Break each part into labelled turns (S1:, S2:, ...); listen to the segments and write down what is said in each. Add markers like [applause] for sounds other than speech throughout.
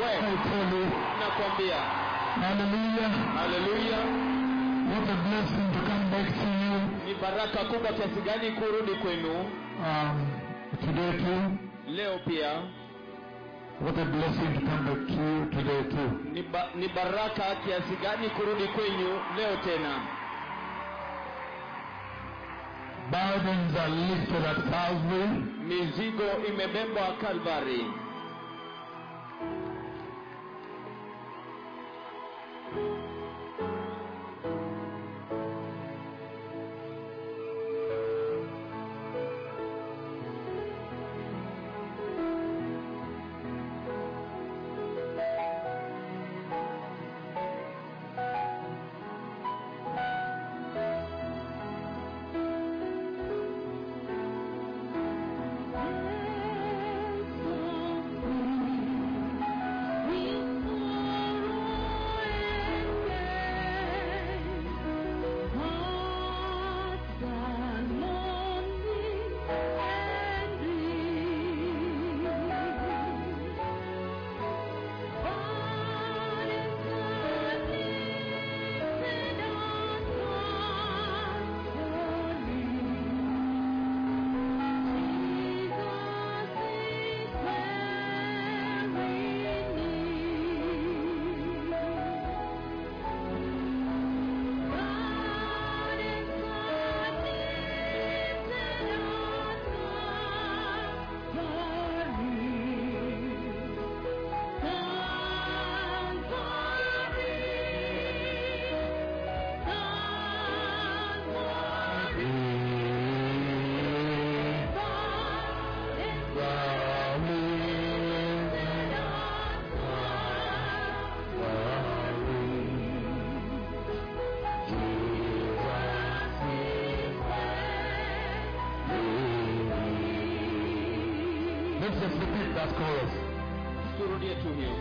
S1: Where?
S2: haikeli
S1: Nakwambia.
S2: haleluya
S1: Haleluya.
S2: what a blessing to come back to you
S1: Ni baraka kubwa kiasi gani kurudi kwenu
S2: um, today too
S1: leo pia.
S2: what a blessing to come back to you today too
S1: Ni, ba, ni baraka kiasi gani kurudi kwenyu leo tena.
S2: burdens are lifted at Calvary
S1: Mizigo imebebwa Kalvari.
S2: let's just repeat that chorus
S1: Turudie tu hiyo.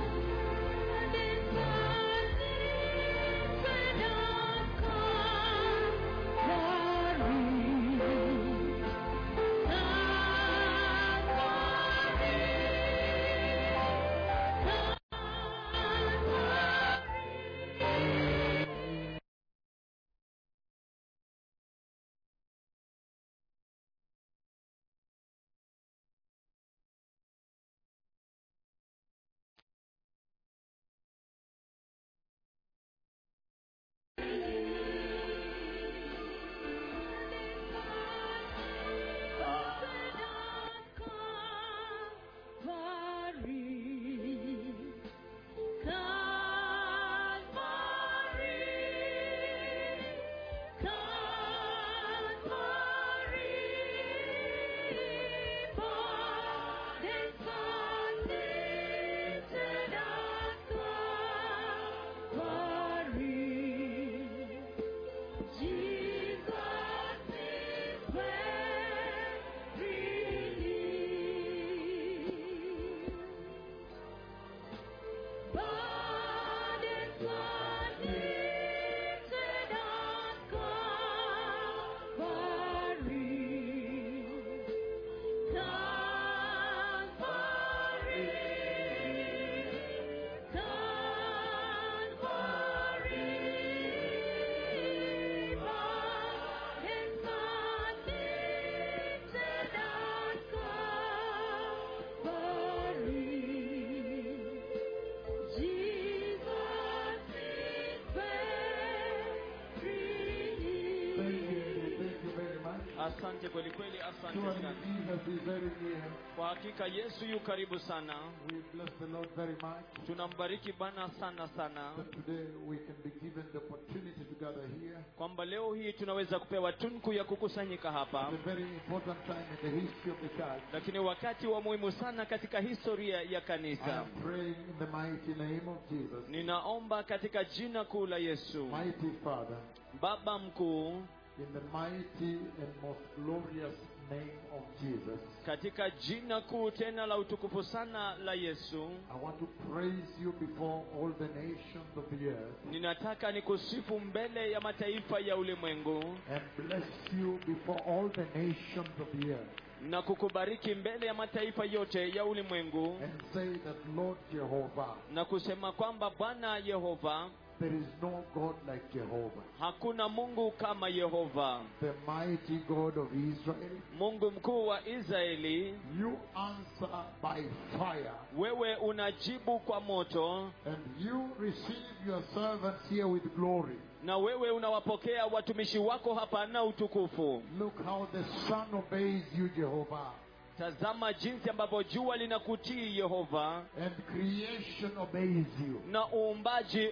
S1: Asante kweli kweli, asante
S2: Surely
S1: sana.
S2: Jesus is very near.
S1: Kwa hakika Yesu yu karibu sana.
S2: We bless the Lord very much
S1: Tunambariki Bwana sana sana
S2: that today we can be given the opportunity to gather here.
S1: kwamba leo hii tunaweza kupewa tunku ya kukusanyika hapa,
S2: It's a very important time in the history of the church.
S1: lakini wakati wa muhimu sana katika historia ya
S2: I
S1: kanisa.
S2: am praying in the mighty name of Jesus.
S1: Ninaomba katika jina kuu la Yesu,
S2: Mighty Father,
S1: Baba mkuu,
S2: in the mighty and most glorious name of Jesus,
S1: katika jina kuu tena la utukufu sana la Yesu,
S2: I want to praise you before all the nations of the earth
S1: ninataka nikusifu mbele ya mataifa ya ulimwengu
S2: and bless you before all the nations of the earth.
S3: na kukubariki mbele ya mataifa yote ya ulimwengu
S2: and say that, Lord Jehovah,
S3: na kusema kwamba bwana yehova
S2: there is no God like Jehovah,
S3: hakuna mungu kama yehova
S2: the mighty God of Israel.
S3: mungu mkuu wa israeli
S2: You answer by fire,
S3: wewe unajibu kwa moto
S2: and you receive your servants here with glory.
S3: na wewe unawapokea watumishi wako hapa na utukufu
S2: Look how the sun obeys you, Jehovah,
S3: tazama jinsi ambavyo jua linakutii yehova
S2: and creation obeys you.
S3: na uumbaji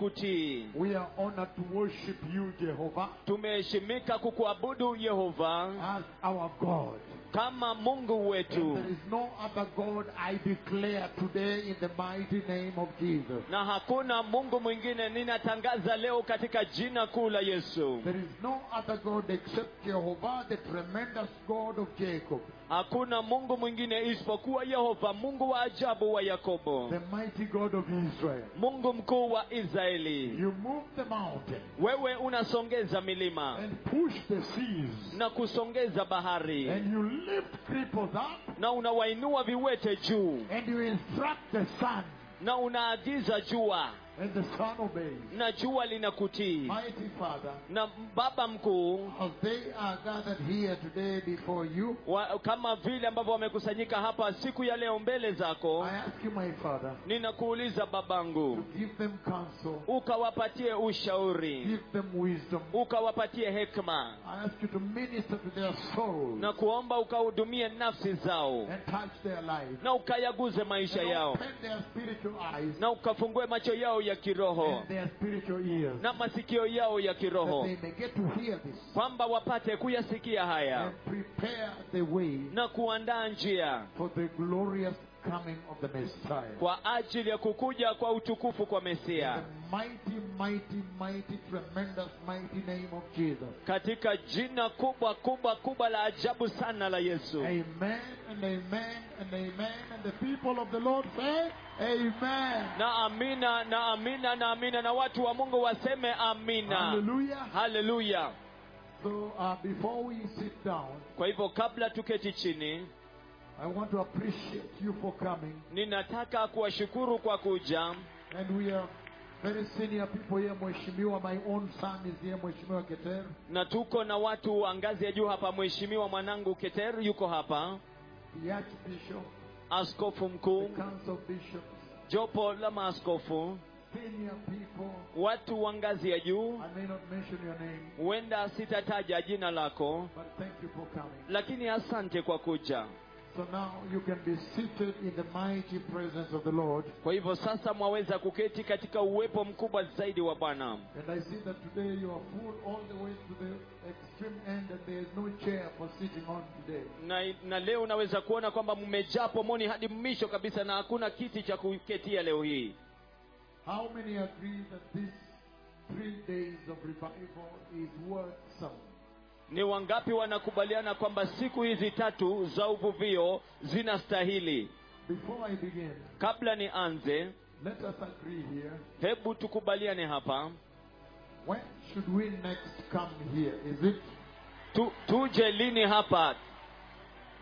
S3: unakutii
S2: We are honored to worship you, Jehovah,
S3: tumeheshimika kukuabudu yehova
S2: as our God.
S3: kama mungu
S2: And
S3: wetu
S2: there is no other God I declare today in the mighty name of Jesus.
S3: na hakuna mungu mwingine ninatangaza leo katika jina kuu la yesu
S2: There is no other God except Jehovah, the tremendous God of Jacob,
S3: hakuna mungu mwingine isipokuwa yehova mungu wa ajabu wa yakobo
S2: the mighty God of Israel.
S3: mungu mkuu wa israeli
S2: You move the mountain
S3: wewe unasongeza milima
S2: and push the seas,
S3: na kusongeza bahari
S2: and you lift cripples up,
S3: na unawainua viwete juu
S2: and you instruct the sun,
S3: na unaagiza jua
S2: and the sun obeys.
S3: na jua linakutii
S2: Mighty Father,
S3: na baba mkuu
S2: as they are gathered here today before you,
S3: wa, kama vile ambavyo wamekusanyika hapa siku ya leo mbele zako
S2: I ask you, my Father,
S3: ninakuuliza babangu
S2: to give them counsel,
S3: ukawapatie ushauri
S2: give them wisdom.
S3: ukawapatie hekma
S2: I ask you to minister to their souls
S3: na kuomba ukahudumie nafsi zao
S2: and touch their lives.
S3: na ukayaguze maisha
S2: And
S3: yao
S2: Open their spiritual eyes
S3: na ukafungue macho yao ya kiroho
S2: and their spiritual ears
S3: na masikio yao ya
S2: that
S3: kiroho
S2: they may get to hear this
S3: kwamba wapate kuyasikia haya
S2: and prepare the way
S3: na kuandaa njia
S2: for the glorious coming of the Messiah.
S3: kwa ajili ya kukuja kwa utukufu kwa
S2: In
S3: mesia
S2: the mighty, mighty, mighty, tremendous, mighty name of Jesus.
S3: katika jina kubwa kubwa kubwa la ajabu sana la yesu
S2: Amen and amen and amen. And the people of the Lord say, Amen.
S3: na amina na amina na amina na watu wa mungu waseme amina
S2: Hallelujah.
S3: haleluya
S2: So uh, before we sit down,
S3: kwa hivyo kabla tuketi chini
S2: I want to appreciate you for coming.
S3: ninataka kuwashukuru kwa kuja
S2: And we are very senior people here. Mheshimiwa, my own son is here, Mheshimiwa Keter.
S3: na tuko na watu wa ngazi ya juu hapa mheshimiwa mwanangu keter yuko hapa
S2: The Archbishop,
S3: askofu
S2: the
S3: mkuu
S2: Council of Bishops,
S3: jopo la maaskofu
S2: senior people.
S3: watu wa ngazi ya juu
S2: I may not mention your name,
S3: huenda sitataja jina lako
S2: but thank you for coming.
S3: lakini asante kwa kuja
S2: So now you can be seated in the mighty presence of the Lord.
S3: kwa hivyo sasa mwaweza kuketi katika uwepo mkubwa zaidi wa bwana
S2: And I see that today you are full all the way to the extreme end, and there is no chair for sitting on today.
S3: na, na leo unaweza kuona kwamba mmejaa pomoni hadi mwisho kabisa na hakuna kiti cha kuketia leo hii
S2: How many agree that these three days of revival is worth something?
S3: ni wangapi wanakubaliana kwamba siku hizi tatu za uvuvio zinastahili
S2: Before I begin,
S3: kabla nianze
S2: let us agree here.
S3: hebu tukubaliane hapa
S2: When should we next come here? Is it?
S3: tu, tuje lini hapa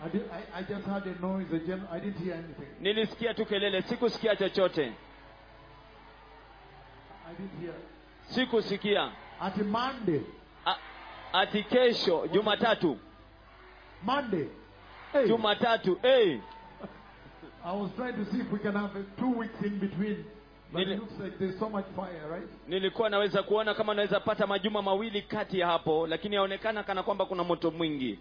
S2: I, did, I, I just heard a noise. I, gen- I didn't hear anything.
S3: nilisikia tu kelele sikusikia chochote
S2: I didn't hear.
S3: sikusikia
S2: At Monday.
S3: A- ati kesho jumatatu
S2: Monday. Hey,
S3: jumatatu hey.
S2: I was trying to see if we can have uh, two weeks in between. But
S3: Nili-
S2: it looks like there's so much fire, right?
S3: nilikuwa naweza kuona kama naweza pata majuma mawili kati ya hapo lakini yaonekana kana kwamba kuna moto mwingi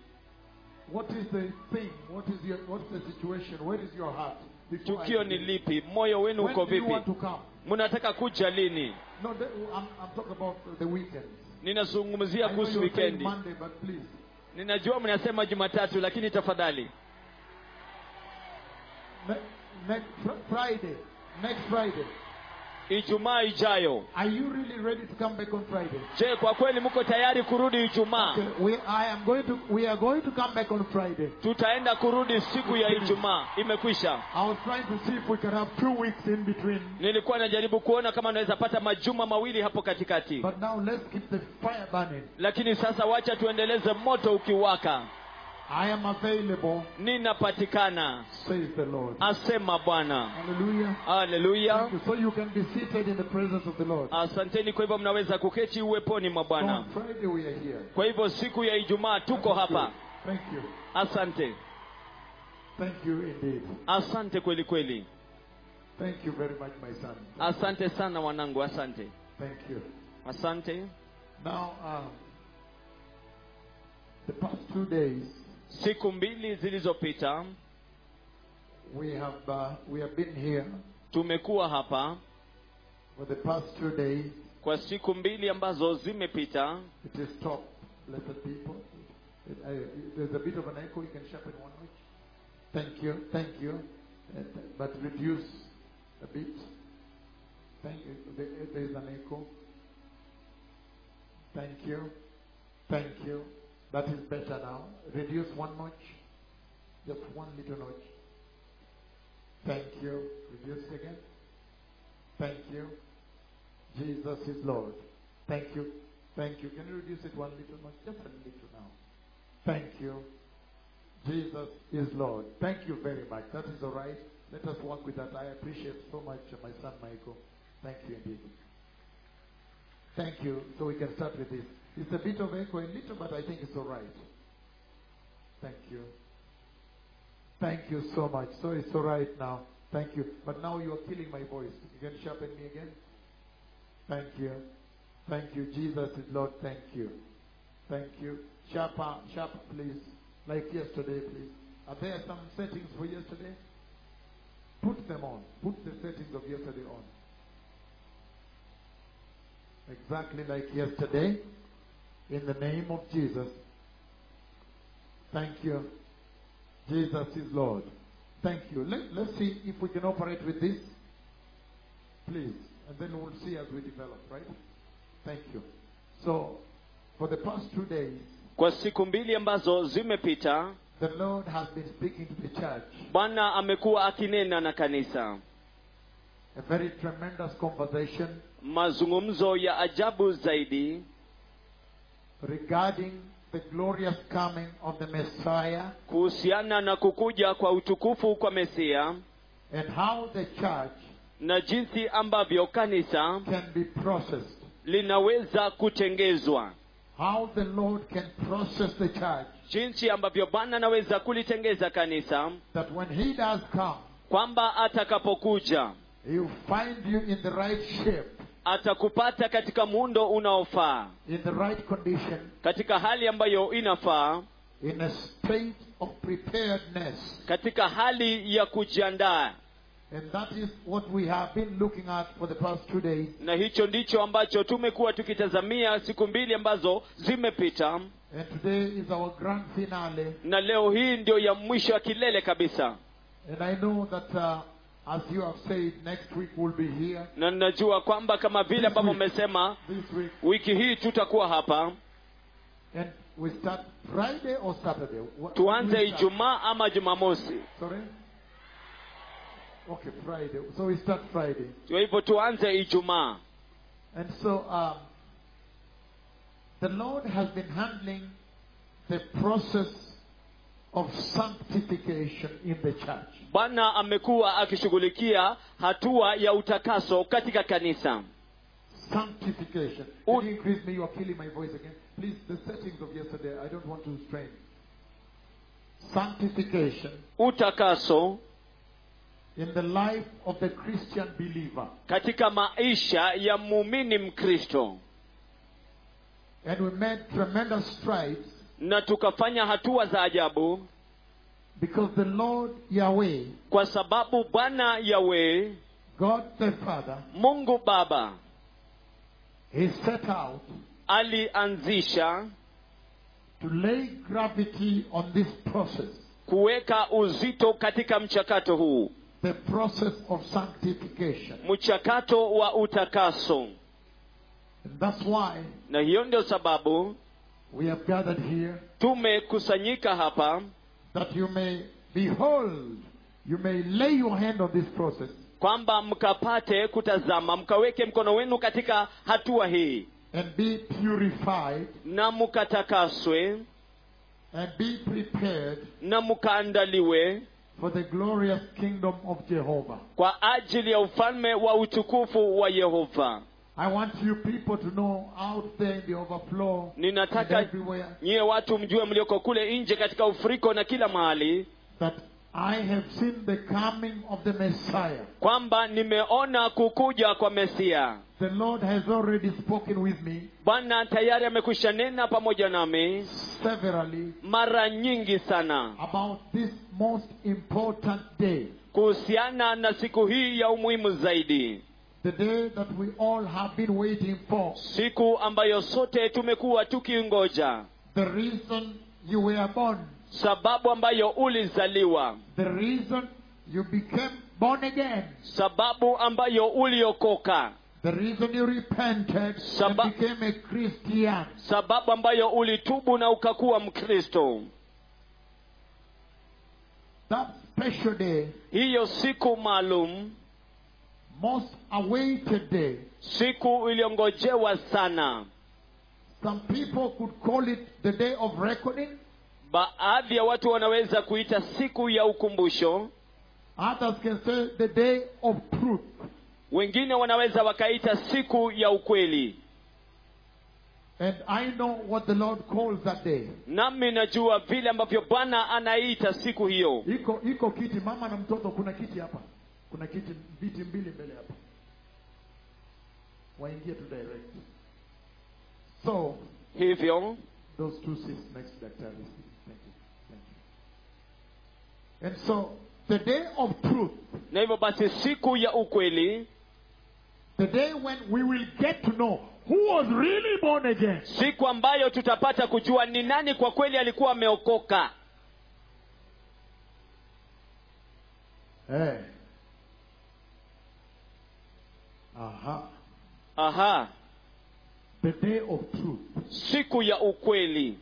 S2: What is the thing? What is your what's the situation? Where is your heart? Before I
S3: tukio ni
S2: begin.
S3: lipi moyo wenu
S2: When
S3: uko
S2: do you
S3: vipi
S2: want to come?
S3: mnataka kuja lini
S2: No, the, I'm, I'm talking about the weekend.
S3: ninazungumzia
S2: I know
S3: kuhusu
S2: you're saying
S3: wikendi
S2: Monday, but please.
S3: ninajua mnasema jumatatu lakini tafadhali
S2: Ne- next fr- Friday. Next Friday.
S3: ijumaa ijayo
S2: Are you really ready to come back on Friday?
S3: je kwa kweli mko tayari kurudi ijumaa
S2: Okay, we, I am going to, we are going to come back on Friday.
S3: tutaenda kurudi siku ya ijumaa imekwisha
S2: I was trying to see if we can have two weeks in between.
S3: nilikuwa najaribu kuona kama naweza pata majuma mawili hapo katikati
S2: But now let's keep the fire burning.
S3: lakini sasa wacha tuendeleze moto ukiwaka
S2: I am available,
S3: ninapatikana
S2: says the Lord.
S3: Ah. asema bwana
S2: Hallelujah.
S3: haleluya
S2: Thank you. So you can be seated in the presence of the Lord.
S3: Ah, asanteni kwa hivyo mnaweza kuketi uweponi mwa bwana
S2: On Friday we are here.
S3: kwa hivyo siku ya ijumaa tuko
S2: Thank you.
S3: hapa
S2: Thank you.
S3: asante
S2: Thank you indeed.
S3: asante kweli kweli
S2: Thank you very much, my son.
S3: asante sana wanangu asante
S2: Thank you.
S3: asante
S2: Now, um, the past two days,
S3: siku mbili zilizopita
S2: we have uh, we have been here
S3: tumekuwa hapa
S2: for the past two days.
S3: kwa siku mbili ambazo zimepita
S2: It is top, little people. It, I, there's a bit of an echo. You can sharpen one notch. Thank you, thank you, Uh, th- but reduce a bit. Thank you. There- There's an echo. Thank you, thank you. That is better now. Reduce one notch, just one little notch. Thank you. Reduce again. Thank you. Jesus is Lord. Thank you. Thank you. Can you reduce it one little more? Just a little now. Thank you. Jesus is Lord. Thank you very much. That is all right. Let us work with that. I appreciate so much uh, my son Michael. Thank you indeed. Thank you. So we can start with this. It's a bit of echo, a little, but I think it's all right. Thank you. Thank you so much. So it's all right now. Thank you. But now you are killing my voice. You can sharpen me again. Thank you. Thank you. Jesus is Lord. Thank you. Thank you. Sharper, sharp, please. Like yesterday, please. Are there some settings for yesterday? Put them on. Put the settings of yesterday on. Exactly like yesterday. In the name of Jesus. Thank you. Jesus is Lord. Thank you. Let, let's see if we can operate with this. Please. And then we'll see as we develop, right? Thank you. So, for the past two days,
S3: kwa siku mbili ambazo zimepita
S2: the Lord has been speaking to the church.
S3: bwana amekuwa akinena na kanisa
S2: A very tremendous conversation
S3: mazungumzo ya ajabu zaidi
S2: regarding the glorious coming of the Messiah
S3: kuhusiana na kukuja kwa utukufu kwa mesia
S2: and how the church
S3: na jinsi ambavyo kanisa
S2: can be processed.
S3: linaweza kutengezwa
S2: How the Lord can process the church
S3: jinsi ambavyo bwana anaweza kulitengeza kanisa
S2: that when He does come,
S3: kwamba atakapokuja
S2: He'll find you in the right shape,
S3: atakupata katika muundo unaofaa
S2: in the right condition,
S3: katika hali ambayo inafaa
S2: in a state of preparedness.
S3: katika hali ya kujiandaa
S2: And that is what we have been looking at for the past two days.
S3: na hicho ndicho ambacho tumekuwa tukitazamia siku mbili ambazo zimepita
S2: And today is our grand finale.
S3: na leo hii ndio ya mwisho ya kilele kabisa
S2: And I know that, uh, as you have said, next week we'll be here.
S3: na ninajua kwamba kama vile ambavyo mmesema
S2: This week.
S3: wiki hii tutakuwa hapa
S2: And we start Friday or Saturday? What-
S3: tuanze
S2: we start?
S3: ijumaa ama jumamosi
S2: Sorry? Okay, Friday. So we start Friday.
S3: kwa hivyo tuanze ijumaa
S2: And so um, the Lord has been handling the process of sanctification in the church.
S3: bwana amekuwa akishughulikia hatua ya utakaso katika kanisa
S2: Sanctification.
S3: Oh.
S2: Can you increase me? You are killing my voice again. Please, the settings of yesterday, I don't want to strain. Sanctification
S3: utakaso
S2: in the life of the Christian believer.
S3: katika maisha ya muumini mkristo
S2: And we made tremendous strides
S3: na tukafanya hatua za ajabu
S2: because the Lord Yahweh,
S3: kwa sababu bwana yawe
S2: God the Father,
S3: mungu baba
S2: He set out
S3: alianzisha
S2: to lay gravity on this process,
S3: kuweka uzito katika mchakato huu
S2: the process of sanctification.
S3: mchakato wa utakaso
S2: And that's why
S3: na hiyo ndio sababu
S2: we have gathered here
S3: tumekusanyika hapa
S2: that you may behold, you may lay your hand on this process
S3: kwamba mkapate kutazama mkaweke mkono wenu katika hatua hii
S2: and be purified
S3: na mkatakaswe
S2: and be prepared
S3: na mkaandaliwe
S2: for the glorious kingdom of Jehovah.
S3: kwa ajili ya ufalme wa utukufu wa Yehova.
S2: I want you people to know out there in the overflow and
S3: Ninataka
S2: everywhere
S3: nyiye watu mjue mlioko kule nje katika ufuriko na kila mahali
S2: that I have seen the coming of the Messiah.
S3: kwamba nimeona kukuja kwa Mesia.
S2: The Lord has already spoken with me
S3: Bwana tayari amekwisha nena pamoja nami
S2: severally
S3: mara nyingi sana
S2: about this most important day,
S3: kuhusiana na siku hii ya umuhimu zaidi,
S2: the day that we all have been waiting for.
S3: siku ambayo sote tumekuwa tukiingoja,
S2: The reason you were born,
S3: sababu ambayo ulizaliwa,
S2: the reason you became born again,
S3: sababu ambayo uliokoka,
S2: the reason you repented
S3: Saba-
S2: and became a Christian.
S3: sababu ambayo ulitubu na ukakuwa Mkristo.
S2: That special day,
S3: Hiyo siku maalum,
S2: most awaited day.
S3: siku iliyongojewa sana.
S2: Some people could call it the day of reckoning,
S3: Baadhi ya watu wanaweza kuita siku ya ukumbusho,
S2: others can say the day of truth.
S3: wengine wanaweza wakaita siku ya ukweli.
S2: And I know what the Lord calls that day.
S3: Nami najua vile ambavyo Bwana anaiita siku hiyo.
S2: iko iko kiti mama na mtoto kuna kiti hapa kuna kiti viti mbili mbele hapa waingie tu direct so
S3: Hivyo
S2: those two seats next to daktari thank you thank you and so the day of truth
S3: na hivyo basi, siku ya ukweli,
S2: the day when we will get to know who was really born again
S3: siku ambayo tutapata kujua ni nani kwa kweli alikuwa ameokoka.
S2: eh aha
S3: Aha,
S2: the day of truth
S3: siku ya ukweli.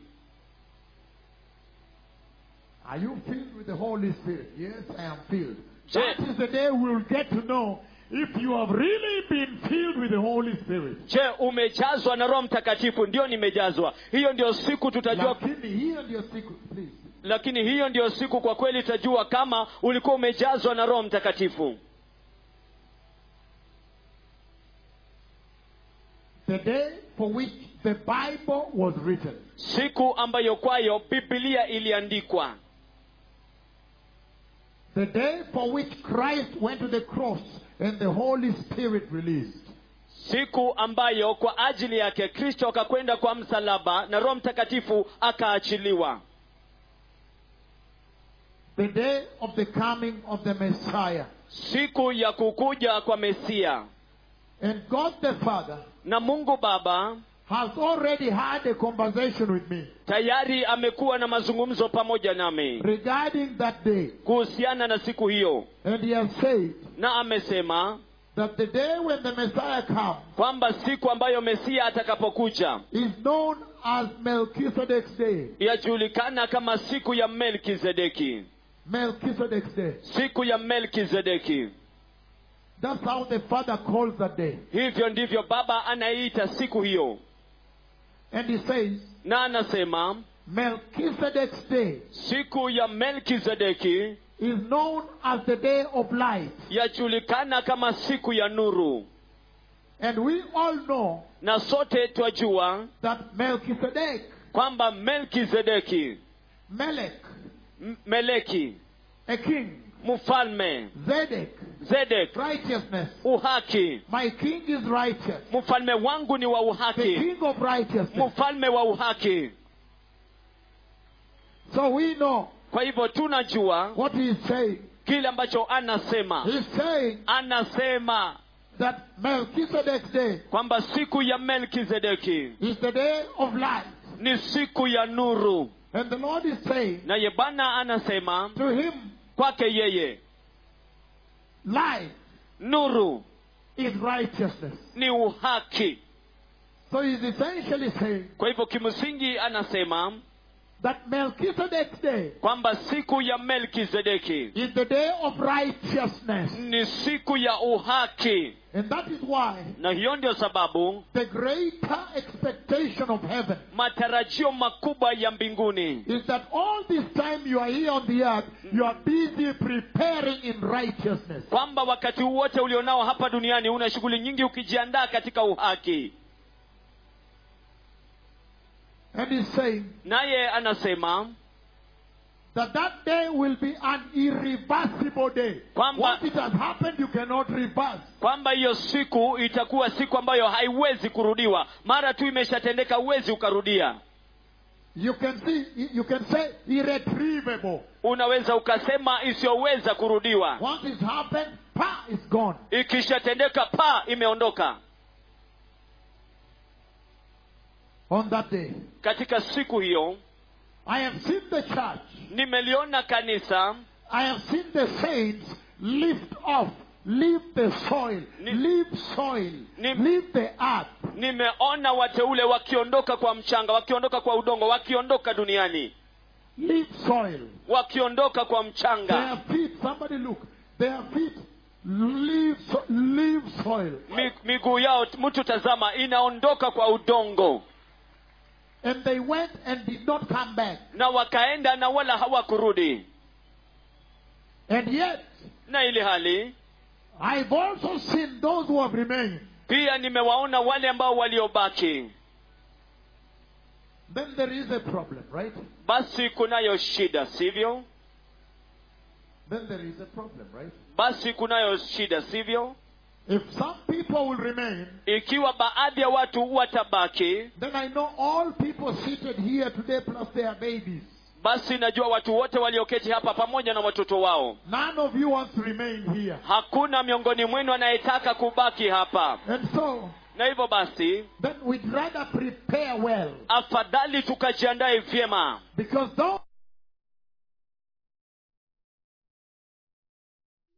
S2: Are you filled with the Holy Spirit? Yes, I am filled.
S3: Yes.
S2: That is the day we will get to know if you have really been filled with the Holy Spirit.
S3: Je, umejazwa na Roho Mtakatifu? Ndiyo, nimejazwa. Hiyo ndiyo siku tutajua
S2: Lakini hiyo ndio siku, please.
S3: lakini hiyo ndiyo siku kwa kweli tutajua kama ulikuwa umejazwa na roho mtakatifu
S2: The day for which the Bible was written.
S3: siku ambayo kwayo bibilia iliandikwa
S2: The day for which Christ went to the cross and the Holy Spirit released.
S3: siku ambayo kwa ajili yake kristo akakwenda kwa msalaba na roho mtakatifu akaachiliwa
S2: The day of the coming of the Messiah.
S3: siku ya kukuja kwa mesia
S2: And God the Father
S3: na mungu baba
S2: has already had a conversation with me
S3: tayari amekuwa na mazungumzo pamoja nami
S2: regarding that day.
S3: kuhusiana na siku hiyo
S2: And he has said,
S3: na amesema
S2: that the day when the Messiah comes
S3: kwamba siku ambayo mesia atakapokuja
S2: is known as Melchizedek's Day.
S3: yajulikana kama siku ya melkizedeki
S2: Melchizedek's Day.
S3: siku ya melkizedeki
S2: That's how the Father calls that day.
S3: hivyo ndivyo baba anaiita siku hiyo
S2: And he says,
S3: na anasema
S2: Melchizedek's Day
S3: siku ya melkizedeki
S2: is known as the day of light.
S3: yajulikana kama siku ya nuru
S2: And we all know
S3: na sote twajua
S2: that Melchizedek,
S3: kwamba melkizedeki
S2: Melech,
S3: M- meleki
S2: a king,
S3: mfalme
S2: Zedek,
S3: zedek
S2: righteousness.
S3: uhaki
S2: My king is righteous.
S3: mfalme wangu ni wa
S2: The
S3: uhaki
S2: king of righteousness.
S3: mfalme wa uhaki
S2: So we know
S3: kwa hivyo tunajua
S2: what he is saying.
S3: kile ambacho anasema
S2: He's saying
S3: anasema
S2: that Melchizedek's Day
S3: kwamba siku ya melkizedeki
S2: is the day of light.
S3: ni siku ya nuru
S2: And the Lord is saying
S3: naye bwana anasema
S2: to him,
S3: kwake yeye
S2: light
S3: nuru
S2: is righteousness.
S3: ni uhaki
S2: So he's essentially saying
S3: kwa hivyo kimsingi anasema
S2: that Melchizedek's day
S3: kwamba siku ya melkizedeki
S2: is the day of righteousness.
S3: ni siku ya uhaki
S2: And that is why
S3: na hiyo ndio sababu
S2: the greater expectation of heaven
S3: matarajio makubwa ya mbinguni
S2: is that all this time you are here on the earth, you are busy preparing in righteousness.
S3: kwamba wakati wote ulionao hapa duniani una shughuli nyingi ukijiandaa katika uhaki
S2: And he's saying
S3: naye anasema
S2: that that day will be an irreversible day.
S3: Kwamba-
S2: Once it has happened, you cannot reverse.
S3: kwamba hiyo siku itakuwa siku ambayo haiwezi kurudiwa mara tu imeshatendeka huwezi ukarudia
S2: You can see, you can say irretrievable.
S3: unaweza ukasema isiyoweza kurudiwa
S2: Once it's happened, pa, it's gone.
S3: ikishatendeka paa imeondoka
S2: On that day,
S3: katika siku hiyo
S2: I have seen the church
S3: nimeliona kanisa
S2: I have seen the saints lift off, leave the soil,
S3: Ni-
S2: leave soil,
S3: Ni-
S2: leave the earth,
S3: nimeona wateule wakiondoka kwa mchanga wakiondoka kwa udongo wakiondoka duniani
S2: leave soil.
S3: wakiondoka kwa mchanga
S2: Their feet, somebody look, their feet leave, so- leave soil.
S3: Mi, miguu yao mtu tazama inaondoka kwa udongo
S2: And they went and did not come back.
S3: na wakaenda na wala hawakurudi
S2: And yet,
S3: na ili hali
S2: I've also seen those who have remained.
S3: pia nimewaona wale ambao waliobaki
S2: Then there is a problem, right?
S3: basi kunayo shida sivyo
S2: Then there is a problem, right?
S3: basi kunayo shida sivyo
S2: If some people will remain,
S3: ikiwa baadhi ya watu watabaki
S2: then I know all people seated here today plus their babies.
S3: basi najua watu wote walioketi hapa pamoja na watoto wao
S2: None of you wants to remain here.
S3: hakuna miongoni mwenu anayetaka kubaki hapa
S2: And so,
S3: na hivyo basi
S2: then we'd rather prepare well.
S3: afadhali tukajiandae vyema
S2: Because those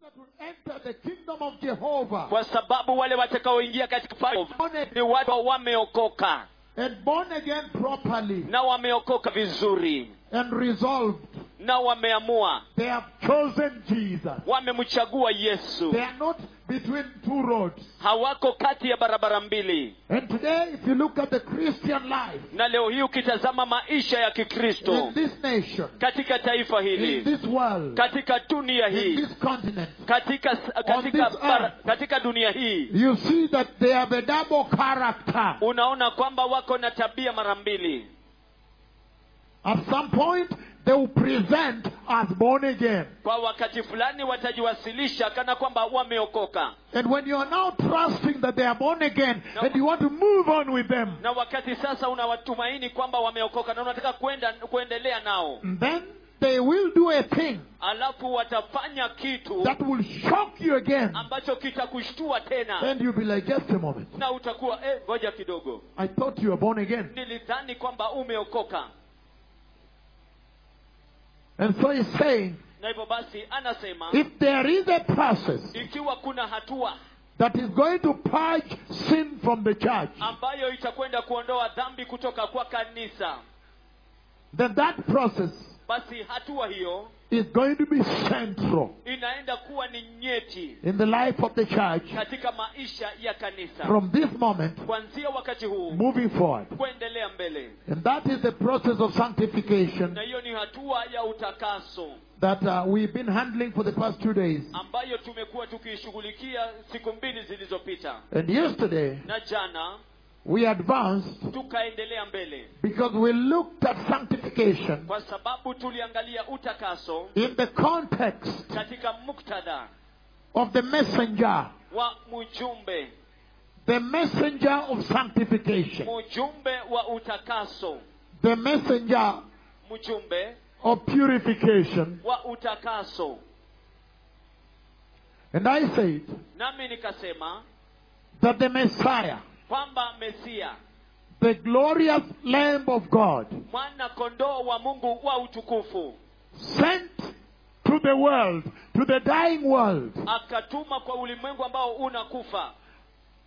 S2: that will enter the kingdom of Jehovah
S3: kwa sababu wale watakaoingia katika ufalme ni watu ambao wameokoka
S2: and born again properly
S3: na wameokoka vizuri
S2: and resolved,
S3: na wameamua
S2: they have chosen Jesus.
S3: wamemchagua yesu
S2: They are not between two roads.
S3: hawako kati ya barabara mbili
S2: And today, if you look at the Christian life
S3: na leo hii ukitazama maisha ya kikristo
S2: in this nation,
S3: katika taifa
S2: in
S3: hili
S2: this world,
S3: katika dunia
S2: in
S3: hii
S2: this continent,
S3: katika
S2: On this
S3: katika, bara,
S2: earth.
S3: katika dunia hii
S2: you see that they have a double character.
S3: unaona kwamba wako na tabia mara mbili
S2: At some point, they will present as born again.
S3: kwa wakati fulani watajiwasilisha kana kwamba wameokoka
S2: And when you are now trusting that they are born again and you want to move on with them,
S3: na wakati sasa unawatumaini kwamba wameokoka na unataka kuenda kuendelea nao
S2: then they will do a thing
S3: alafu watafanya kitu
S2: that will shock you again.
S3: ambacho kitakushtua tena
S2: And you'll be like, just a moment.
S3: na utakuwa eh, ngoja kidogo
S2: I thought you were born again.
S3: nilidhani kwamba umeokoka
S2: And so he's saying,
S3: na hivyo basi anasema
S2: if there is a process
S3: ikiwa kuna hatua
S2: that is going to purge sin from the church,
S3: ambayo itakwenda kuondoa dhambi kutoka kwa kanisa
S2: then that process
S3: basi hatua hiyo
S2: is going to be central
S3: inaenda kuwa ni nyeti
S2: in the life of the church
S3: katika maisha ya kanisa
S2: from this moment
S3: kuanzia wakati huu
S2: moving forward.
S3: kuendelea mbele
S2: And that is the process of sanctification
S3: na hiyo ni hatua ya utakaso
S2: that uh, we've been handling for the past two days.
S3: ambayo tumekuwa tukiishughulikia siku mbili zilizopita
S2: And yesterday,
S3: na jana
S2: we advanced
S3: tukaendelea mbele
S2: because we looked at sanctification
S3: kwa sababu tuliangalia utakaso
S2: in the context
S3: katika muktadha
S2: of the messenger,
S3: wa mjumbe
S2: the messenger of sanctification,
S3: mjumbe wa utakaso
S2: the messenger
S3: mjumbe
S2: of purification.
S3: wa utakaso
S2: And I said
S3: nami nikasema
S2: that the Messiah,
S3: kwamba mesia
S2: the glorious Lamb of God,
S3: mwana kondoo wa mungu wa utukufu
S2: sent to the world, to the dying world,
S3: akatuma kwa ulimwengu ambao unakufa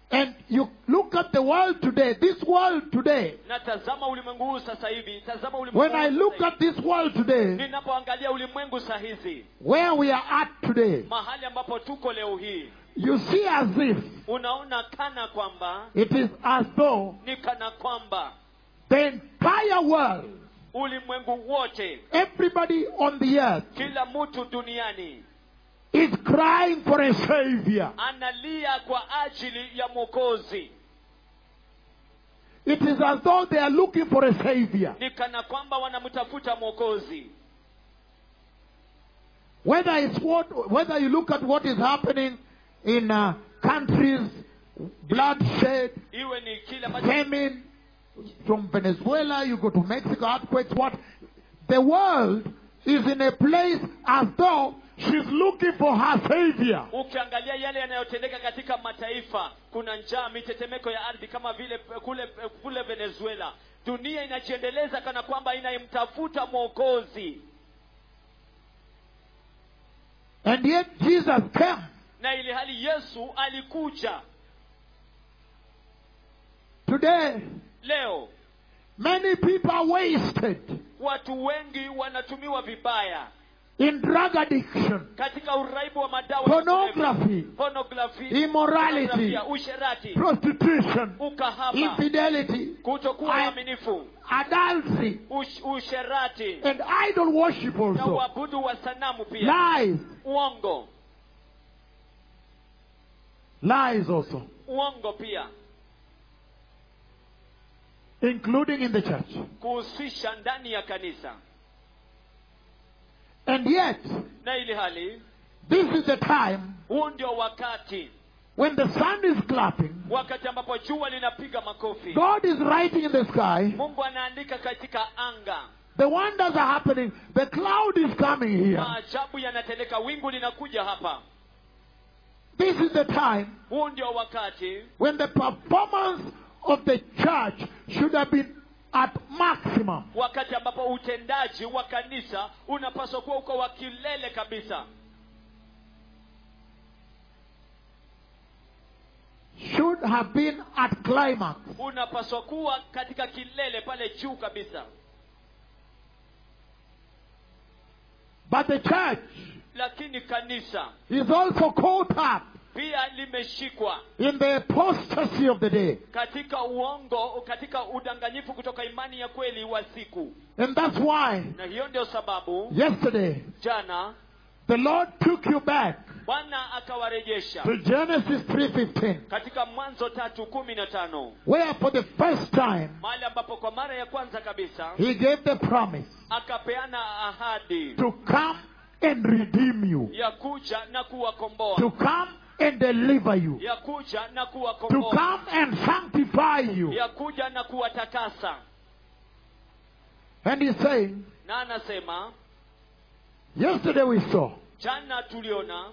S2: And you look at the world today, this world today.
S3: na tazama ulimwengu huu sasa hivi tazama ulimwengu
S2: When
S3: huu
S2: I look
S3: sasa hivi.
S2: at this world today,
S3: ninapoangalia ulimwengu saa hizi
S2: where we are at today,
S3: mahali ambapo tuko leo hii
S2: you see as if
S3: unaona kana kwamba
S2: it is as though
S3: ni kana kwamba
S2: the entire world,
S3: ulimwengu wote
S2: everybody on the earth,
S3: kila mtu duniani
S2: is crying for a savior.
S3: analia kwa ajili ya mwokozi
S2: It is as though they are looking for a savior.
S3: ni kana kwamba wanamtafuta mwokozi
S2: Whether it's what, whether you look at what is happening in uh, countries, bloodshed,
S3: iwe ni kile ambacho
S2: famine, from Venezuela, you go to Mexico, earthquakes, what? The world is in a place as though she's looking for her savior.
S3: ukiangalia yale yanayotendeka katika mataifa kuna njaa mitetemeko ya ardhi kama vile eh, kule eh, kule venezuela dunia inajiendeleza kana kwamba inayemtafuta mwokozi
S2: And yet Jesus came
S3: na ili hali yesu alikuja
S2: today.
S3: leo
S2: Many people are wasted
S3: watu wengi wanatumiwa vibaya
S2: in drug addiction,
S3: katika uraibu wa madawa ya kulevya,
S2: pornography,
S3: pornography,
S2: Immorality.
S3: pornografia, usherati
S2: prostitution,
S3: ukahaba
S2: infidelity,
S3: kutokuwa
S2: I-
S3: waaminifu
S2: adultery,
S3: ush, usherati
S2: and idol worship
S3: na
S2: also,
S3: uabudu wa sanamu pia
S2: lies,
S3: uongo
S2: lies also,
S3: uongo pia
S2: including in the church.
S3: kuhusisha ndani ya kanisa
S2: And yet,
S3: na ili hali
S2: this is the time
S3: huu ndio wakati
S2: when the sun is clapping,
S3: wakati ambapo jua linapiga makofi
S2: God is writing in the sky.
S3: mungu anaandika katika anga
S2: The wonders are happening. The cloud is coming here.
S3: maajabu yanatendeka wingu linakuja hapa
S2: This is the time
S3: huu ndio wakati
S2: when the performance of the church should have been at maximum.
S3: wakati ambapo utendaji wa kanisa unapaswa kuwa uko wa kilele kabisa
S2: Should have been at climax.
S3: unapaswa kuwa katika kilele pale juu kabisa
S2: But the church
S3: lakini kanisa
S2: is also caught up
S3: pia limeshikwa
S2: in the apostasy of the day.
S3: katika uongo katika udanganyifu kutoka imani ya kweli wa siku
S2: And that's why
S3: na hiyo ndio sababu
S2: yesterday
S3: jana
S2: the Lord took you back
S3: bwana akawarejesha
S2: to Genesis 3:15
S3: katika mwanzo tatu kumi na tano
S2: where for the first time
S3: mahali ambapo kwa mara ya kwanza kabisa
S2: he gave the promise
S3: akapeana ahadi
S2: to come and redeem you,
S3: ya kuja na kuwakomboa
S2: to come and deliver you,
S3: ya kuja na
S2: to
S3: kuwakomboa
S2: come and sanctify you.
S3: ya kuja na kuwatakasa
S2: And he's saying,
S3: na anasema
S2: yesterday we saw
S3: jana tuliona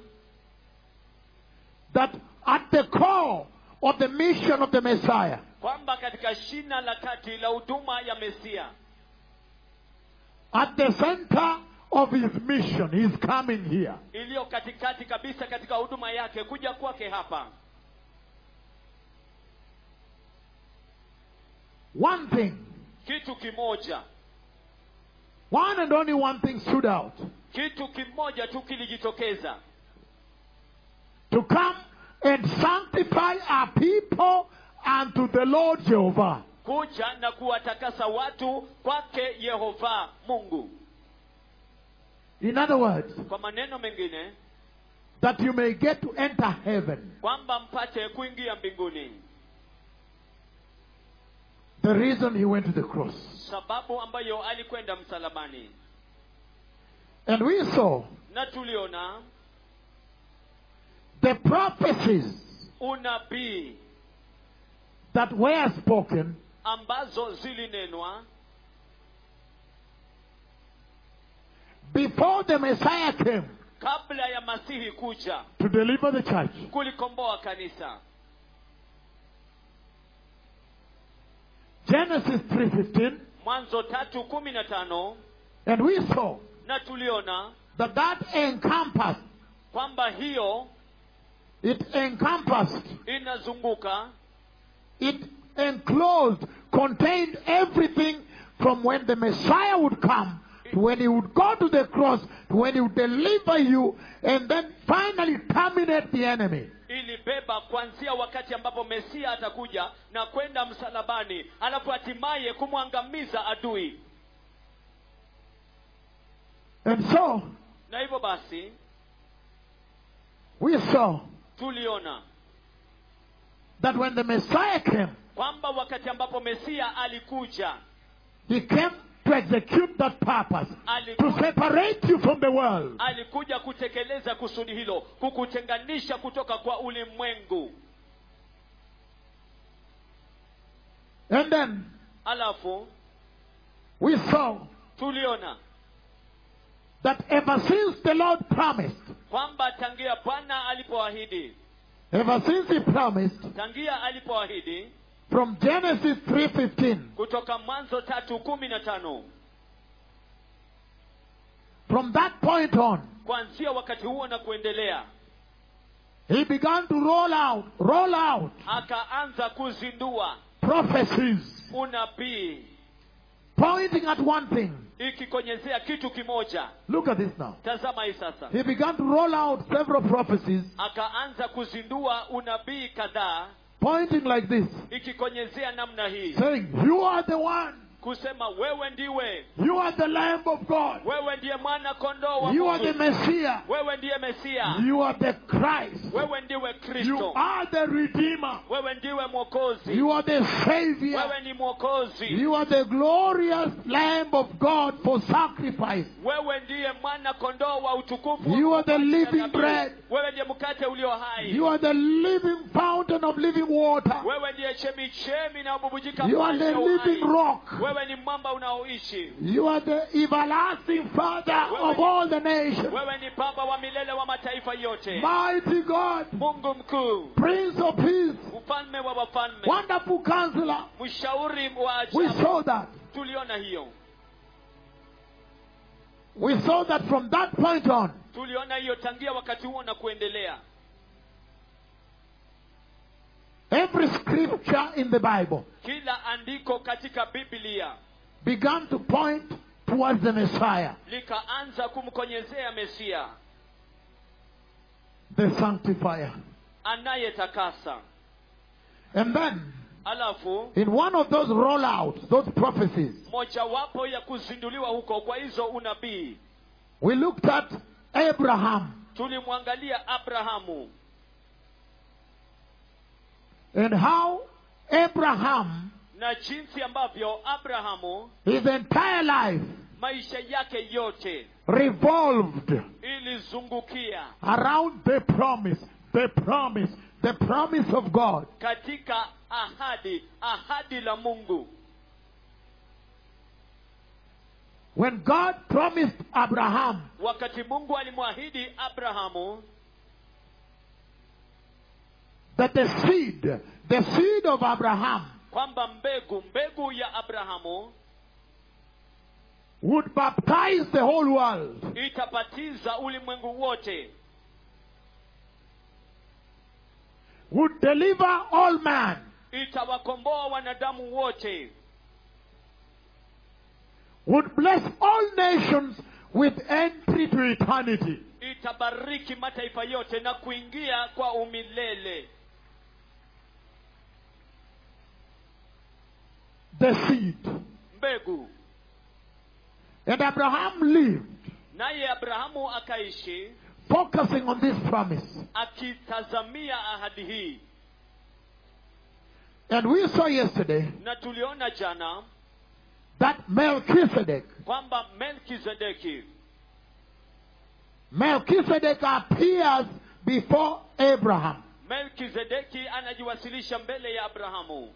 S2: that at the core of the mission of the Messiah
S3: kwamba katika shina la kati la huduma ya mesia
S2: at the center of his mission. He's coming here.
S3: iliyo katikati kabisa katika huduma yake kuja kwake hapa
S2: One thing,
S3: kitu kimoja
S2: one and only one thing stood out
S3: kitu kimoja tu kilijitokeza
S2: to come and sanctify our people unto the Lord Jehovah.
S3: kuja na kuwatakasa watu kwake yehova mungu
S2: In other words,
S3: kwa maneno mengine
S2: that you may get to enter heaven.
S3: kwamba mpate kuingia mbinguni
S2: The reason he went to the cross.
S3: sababu ambayo alikwenda msalabani
S2: And we saw
S3: na tuliona
S2: the prophecies
S3: unabii
S2: that were spoken
S3: ambazo zilinenwa
S2: before the Messiah came
S3: kabla ya masihi kuja
S2: to deliver the church.
S3: kulikomboa kanisa
S2: Genesis 3:15,
S3: mwanzo tatu kumi na tano
S2: and we saw
S3: na tuliona
S2: that that encompassed
S3: kwamba hiyo
S2: It encompassed,
S3: inazunguka
S2: it enclosed, contained everything from when the Messiah would come to when he would go to the cross to when he would deliver you and then finally terminate the enemy.
S3: ilibeba kuanzia wakati ambapo mesia atakuja na kwenda msalabani alafu hatimaye kumwangamiza adui
S2: And so
S3: na hivyo basi
S2: we saw
S3: tuliona
S2: that when the Messiah came,
S3: kwamba wakati ambapo mesia alikuja
S2: he came to execute that purpose, to
S3: alikuja,
S2: separate you from the world.
S3: alikuja kutekeleza kusudi hilo kukutenganisha kutoka kwa ulimwengu
S2: And then
S3: alafu
S2: we saw
S3: tuliona
S2: that ever since the Lord promised,
S3: kwamba tangia bwana alipoahidi
S2: ever since he promised,
S3: tangia alipoahidi
S2: from Genesis 3:15,
S3: kutoka mwanzo tatu kumi na tano
S2: from that point on,
S3: kuanzia wakati huo na kuendelea
S2: he began to roll out, roll out
S3: akaanza kuzindua
S2: prophecies,
S3: unabii
S2: pointing at one thing.
S3: ikikonyezea kitu kimoja
S2: Look at this now.
S3: tazama hii sasa
S2: He began to roll out several prophecies,
S3: akaanza kuzindua unabii kadhaa
S2: pointing like this,
S3: ikikonyezea namna hii
S2: saying, "You are the one.
S3: kusema wewe ndiwe
S2: You are the Lamb of God.
S3: wewe ndiye mwana kondoo wa
S2: You are the
S3: Mungu.
S2: Messiah.
S3: wewe ndiye mesia
S2: You are the Christ.
S3: wewe ndiwe
S2: You
S3: kristo
S2: are the Redeemer.
S3: wewe ndiwe mwokozi
S2: You are the Savior."
S3: wewe ni mwokozi
S2: You are the glorious Lamb of God for sacrifice.
S3: wewe ndiye mwana kondoo wa utukufu wa
S2: You are the
S3: Mungu katika
S2: living
S3: dhabihu.
S2: bread.
S3: wewe ndiye mkate ulio hai
S2: You are the living fountain of living water.
S3: wewe ndiye chemichemi inayobubujika
S2: You are
S3: maji ya
S2: the
S3: uhai.
S2: living rock.
S3: wewe ni mwamba unaoishi
S2: You are the everlasting Father of all the nations.
S3: wewe ni baba wa milele wa mataifa yote
S2: Mighty God,
S3: mungu mkuu
S2: Prince of Peace,
S3: mfalme wa wafalme
S2: Wonderful Counselor.
S3: mshauri wa
S2: We
S3: ajabu
S2: saw that.
S3: tuliona hiyo
S2: We saw that from that point on,
S3: tuliona hiyo tangia wakati huo na kuendelea
S2: every scripture in the Bible
S3: kila andiko katika biblia
S2: began to point towards the Messiah,
S3: likaanza kumkonyezea mesia
S2: the Sanctifier.
S3: anayetakasa
S2: And then
S3: alafu
S2: In one of those rollouts, those prophecies,
S3: mojawapo ya kuzinduliwa huko kwa hizo unabii
S2: we looked at Abraham
S3: tulimwangalia abrahamu
S2: and how Abraham,
S3: na jinsi ambavyo abrahamu
S2: his entire life,
S3: maisha yake yote
S2: revolved
S3: ilizungukia
S2: around the promise, the promise, the promise of God.
S3: katika ahadi ahadi la mungu
S2: When God promised Abraham
S3: wakati mungu alimwahidi abrahamu
S2: that the seed, the seed of Abraham,
S3: kwamba mbegu mbegu ya abrahamu
S2: would baptize the whole world,
S3: itabatiza ulimwengu wote
S2: would deliver all man,
S3: itawakomboa wanadamu wote
S2: would bless all nations with entry to eternity.
S3: itabariki mataifa yote na kuingia kwa umilele
S2: The seed.
S3: mbegu
S2: And Abraham lived
S3: naye abrahamu akaishi
S2: focusing on this promise.
S3: akitazamia ahadi hii
S2: And we saw yesterday
S3: na tuliona jana
S2: that Melchizedek,
S3: kwamba melkizedeki
S2: Melchizedek appears before Abraham.
S3: melkizedeki anajiwasilisha mbele ya abrahamu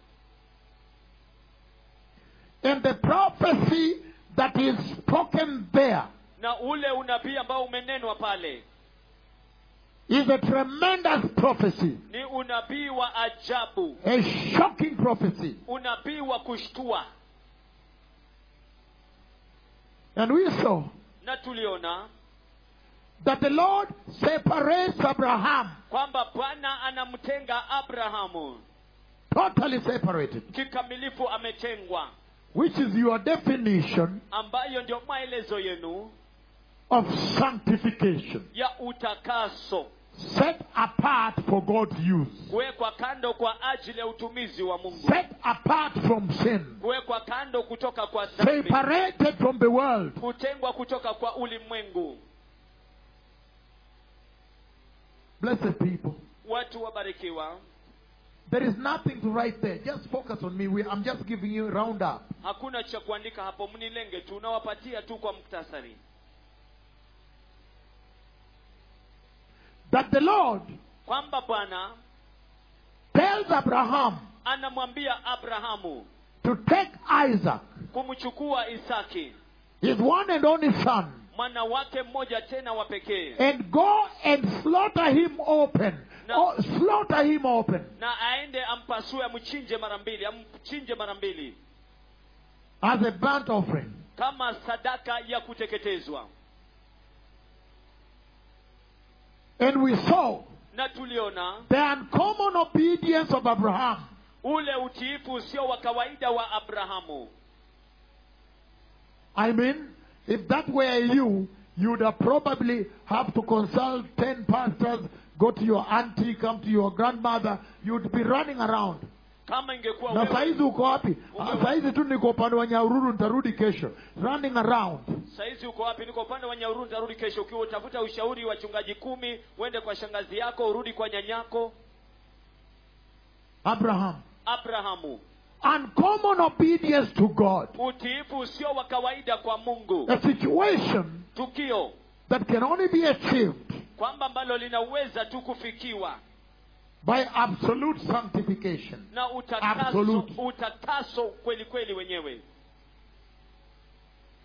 S2: And the prophecy that is spoken there
S3: na ule unabii ambao umenenwa pale
S2: is a tremendous prophecy,
S3: ni unabii wa ajabu
S2: a shocking prophecy.
S3: unabii wa kushtua
S2: And we saw
S3: na tuliona
S2: that the Lord separates Abraham,
S3: kwamba bwana anamtenga abrahamu
S2: totally separated,
S3: kikamilifu ametengwa
S2: which is your definition
S3: ambayo ndio maelezo yenu
S2: of sanctification,
S3: ya utakaso
S2: set apart for God's use,
S3: kuwekwa kando kwa ajili ya utumizi wa mungu
S2: set apart from sin,
S3: kuwekwa kando kutoka kwa dhambi
S2: separated from the world.
S3: kutengwa kutoka kwa ulimwengu
S2: Blessed people.
S3: watu wabarikiwa
S2: There is nothing to write there. Just focus on me. We, I'm just giving you roundup.
S3: hakuna cha kuandika hapo mnilenge tu unawapatia tu kwa muktasari
S2: That the Lord
S3: kwamba bwana
S2: tells Abraham
S3: anamwambia abrahamu
S2: to take Isaac,
S3: kumchukua isaki
S2: his one and only son,
S3: mwana wake mmoja tena wa pekee
S2: and go and slaughter him open.
S3: No.
S2: Oh, slaughter him open.
S3: na aende ampasue amchinje mara mbili amchinje mara mbili
S2: as a burnt offering.
S3: kama sadaka ya kuteketezwa
S2: And we saw
S3: na tuliona
S2: the uncommon obedience of Abraham
S3: ule utiifu usio wa kawaida wa abrahamu
S2: I mean, if that were you, you'd have probably have to consult 10 pastors, go to your auntie, come to your grandmother. You'd be running around.
S3: kama ingekuwa
S2: Na
S3: wewe-
S2: saizi uko wapi? Ah, Saizi tu niko upande wa Nyahururu, nitarudi kesho. Running around.
S3: saizi uko wapi niko upande wa nyauru nitarudi kesho ukiwa utafuta ushauri wa chungaji kumi uende kwa shangazi yako urudi kwa nyanyako
S2: Abraham.
S3: abrahamu
S2: Uncommon obedience to God.
S3: utiifu usio wa kawaida kwa mungu
S2: A situation
S3: tukio
S2: that can only be achieved
S3: kwamba ambalo linaweza tu kufikiwa
S2: by absolute sanctification.
S3: na utakaso
S2: Absolute.
S3: utakaso kweli kweli wenyewe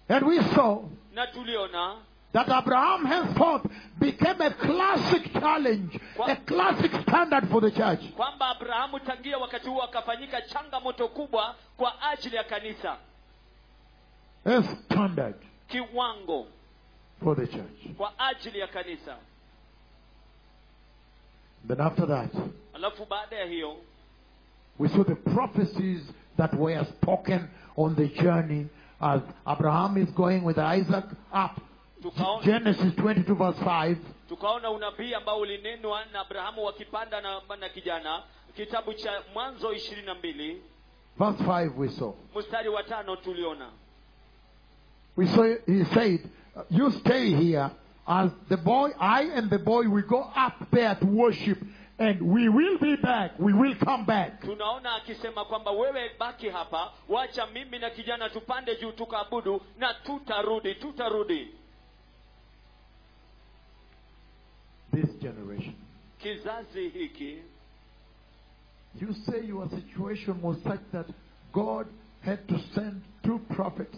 S2: And we saw
S3: na tuliona
S2: that Abraham henceforth became a classic challenge, a classic standard for the church.
S3: kwamba abrahamu tangia wakati huo akafanyika changamoto kubwa kwa ajili ya kanisa
S2: A standard
S3: kiwango
S2: for the church.
S3: kwa ajili ya kanisa
S2: Then after that,
S3: alafu baada ya hiyo
S2: we saw the prophecies that were spoken on the journey as Abraham is going with Isaac up.
S3: tukaona
S2: Genesis 22, verse 5.
S3: tukaona unabii ambao ulinenwa na abrahamu wakipanda na, na kijana kitabu cha mwanzo ishirini na mbili
S2: Verse 5, we saw.
S3: mstari wa tano tuliona
S2: We saw he said, You stay here as the boy, I and the boy, we go up there to worship and we will be back. We will come back.
S3: tunaona akisema kwamba wewe baki hapa wacha mimi na kijana tupande juu tukaabudu na tutarudi tutarudi
S2: This generation.
S3: kizazi hiki
S2: You say your situation was such that God had to send two prophets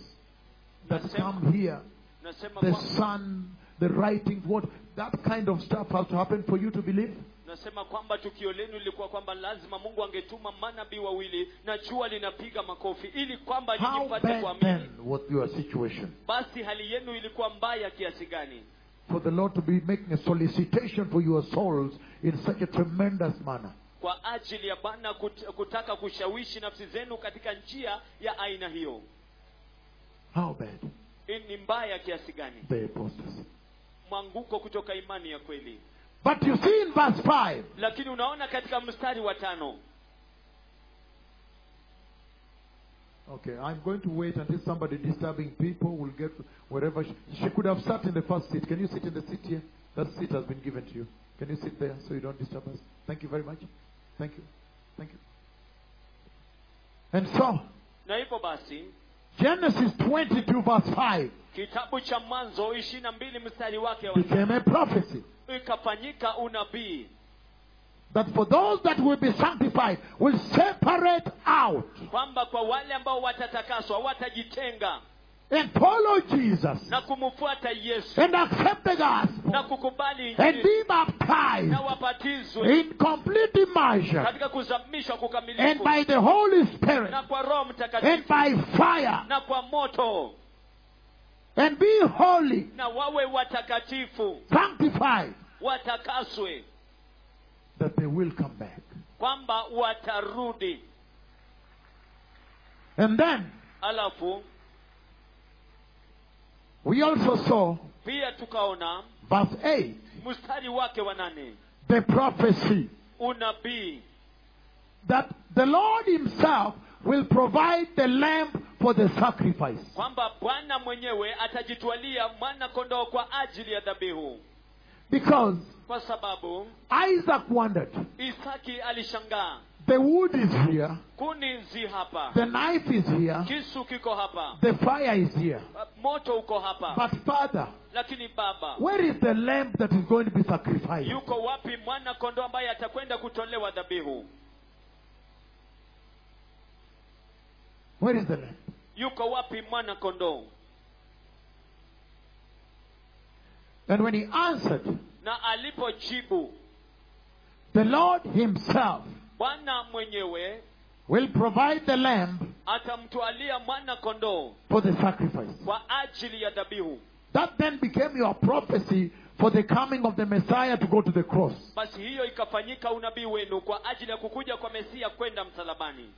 S2: that
S3: Nasema-
S2: come here.
S3: nasema
S2: The
S3: kwamba-
S2: sun, the writings, what that kind of stuff has to happen for you to believe?
S3: nasema kwamba tukio lenu lilikuwa kwamba lazima mungu angetuma manabii wawili na jua linapiga makofi ili kwamba
S2: How
S3: nyinyi mpate
S2: bad
S3: kuamini
S2: then was your situation?
S3: basi hali yenu ilikuwa mbaya kiasi gani
S2: for the Lord to be making a solicitation for your souls in such a tremendous manner.
S3: kwa ajili ya bwana kut- kutaka kushawishi nafsi zenu katika njia ya aina hiyo
S2: How bad?
S3: Hii ni mbaya kiasi gani
S2: The apostasy.
S3: mwanguko kutoka imani ya kweli
S2: But you see in verse 5,
S3: lakini unaona katika mstari wa tano
S2: okay, I'm going to wait until somebody disturbing people will get wherever she, she could have sat in the first seat. Can you sit in the seat here? That seat has been given to you. Can you sit there so you don't disturb us? Thank you very much. Thank you. Thank you. And so,
S3: na hivyo basi
S2: Genesis 22, verse 5
S3: kitabu cha mwanzo ishirini na mbili mstari wake wa
S2: became a prophecy.
S3: ikafanyika unabii
S2: that for those that will be sanctified will separate out
S3: kwamba kwa wale ambao watatakaswa watajitenga
S2: and follow Jesus
S3: na kumfuata yesu
S2: and accept the
S3: na
S2: gospel
S3: kukubali
S2: and
S3: injili
S2: be baptized
S3: na wabatizwe
S2: in complete immersion
S3: katika kuzamishwa
S2: and
S3: kukamilifu
S2: by the Holy Spirit
S3: na kwa roho mtakatifu
S2: and by fire
S3: na kwa moto
S2: and be holy,
S3: na wawe watakatifu
S2: sanctified,
S3: watakaswe
S2: that they will come back.
S3: kwamba watarudi
S2: And then
S3: alafu
S2: we also saw
S3: pia tukaona
S2: verse 8
S3: mstari wake wa nane
S2: the prophecy
S3: unabii
S2: that the Lord Himself will provide the lamb for the sacrifice.
S3: kwamba bwana mwenyewe atajitwalia mwana kondoo kwa ajili ya dhabihu
S2: Because
S3: kwa sababu
S2: Isaac wondered,
S3: isaki alishangaa
S2: the wood is here,
S3: kuni zi hapa
S2: the knife is here,
S3: kisu kiko hapa
S2: the fire is here.
S3: moto uko hapa
S2: But Father,
S3: lakini baba
S2: where is the lamb that is going to be sacrificed?
S3: yuko wapi mwana kondoo ambaye atakwenda kutolewa dhabihu
S2: Where is the lamb?
S3: yuko wapi mwana kondoo
S2: And when he answered,
S3: na alipojibu
S2: the Lord Himself
S3: bwana mwenyewe
S2: will provide the lamb
S3: atamtwalia mwana kondoo
S2: for the sacrifice.
S3: kwa ajili ya dhabihu
S2: That then became your prophecy for the coming of the Messiah to go to the cross.
S3: basi hiyo ikafanyika unabii wenu kwa ajili ya kukuja kwa mesia kwenda msalabani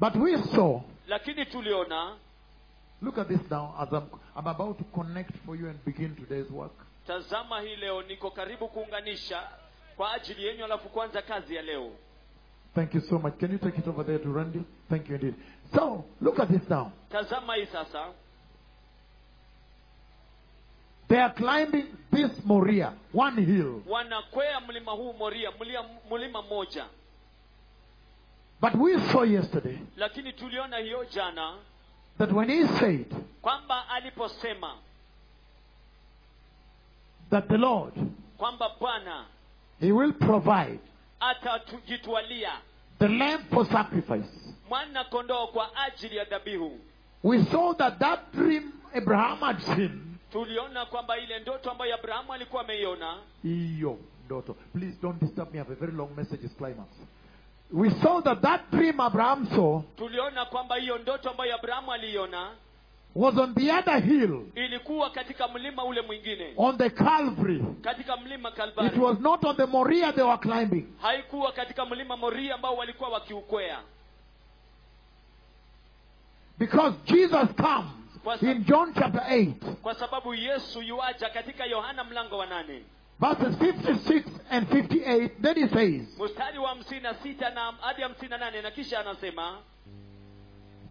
S2: But we saw,
S3: lakini tuliona
S2: look at this now as I'm, I'm about to connect for you and begin today's work.
S3: tazama hii leo niko karibu kuunganisha kwa ajili yenyu alafu kuanza kazi ya leo
S2: Thank you so much. Can you take it over there to Randy? Thank you indeed. So, look at this now.
S3: tazama hii sasa
S2: They are climbing this Moria, one hill.
S3: wanakwea mlima huu moria mlima, mlima mmoja
S2: But we saw yesterday
S3: lakini tuliona hiyo jana
S2: that when he said
S3: kwamba aliposema
S2: that the Lord,
S3: kwamba bwana
S2: he will provide
S3: atajitwalia
S2: the lamb for sacrifice.
S3: mwana kondoo kwa ajili ya dhabihu
S2: We saw that that dream Abraham had seen.
S3: tuliona kwamba ile ndoto ambayo abrahamu alikuwa ameiona
S2: Iyo, daughter. Please don't disturb me. I have a very long message. It's climax. We saw that that dream Abraham saw
S3: tuliona kwamba hiyo ndoto ambayo abrahamu aliiona
S2: was on the other hill,
S3: ilikuwa katika mlima ule mwingine
S2: on the Calvary.
S3: katika mlima
S2: It
S3: kalvari
S2: was not on the Moria they were climbing.
S3: haikuwa katika mlima moria ambao walikuwa wakiukwea
S2: Because Jesus comes in John chapter 8,
S3: kwa sababu yesu yuaja katika yohana mlango wa nane
S2: verses 56 and 58. Then he says
S3: mstari wa hamsini na sita na hadi hamsini na nane na kisha anasema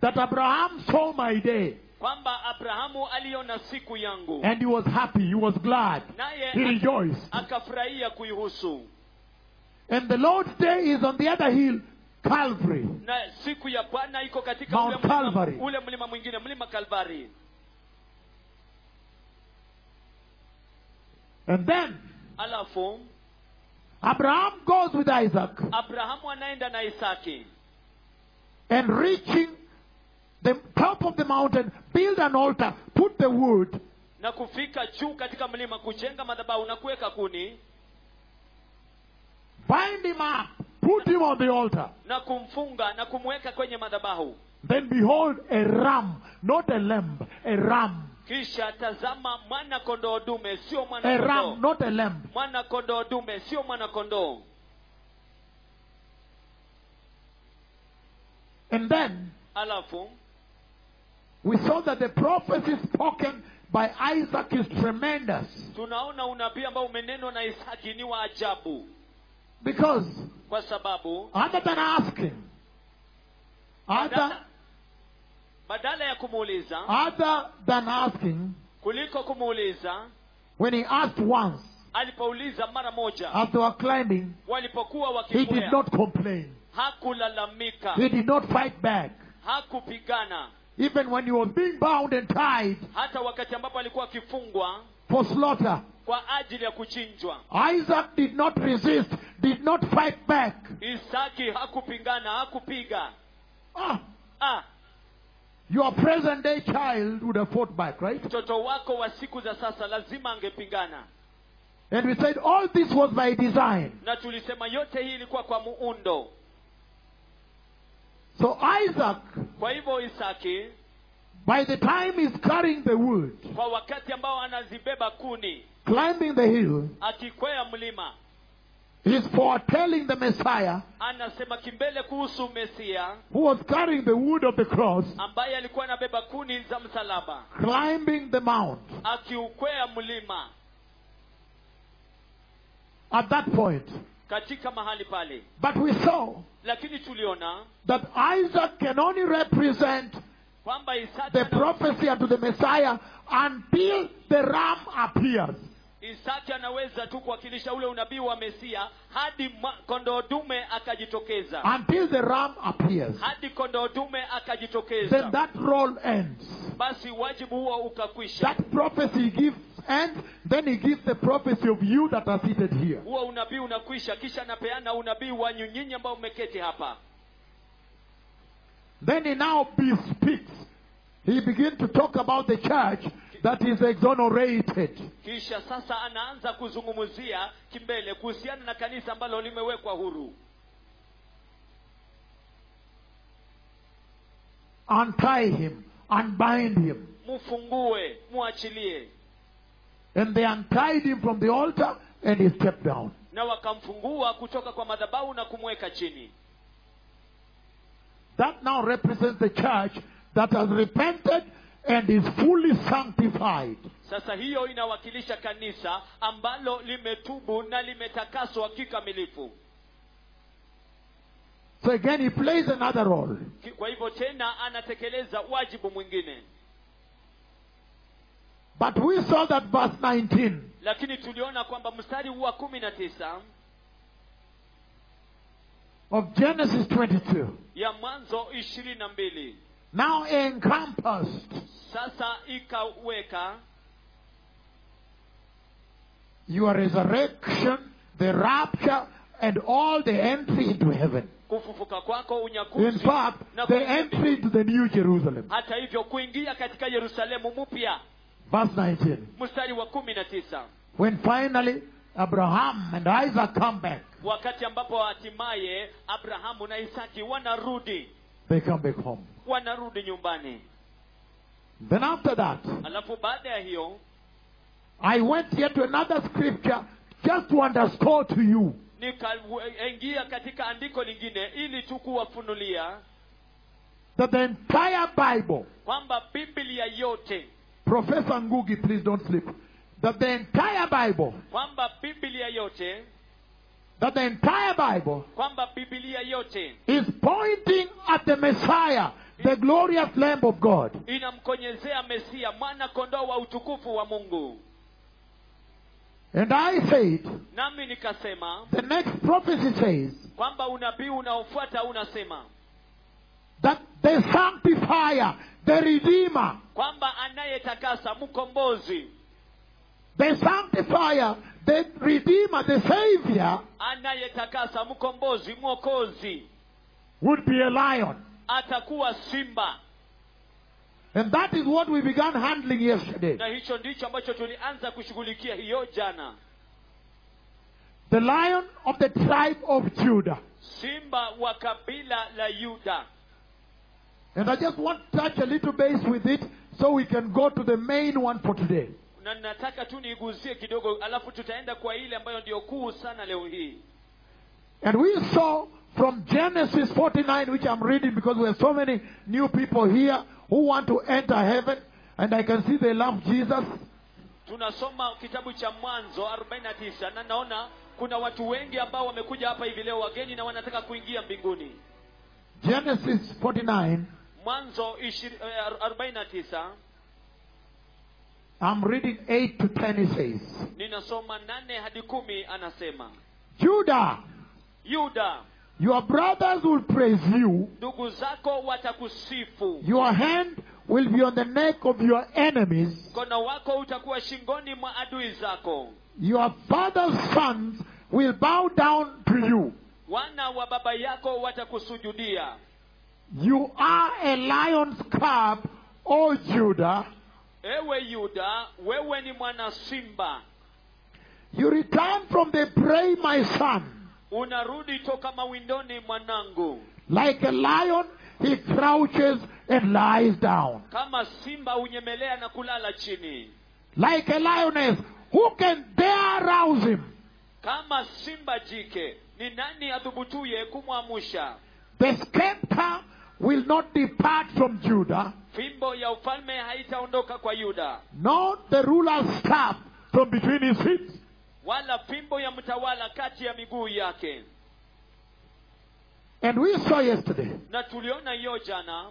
S2: that Abraham saw my day
S3: kwamba abrahamu aliona siku yangu
S2: and he was happy, he was glad,
S3: naye
S2: he rejoiced.
S3: akafurahia kuihusu
S2: And the Lord's day is on the other hill, Calvary.
S3: na siku ya bwana iko katika
S2: Mount
S3: ule mlima,
S2: Calvary.
S3: ule mlima mwingine mlima kalvari
S2: And then
S3: alafu
S2: Abraham goes with Isaac
S3: abrahamu anaenda na isaki
S2: and reaching the top of the mountain, build an altar, put the wood,
S3: na kufika juu katika mlima kujenga madhabahu na kuweka kuni
S2: bind him up, put him on the altar.
S3: na kumfunga na kumweka kwenye madhabahu
S2: Then behold, a ram, not a lamb, a ram.
S3: kisha tazama mwana kondoo dume sio
S2: A
S3: mwana
S2: ram,
S3: kondoo
S2: not a lamb.
S3: mwana kondoo dume sio mwana kondoo
S2: And then
S3: alafu
S2: we saw that the prophecy spoken by Isaac is tremendous
S3: tunaona unabii ambao umenenwa na isaki ni wa ajabu
S2: because
S3: kwa sababu
S2: other than asking, other,
S3: badala, badala ya
S2: Ah.
S3: kumuuliza
S2: other than asking,
S3: kuliko kumuuliza
S2: when he asked once
S3: alipouliza mara moja
S2: as they were climbing,
S3: walipokuwa
S2: he did
S3: wakikwea
S2: not complain.
S3: hakulalamika
S2: He did not fight back.
S3: hakupigana
S2: Even when he was being bound and tied
S3: hata wakati ambapo alikuwa akifungwa
S2: for slaughter,
S3: kwa ajili ya kuchinjwa
S2: Isaac did not resist, did not fight back.
S3: isaki hakupingana hakupiga
S2: Ah,
S3: ah,
S2: your present day child would have fought back, right?
S3: mtoto wako wa siku za sasa lazima angepingana
S2: And we said, all this was by design.
S3: na tulisema yote hii ilikuwa kwa muundo
S2: So Isaac
S3: kwa hivyo isaki
S2: By the time he's carrying the wood,
S3: kwa wakati ambao anazibeba kuni
S2: climbing the hill,
S3: akikwea mlima
S2: he's foretelling the Messiah
S3: anasema kimbele kuhusu mesia
S2: who was carrying the wood of the cross,
S3: ambaye alikuwa anabeba kuni za msalaba
S2: climbing the mount.
S3: akiukwea mlima
S2: At that point,
S3: katika mahali pale
S2: but we saw
S3: lakini tuliona
S2: that Isaac can only represent
S3: kwamba Isaka
S2: the
S3: ana-
S2: prophecy unto the Messiah until the ram appears.
S3: Isaki anaweza tu kuwakilisha ule unabii wa Mesia hadi ma- kondoo dume akajitokeza,
S2: Until the ram appears.
S3: hadi kondoo dume akajitokeza.
S2: Then that role ends.
S3: Basi wajibu huo ukakwisha,
S2: That prophecy gives and then he gives the prophecy of you that are seated here.
S3: huo unabii unakwisha, kisha anapeana unabii wa nyu- nyinyi ambao mmeketi hapa.
S2: Then he now bespeaks. He begins to talk about the church that is exonerated.
S3: Kisha sasa anaanza kuzungumzia kimbele kuhusiana na kanisa ambalo limewekwa huru,
S2: Untie him, unbind him.
S3: mfungue, muachilie.
S2: And they untied him from the altar and he stepped down.
S3: Na wakamfungua kutoka kwa madhabahu na kumweka chini.
S2: That now represents the church that has repented and is fully sanctified.
S3: Sasa hiyo inawakilisha kanisa ambalo limetubu na limetakaswa kikamilifu.
S2: So again, he plays another role.
S3: Ki- Kwa hivyo tena anatekeleza wajibu mwingine,
S2: But we saw that verse 19.
S3: lakini tuliona kwamba mstari wa kumi na tisa
S2: of Genesis 22
S3: ya Mwanzo ishirini na mbili
S2: now encompassed
S3: sasa ikaweka
S2: your resurrection, the rapture, and all the entry into heaven.
S3: kufufuka kwako,
S2: In
S3: unyakuzi
S2: fact,
S3: na
S2: the
S3: kuingia
S2: entry
S3: mbinguni.
S2: into the New Jerusalem.
S3: hata hivyo kuingia katika Yerusalemu mpya.
S2: Verse 19.
S3: Mstari wa kumi na tisa
S2: When finally Abraham and Isaac come back,
S3: wakati ambapo hatimaye Abrahamu na Isaki wanarudi
S2: they come back home.
S3: wanarudi nyumbani.
S2: Then after that,
S3: Alafu baada ya hiyo
S2: I went yet to another scripture just to underscore to you
S3: nikaingia katika andiko lingine ili tu kuwafunulia
S2: that the entire Bible,
S3: kwamba Biblia yote
S2: Professor Ngugi, please don't sleep, that the entire Bible,
S3: kwamba Biblia yote
S2: that the entire Bible
S3: kwamba Biblia yote
S2: is pointing at the Messiah, the glorious Lamb of God.
S3: inamkonyezea Mesia mwana kondoo wa utukufu wa Mungu.
S2: And I said,
S3: Nami nikasema
S2: the next prophecy says
S3: kwamba unabii unaofuata unasema
S2: that the sanctifier, the redeemer,
S3: kwamba anayetakasa mkombozi,
S2: the sanctifier, the redeemer, the savior
S3: anayetakasa mkombozi, mwokozi
S2: would be a lion.
S3: atakuwa simba,
S2: And that is what we began handling yesterday.
S3: na hicho ndicho ambacho tulianza kushughulikia hiyo jana.
S2: The lion of the tribe of Judah.
S3: simba wa kabila la yuda
S2: And I just want to touch a little base with it so we can go to the main one for today.
S3: na nataka tu niiguzie kidogo alafu tutaenda kwa ile ambayo ndiyo kuu sana leo hii
S2: And we saw from Genesis 49, which I'm reading because we have so many new people here who want to enter heaven, and I can see they love Jesus.
S3: tunasoma kitabu cha mwanzo 49 na naona kuna watu wengi ambao wamekuja hapa hivi leo wageni na wanataka kuingia mbinguni
S2: Genesis 49,
S3: mwanzo ishiri- eh, 49
S2: I'm reading 8 to 10, it says,
S3: ninasoma nane hadi kumi anasema
S2: Judah,
S3: yuda
S2: your brothers will praise you,
S3: ndugu zako watakusifu
S2: your hand will be on the neck of your enemies,
S3: mkono wako utakuwa shingoni mwa adui zako
S2: your father's sons will bow down to you.
S3: wana wa baba yako watakusujudia
S2: You are a lion's cub, O Judah.
S3: ewe yuda wewe ni mwana simba
S2: You return from the prey, my son.
S3: unarudi toka mawindoni mwanangu
S2: Like a lion, he crouches and lies down.
S3: kama simba hunyemelea na kulala chini
S2: Like a lioness, who can dare rouse him?
S3: kama simba jike ni nani athubutuye kumwamusha
S2: The scepter will not depart from Judah,
S3: fimbo ya ufalme haitaondoka kwa yuda
S2: nor the ruler's staff from between his feet.
S3: wala fimbo ya mtawala kati ya miguu yake
S2: And we saw yesterday
S3: na tuliona hiyo jana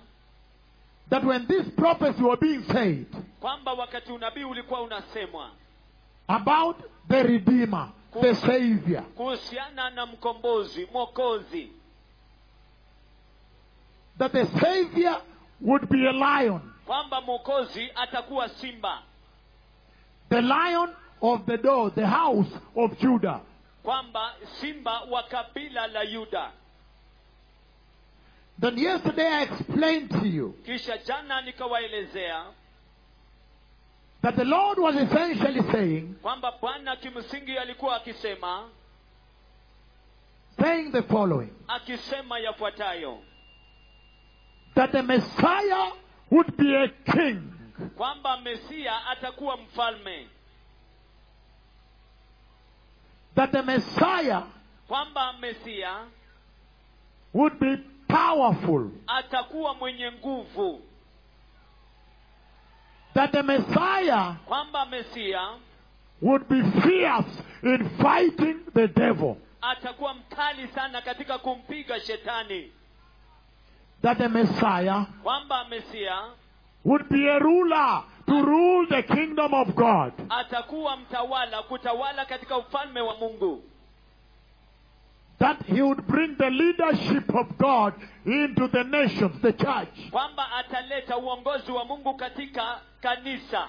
S2: that when this prophecy was being said
S3: kwamba wakati unabii ulikuwa unasemwa
S2: about the Redeemer, the Savior,
S3: kuhusiana na mkombozi mwokozi
S2: that the Savior would be a lion,
S3: kwamba mwokozi atakuwa simba
S2: the lion of the door, the house of Judah.
S3: kwamba simba wa kabila la yuda
S2: Then yesterday I explained to you
S3: kisha jana nikawaelezea
S2: that the Lord was essentially saying,
S3: kwamba bwana kimsingi alikuwa akisema
S2: saying the following
S3: akisema yafuatayo
S2: that the Messiah would be a king,
S3: kwamba mesia atakuwa mfalme
S2: that the Messiah
S3: kwamba mesia
S2: would be powerful,
S3: atakuwa mwenye nguvu
S2: that the Messiah
S3: kwamba mesia
S2: would be fierce in fighting the devil,
S3: atakuwa mkali sana katika kumpiga shetani
S2: that the Messiah
S3: kwamba mesia
S2: would be a ruler to rule the kingdom of God,
S3: atakuwa mtawala kutawala katika ufalme wa mungu
S2: that he would bring the leadership of God into the nations, the church,
S3: kwamba ataleta uongozi wa mungu katika kanisa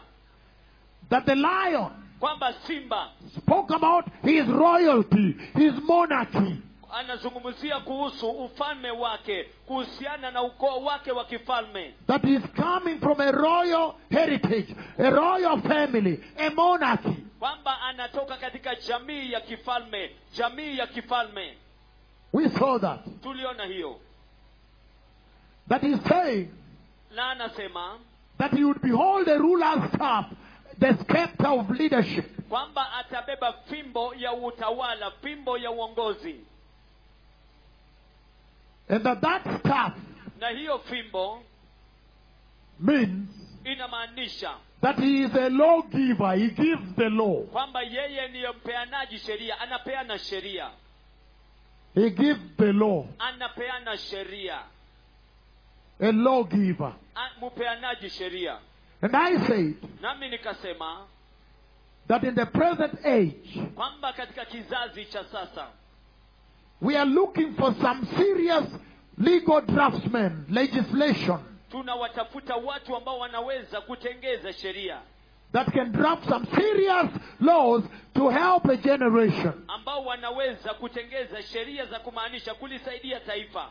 S2: that the lion
S3: kwamba simba
S2: spoke about his royalty, his monarchy,
S3: anazungumzia kuhusu ufalme wake kuhusiana na ukoo wake wa kifalme
S2: that is coming from a royal heritage, a royal family, a monarchy.
S3: kwamba anatoka katika jamii ya kifalme jamii ya kifalme
S2: We saw that.
S3: tuliona hiyo
S2: That is saying
S3: na anasema
S2: that he would behold the ruler's staff, the scepter of leadership,
S3: kwamba atabeba fimbo ya utawala fimbo ya uongozi
S2: and that that staff
S3: na hiyo fimbo
S2: means
S3: inamaanisha
S2: that he is a lawgiver. He gives the law.
S3: kwamba yeye ndiyo mpeanaji sheria anapeana sheria
S2: He gives the law.
S3: anapeana sheria
S2: A lawgiver.
S3: A- mpeanaji sheria
S2: And I said
S3: nami nikasema
S2: that in the present age,
S3: kwamba katika kizazi cha sasa
S2: we are looking for some serious legal draftsmen, legislation
S3: tunawatafuta watu ambao wanaweza kutengeza sheria
S2: that can draft some serious laws to help a generation.
S3: ambao wanaweza kutengeza sheria za kumaanisha kulisaidia taifa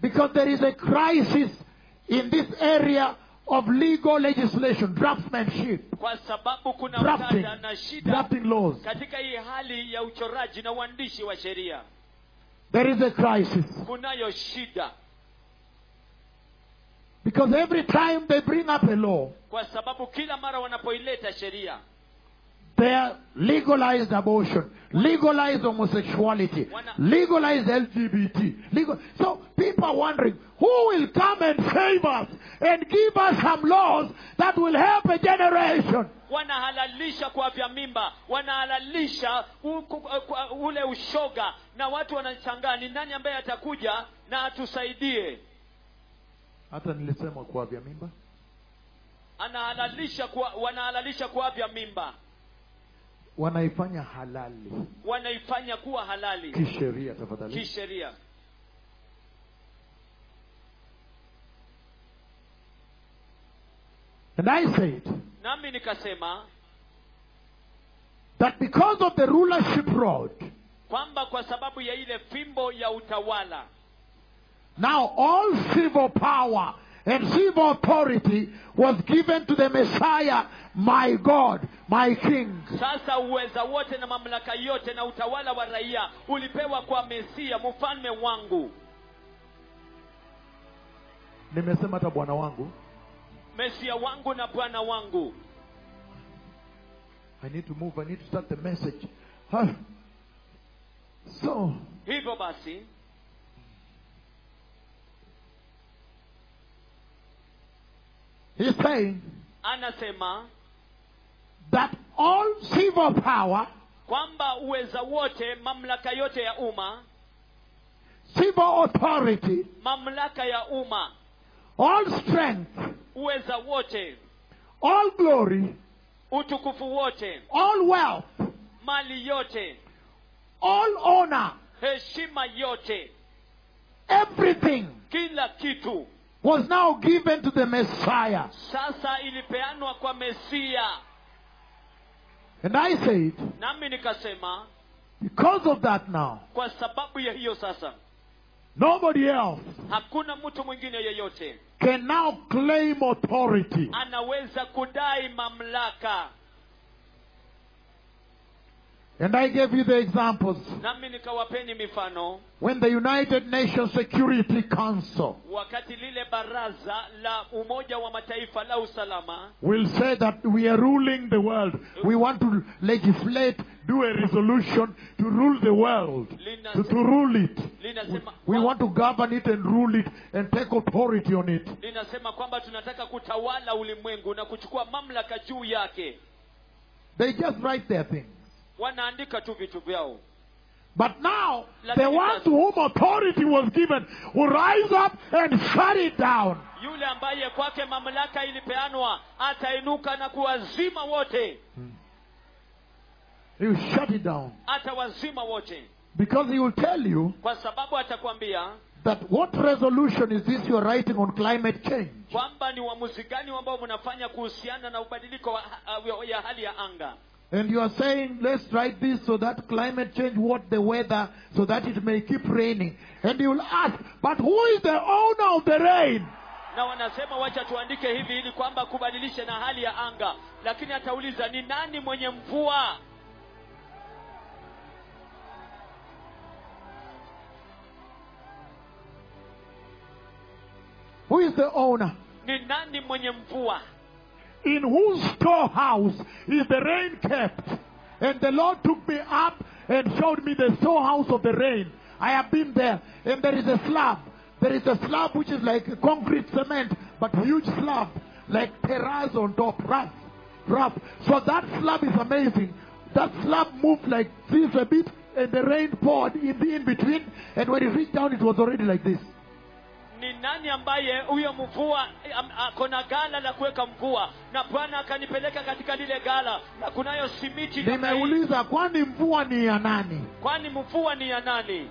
S2: Because there is a crisis in this area of legal legislation, draftsmanship,
S3: kwa sababu kuna
S2: drafting,
S3: mtada na shida
S2: drafting laws.
S3: katika hii hali ya uchoraji na uandishi wa sheria
S2: There is a crisis.
S3: kunayo shida
S2: Because every time they bring up a law,
S3: kwa sababu kila mara wanapoileta sheria
S2: They legalized abortion, legalized homosexuality,
S3: Wana-
S2: legalized LGBT. Legal... So people are wondering who will come and save us and give us some laws that will help a generation.
S3: wanahalalisha kuavya mimba wanahalalisha u- ku- ku- ule ushoga na watu wanashangaa ni nani ambaye atakuja na atusaidie
S2: hata nilisema kuavya mimba
S3: anahalalisha kuwa, wanahalalisha kuavya mimba
S2: wanaifanya halali
S3: wanaifanya kuwa halali
S2: kisheria tafadhali
S3: kisheria
S2: and i said
S3: nami nikasema
S2: that because of the rulership road
S3: kwamba kwa sababu ya ile fimbo ya utawala
S2: now all civil power And civil authority was given to the Messiah, my God, my King.
S3: sasa uweza wote na mamlaka yote na utawala wa raia ulipewa kwa mesia mfalme wangu
S2: Nimesema hata bwana wangu,
S3: mesia wangu na bwana wangu
S2: I need to move, I need to start the message. Huh. So,
S3: hivyo basi
S2: he's saying
S3: anasema
S2: that all civil power,
S3: kwamba uweza wote mamlaka yote ya umma
S2: civil authority,
S3: mamlaka ya umma
S2: all strength,
S3: uweza wote
S2: all glory,
S3: utukufu wote
S2: all wealth,
S3: mali yote
S2: all honor,
S3: heshima yote
S2: everything
S3: kila kitu
S2: was now given to the Messiah.
S3: sasa ilipeanwa kwa mesia
S2: And I said,
S3: nami nikasema
S2: because of that now,
S3: kwa sababu ya hiyo sasa
S2: nobody else
S3: hakuna mtu mwingine yeyote
S2: can now claim authority.
S3: anaweza kudai mamlaka
S2: And I gave you the examples.
S3: nami nikawapeni mifano
S2: When the United Nations Security Council
S3: wakati lile baraza la umoja wa mataifa la usalama
S2: will say that we are ruling the world, we want to legislate, do a resolution to rule the world, to, to rule it.
S3: linasema
S2: We want to govern it and rule it and take authority on it.
S3: linasema kwamba tunataka kutawala ulimwengu na kuchukua mamlaka juu yake
S2: They just write their things.
S3: wanaandika tu vitu vyao
S2: But now,
S3: Lakini
S2: the one to whom authority was given will rise up and shut it down.
S3: yule ambaye kwake mamlaka ilipeanwa atainuka na kuwazima wote
S2: He will shut it down.
S3: atawazima wote
S2: Because he will tell you
S3: kwa sababu atakwambia
S2: that what resolution is this you are writing on climate change?
S3: kwamba ni uamuzi gani ambao mnafanya kuhusiana na ubadiliko wa, wa, ya hali ya anga
S2: And you are saying, let's write this so that climate change what the weather so that it may keep raining. And you will ask, but who is the owner of the rain?
S3: na wanasema wacha tuandike hivi ili kwamba kubadilisha na hali ya anga lakini atauliza ni nani mwenye mvua
S2: Who is the owner?
S3: ni nani mwenye mvua
S2: In whose storehouse is the rain kept? And the Lord took me up and showed me the storehouse of the rain. I have been there, and there is a slab. There is a slab which is like concrete cement, but huge slab, like terrace on top, rough, rough. So that slab is amazing. That slab moved like this a bit, and the rain poured in the in between. And when it reached down, it was already like this.
S3: ni nani ambaye huyo mvua am- ako na gala la kuweka mvua na bwana akanipeleka katika lile gala na kunayo simiti namna hii.
S2: Nimeuliza, kwani mvua ni ya nani?
S3: kwani mvua ni ya nani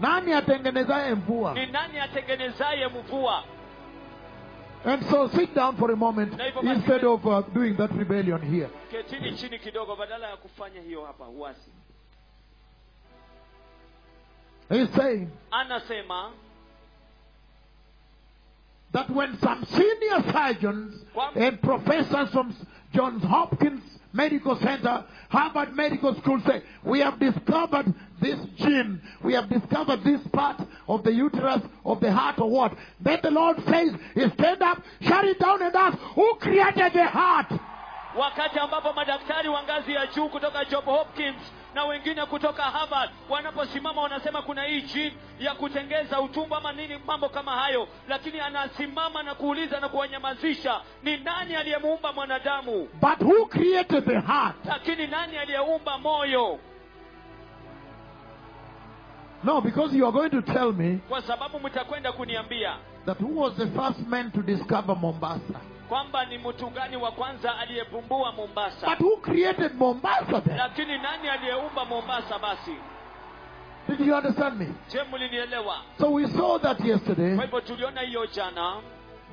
S2: Nani atengenezaye mvua?
S3: ni nani atengenezaye mvua
S2: And so sit down for a moment
S3: Na hivyo basi-
S2: instead of uh, doing that rebellion here.
S3: ketini chini kidogo badala ya kufanya hiyo hapa uasi
S2: He's saying
S3: anasema
S2: that when some senior surgeons
S3: Kwam-
S2: and professors from Johns Hopkins Medical Center, Harvard Medical School say, we have discovered this gene, we have discovered this part of the uterus, of the heart, or what. Then the Lord says, he stand up, shut it down, and ask, who created the heart?
S3: wakati ambapo madaktari wa ngazi ya juu kutoka John Hopkins na wengine kutoka Harvard wanaposimama wanasema kuna hii gene ya kutengeza utumbo ama nini, mambo kama hayo, lakini anasimama na kuuliza na kuwanyamazisha, ni nani aliyemuumba mwanadamu?
S2: But who created the heart?
S3: Lakini nani aliyeumba moyo?
S2: No, because you are going to tell me
S3: Kwa sababu mtakwenda kuniambia
S2: that who was the first man to discover Mombasa?
S3: kwamba ni mtu gani wa kwanza aliyevumbua
S2: But
S3: Mombasa,
S2: who created Mombasa then?
S3: lakini nani aliyeumba Mombasa? Basi
S2: Did you understand me?
S3: je, mlinielewa?
S2: So we saw that yesterday
S3: Kwa hivyo tuliona hiyo jana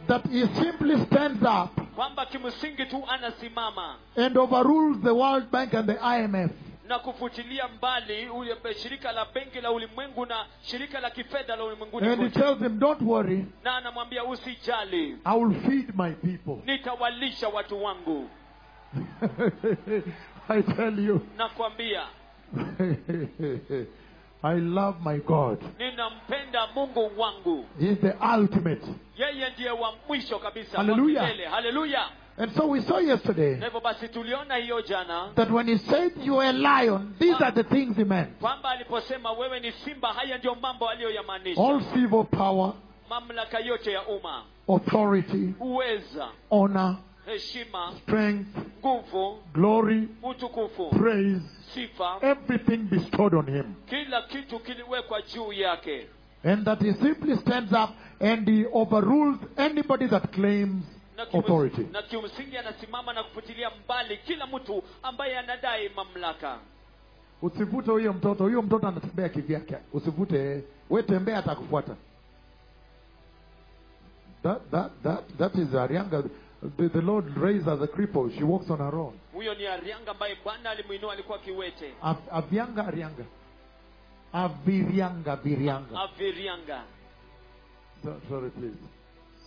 S2: that he simply stands up
S3: kwamba kimsingi tu anasimama
S2: and overrules the World Bank and the IMF.
S3: na kufutilia mbali ule- shirika la benki la ulimwengu na shirika la kifedha la ulimwenguni
S2: And he
S3: kote.
S2: tells them, Don't worry,
S3: na anamwambia usijali
S2: I will feed my people.
S3: nitawalisha watu wangu
S2: [laughs] I tell you, [laughs]
S3: nakwambia
S2: I love my God.
S3: ninampenda mungu wangu
S2: He's the ultimate.
S3: yeye ndiye wa mwisho kabisa wa
S2: Hallelujah.
S3: milele. haleluya
S2: And so we saw yesterday
S3: na hivyo basi tuliona hiyo jana
S2: that when he said you are a lion, these are the things he meant.
S3: kwamba aliposema wewe ni simba haya ndiyo mambo aliyoyamaanisha
S2: All civil power,
S3: mamlaka yote ya umma
S2: authority,
S3: uweza
S2: honor,
S3: heshima
S2: strength,
S3: nguvu
S2: glory,
S3: utukufu
S2: praise,
S3: sifa
S2: Eh. everything bestowed on him.
S3: kila kitu kiliwekwa juu yake
S2: And that he simply stands up and he overrules anybody that claims
S3: na, kimu-
S2: authority.
S3: na kimsingi anasimama na kufutilia mbali kila mtu ambaye anadai mamlaka
S2: usivute huyo mtoto huyo mtoto anatembea kivyake usivute we tembea atakufuata that, that, that, that is Arianga. The, the Lord raised as a cripple. She walks on her own.
S3: huyo ni arianga ambaye bwana alimuinua alikuwa kiwete
S2: Av- Avyanga, Arianga. Avirianga, Virianga.
S3: avirianga
S2: So, sorry, please.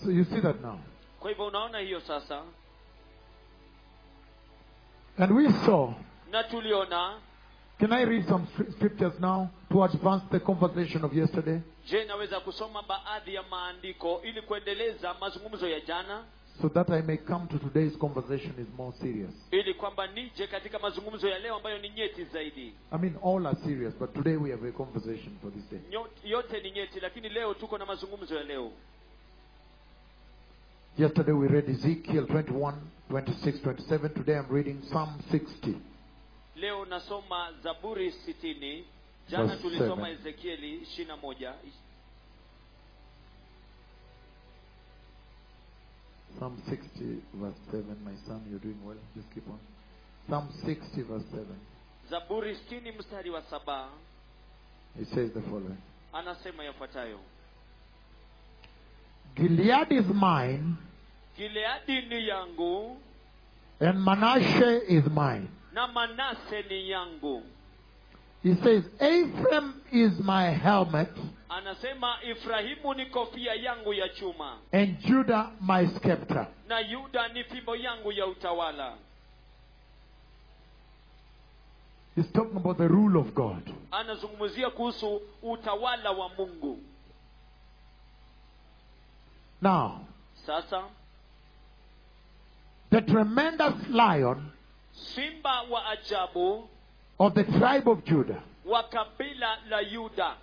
S2: So you see that now.
S3: kwa hivyo unaona hiyo sasa
S2: And we saw.
S3: na tuliona
S2: Can I read some scr- scriptures now to advance the conversation of yesterday
S3: je naweza kusoma baadhi ya maandiko ili kuendeleza mazungumzo ya jana
S2: so that I may come to today's conversation is more serious?
S3: ili kwamba nije katika mazungumzo ya leo ambayo ni nyeti zaidi
S2: I mean, all are serious, but today we have a conversation for this day.
S3: Nyo- yote ni nyeti lakini leo tuko na mazungumzo ya leo
S2: Yesterday we read Ezekiel 21, 26, 27. Today I'm reading Psalm 60.
S3: leo nasoma zaburi sitini jana
S2: Verse
S3: tulisoma
S2: seven.
S3: ezekieli ishiri na moja
S2: Psalm 60, verse 7. My son, you're doing well. Just keep on. Psalm 60, verse 7.
S3: zaburi sitini mstari wa saba
S2: It says the following
S3: anasema yafuatayo
S2: Gilead is mine,
S3: gileadi ni yangu
S2: and Manasseh is mine.
S3: na manase ni yangu
S2: He says, Ephraim is my helmet,
S3: anasema ifrahimu ni kofia yangu ya chuma
S2: and Judah my scepter.
S3: na yuda ni fimbo yangu ya utawala
S2: He's talking about the rule of God.
S3: anazungumzia kuhusu utawala wa mungu
S2: Now,
S3: sasa
S2: the tremendous lion
S3: simba wa ajabu
S2: of the tribe of Judah.
S3: wa kabila la yuda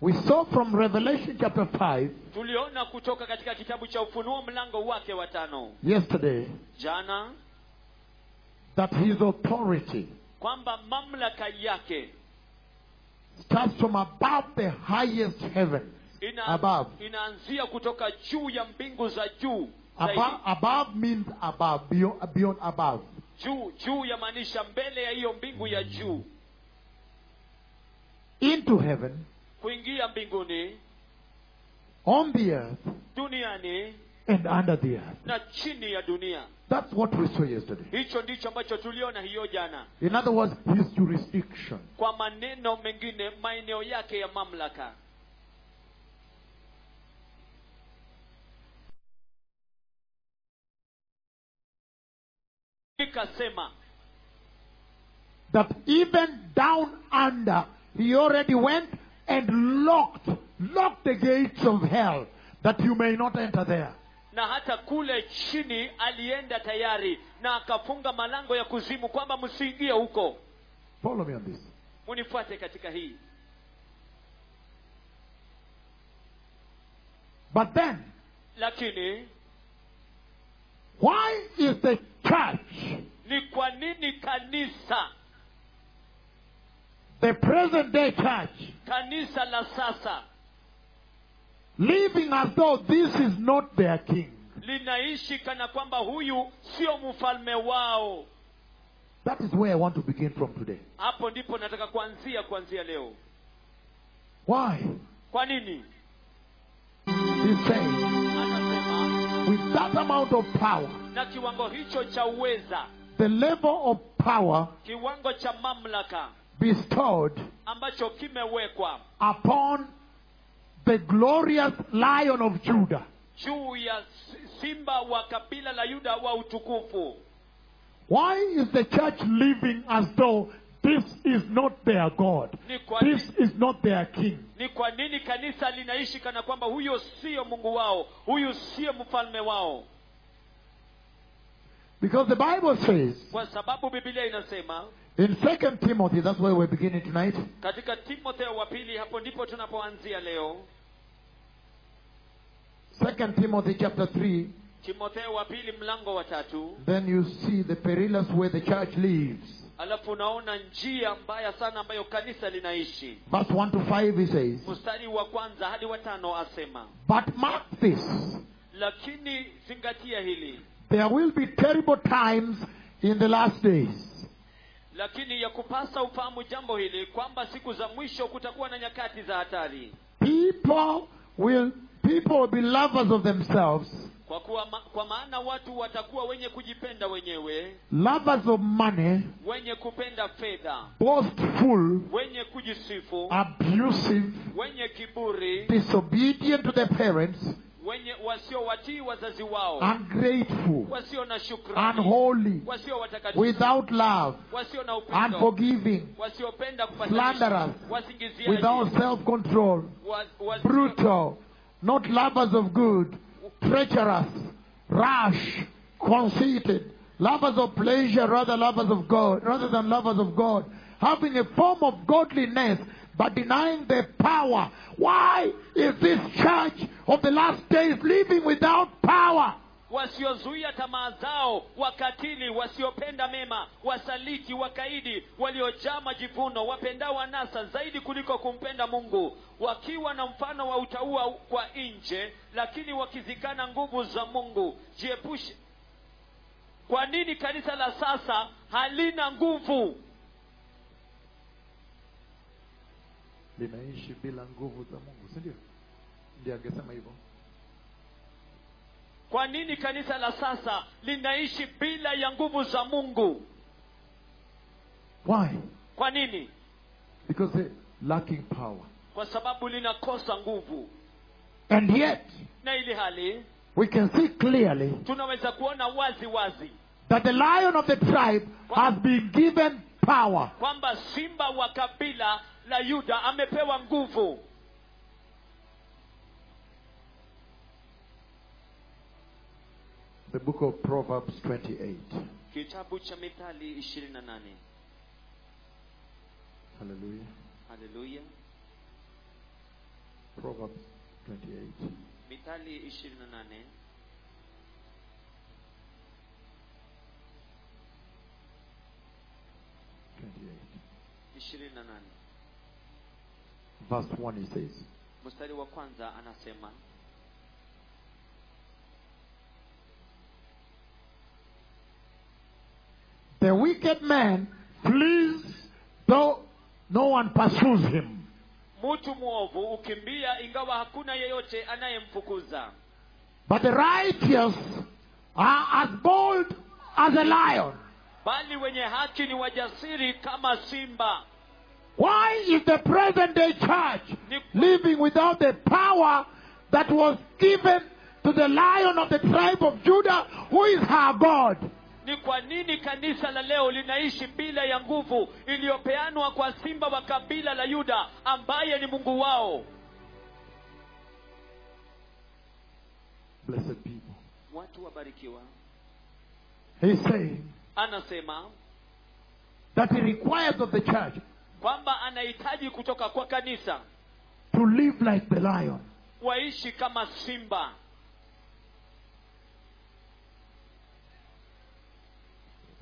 S2: We saw from Revelation chapter 5
S3: tuliona kutoka katika kitabu cha ufunuo mlango wake wa tano
S2: yesterday
S3: jana
S2: that his authority
S3: kwamba mamlaka yake
S2: starts from above the highest heaven,
S3: ina,
S2: Above.
S3: inaanzia kutoka juu ya mbingu za juu zaidi.
S2: above, above means above, beyond, beyond above,
S3: juu juu yamaanisha mbele ya hiyo mbingu ya juu
S2: into heaven,
S3: kuingia mbinguni
S2: on the earth,
S3: duniani
S2: and under the earth.
S3: na chini ya dunia
S2: That's what we saw yesterday.
S3: hicho ndicho ambacho tuliona hiyo jana
S2: In other words, his jurisdiction.
S3: kwa maneno mengine maeneo yake ya mamlaka ikasema
S2: That even down under, he already went and locked, locked the gates of hell that you may not enter there.
S3: na hata kule chini alienda tayari na akafunga malango ya kuzimu kwamba msiingie huko
S2: Follow me on this.
S3: munifuate katika hii
S2: But then,
S3: lakini
S2: why is the church,
S3: ni kwa nini kanisa
S2: the present day church,
S3: kanisa la sasa
S2: living as though this is not their king?
S3: linaishi kana kwamba huyu sio mfalme wao
S2: That is where I want to begin from today.
S3: hapo ndipo nataka kuanzia kuanzia leo
S2: Why?
S3: kwa nini
S2: He's saying,
S3: anasema
S2: with that amount of power,
S3: na kiwango hicho cha uweza
S2: the level of power
S3: kiwango cha mamlaka
S2: bestowed
S3: ambacho kimewekwa
S2: upon the glorious lion of Judah.
S3: juu ya si- simba wa kabila la yuda wa utukufu
S2: Why is the church living as though this is not their God?
S3: ni kwa,
S2: This
S3: ni,
S2: is not their king.
S3: ni kwa nini kanisa linaishi kana kwamba huyo sio mungu wao huyu sio mfalme wao
S2: Because the Bible says
S3: kwa sababu bibilia inasema
S2: in Second Timothy, that's where we're beginning tonight.
S3: katika timotheo wa pili hapo ndipo tunapoanzia leo
S2: Second Timothy chapter three.
S3: timotheo wa pili mlango wa tatu
S2: Then you see the perilous way the church lives.
S3: alafu unaona njia mbaya sana ambayo kanisa linaishi
S2: Verse one to five, he says,
S3: mstari wa kwanza hadi watano asema
S2: "But mark this:
S3: lakini zingatia hili
S2: there will be terrible times in the last days."
S3: lakini ya kupasa ufahamu jambo hili kwamba siku za mwisho kutakuwa na nyakati za hatari
S2: people will people will be lovers of themselves
S3: kwa kuwa ma, kwa maana watu watakuwa wenye kujipenda wenyewe
S2: lovers of money
S3: wenye kupenda fedha
S2: boastful
S3: wenye kujisifu
S2: abusive
S3: wenye kiburi
S2: disobedient to their parents
S3: wenye wasiowatii wazazi wao
S2: ungrateful
S3: wasio na shukrani
S2: unholy
S3: wasio watakatifu
S2: without love
S3: wasio na upendo
S2: unforgiving
S3: wasiopenda
S2: Slanderers.
S3: kupatanisha wasingiziaji
S2: without self-control
S3: wa- wasio-
S2: brutal not lovers of good treacherous rash conceited lovers of pleasure rather lovers of god rather than lovers of god having a form of godliness but denying the power why is this church of the last days living without power
S3: wasiozuia tamaa zao wakatili wasiopenda mema wasaliti wakaidi waliojaa majivuno wapendao anasa zaidi kuliko kumpenda mungu wakiwa na mfano wa utaua kwa nje lakini wakizikana nguvu za mungu jiepushe kwa nini kanisa la sasa halina nguvu
S2: linaishi bila nguvu za mungu sindio ndio angesema hivyo
S3: kwa nini kanisa la sasa linaishi bila ya nguvu za mungu
S2: why
S3: kwa nini
S2: because they lacking power
S3: kwa sababu linakosa nguvu
S2: and yet
S3: na ili hali
S2: we can see clearly
S3: tunaweza kuona wazi wazi
S2: that the lion of the tribe has been given power.
S3: kwamba simba wa kabila la yuda amepewa nguvu
S2: The book of Proverbs 28.
S3: kitabu cha mithali ishirini na nane
S2: Hallelujah.
S3: haleluya
S2: Proverbs 28.
S3: mithali ishirini na nane ishirini na nane
S2: 28. Verse 1 he says,
S3: mstari wa kwanza anasema
S2: The wicked man flees though no one pursues him.
S3: mtu mwovu ukimbia ingawa hakuna yeyote anayemfukuza
S2: But the righteous are as bold as a lion.
S3: bali wenye haki ni wajasiri kama simba
S2: Why is the present day church living without the power that was given to the lion of the tribe of Judah, who is her God?
S3: ni kwa nini kanisa la leo linaishi bila ya nguvu iliyopeanwa kwa simba wa kabila la yuda ambaye ni mungu wao
S2: Blessed people.
S3: watu wabarikiwa
S2: He's saying
S3: anasema
S2: that he requires of the church
S3: kwamba anahitaji kutoka kwa kanisa
S2: to live like the lion.
S3: waishi kama simba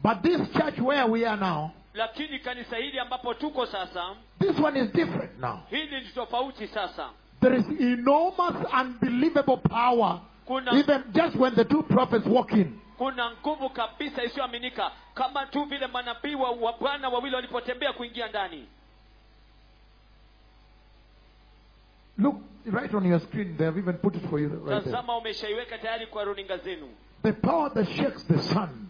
S2: But this church where we are now,
S3: lakini kanisa hili ambapo tuko sasa
S2: this one is different now.
S3: hili ni tofauti sasa
S2: There is enormous, unbelievable power,
S3: kuna
S2: even just when the two prophets walk in.
S3: kuna nguvu kabisa isiyoaminika kama tu vile manabii wa wa bwana wawili walipotembea kuingia ndani
S2: Look right on your screen, they have even put it for you right there.
S3: tazama umeshaiweka tayari kwa runinga zenu
S2: The power that shakes the sun.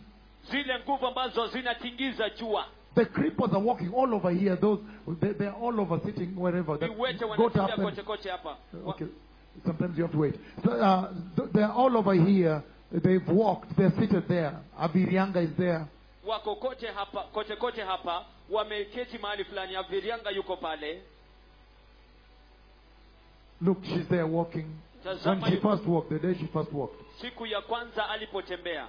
S3: zile nguvu ambazo zinatingiza jua
S2: The The cripples are walking all over here. Those they, they are all over sitting wherever. That
S3: viwete
S2: got
S3: wanatembea
S2: up and-
S3: koche koche hapa Wa-
S2: okay. Sometimes you have to wait. So, uh, th- they're all over here. They've walked. They're seated there. Abirianga is there.
S3: wako kote hapa kote kote hapa wameketi mahali fulani avirianga yuko pale
S2: Look, she's there walking.
S3: Does
S2: When she
S3: somebody-
S2: first walked, the day she first walked.
S3: siku ya kwanza alipotembea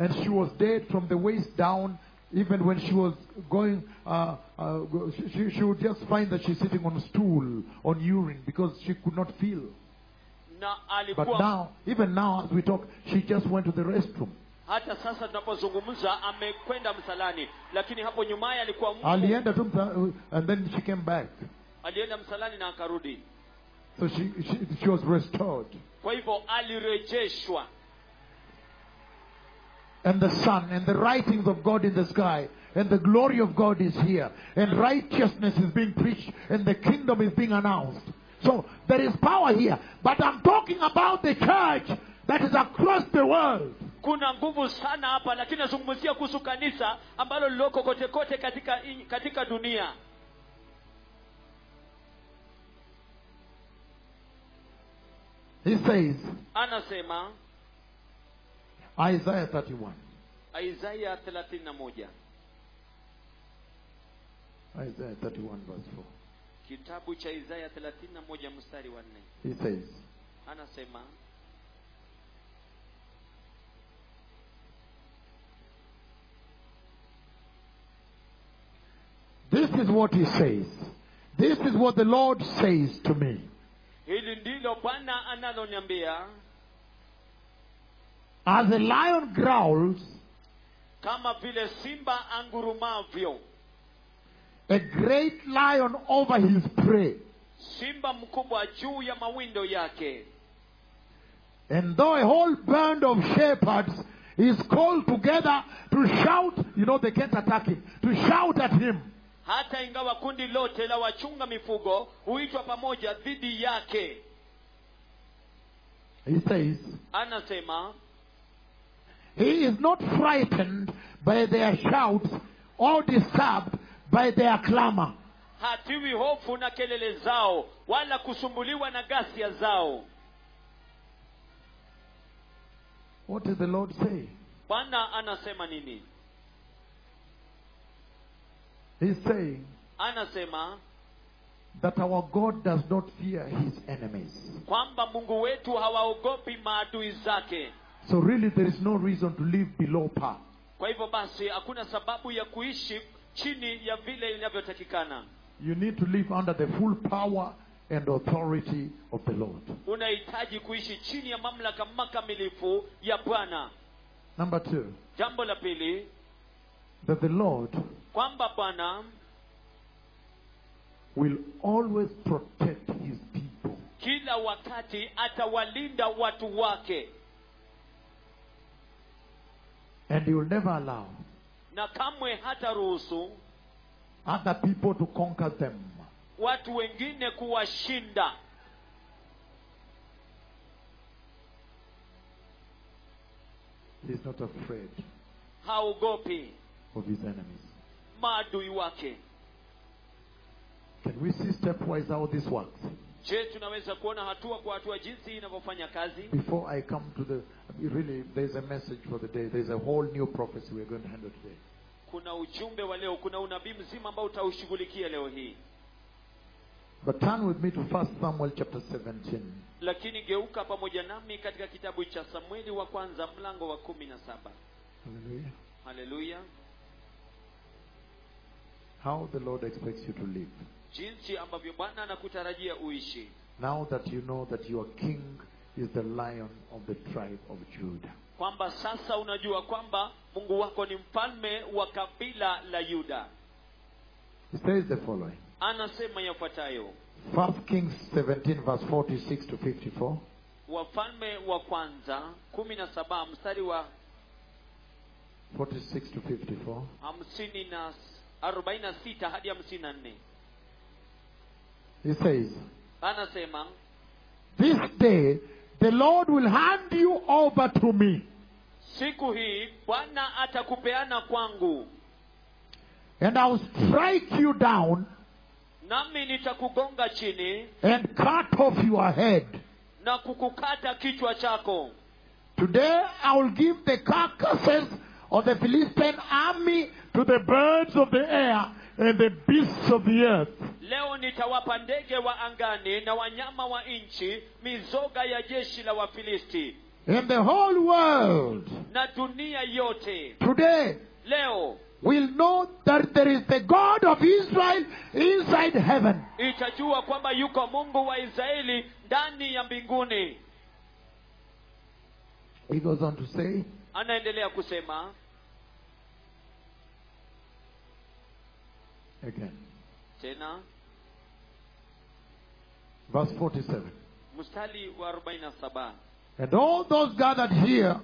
S2: And she was dead from the waist down. Even when she was going, uh, uh, go- she- she, she would just find that she's sitting on a stool, on urine, because she could not feel.
S3: na
S2: But
S3: alikuwa
S2: now, even now as we talk, she just went to the restroom.
S3: hata sasa tunapozungumza amekwenda msalani lakini hapo nyumaye alikuwa Mungu.
S2: Alienda tu mta- and then she came back.
S3: alienda msalani na akarudi
S2: So she, she, she was restored.
S3: kwa hivyo alirejeshwa
S2: And the sun and the writings of God in the sky and the glory of God is here and righteousness is being preached and the kingdom is being announced. So there is power here. But I'm talking about the church that is across the world.
S3: kuna nguvu sana hapa lakini nazungumzia kuhusu kanisa ambalo liloko kote kote katika in- katika dunia
S2: He says,
S3: anasema
S2: Isaiah 31.
S3: isaya 31
S2: Isaiah 31 verse 4.
S3: kitabu cha isaya 31 mstari wa 4
S2: He says,
S3: anasema
S2: This is what he says. This is what the Lord says to me.
S3: hili ndilo bwana analoniambia
S2: As a lion growls,
S3: kama vile simba angurumavyo
S2: a great lion over his prey.
S3: simba mkubwa juu ya mawindo yake
S2: And though a whole band of shepherds is called together to shout, you know, they can't attack him, to shout at him,
S3: hata ingawa kundi lote la wachunga mifugo huitwa pamoja dhidi yake
S2: he says,
S3: anasema
S2: he is not frightened by their shouts or disturbed by their clamor.
S3: hatiwi hofu na kelele zao wala kusumbuliwa na ghasia zao
S2: What does the Lord say?
S3: bwana anasema nini
S2: He's saying
S3: anasema
S2: that our God does not fear his enemies.
S3: kwamba mungu wetu hawaogopi maadui zake
S2: So really there is no reason to live below par.
S3: kwa hivyo basi hakuna sababu ya kuishi chini ya vile inavyotakikana
S2: You need to live under the full power and authority of the Lord.
S3: unahitaji kuishi chini ya mamlaka makamilifu ya bwana
S2: Number two,
S3: jambo la pili
S2: that the Lord
S3: kwamba bwana
S2: will always protect his people.
S3: kila wakati atawalinda watu wake
S2: And he will never allow
S3: na kamwe hata ruhusu
S2: other people to conquer them.
S3: watu wengine kuwashinda
S2: He's not afraid
S3: haogopi
S2: of his enemies.
S3: maadui wake
S2: Can we see stepwise how this works?
S3: je tunaweza kuona hatua kwa hatua jinsi inavyofanya kazi
S2: Before I come to the. Really, there's a message for the day. There's a whole new prophecy we're going to handle today.
S3: kuna ujumbe wa leo kuna unabii mzima ambao utaushughulikia leo hii
S2: But turn with me to 1 Samuel chapter 17.
S3: lakini geuka pamoja nami katika kitabu cha samueli wa kwanza mlango wa kumi na saba
S2: Hallelujah.
S3: haleluya
S2: How the Lord expects you to live.
S3: jinsi ambavyo bwana anakutarajia uishi
S2: Now that you know that your king is the lion of the tribe of Judah.
S3: kwamba sasa unajua kwamba mungu wako ni mfalme wa kabila la yuda
S2: He says the following.
S3: anasema yafuatayo
S2: 1 Kings 17 verse 46 to 54.
S3: wafalme wa kwanza kumi na saba mstari wa
S2: 46 to 54.
S3: hamsini na arobaini na sita hadi hamsini na nne
S2: He says,
S3: anasema
S2: This day the Lord will hand you over to me
S3: siku hii bwana atakupeana kwangu
S2: And I'll strike you down
S3: nami nitakugonga chini
S2: and cut off your head.
S3: na kukukata kichwa chako
S2: Today I will give the carcasses of the Philistine army to the birds of the air and the beasts of the earth.
S3: leo nitawapa ndege wa angani na wanyama wa nchi mizoga ya jeshi la wafilisti
S2: And the whole world
S3: na dunia yote
S2: today
S3: leo
S2: will know that there is the God of Israel inside heaven.
S3: itajua kwamba yuko mungu wa israeli ndani ya mbinguni
S2: He goes on to say,
S3: anaendelea kusema
S2: again,
S3: tena
S2: verse 47.
S3: mstari wa 47
S2: And all those gathered here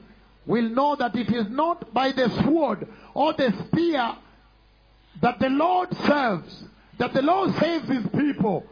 S2: will know that it is not by the sword or the spear that the Lord serves, that the Lord saves his people,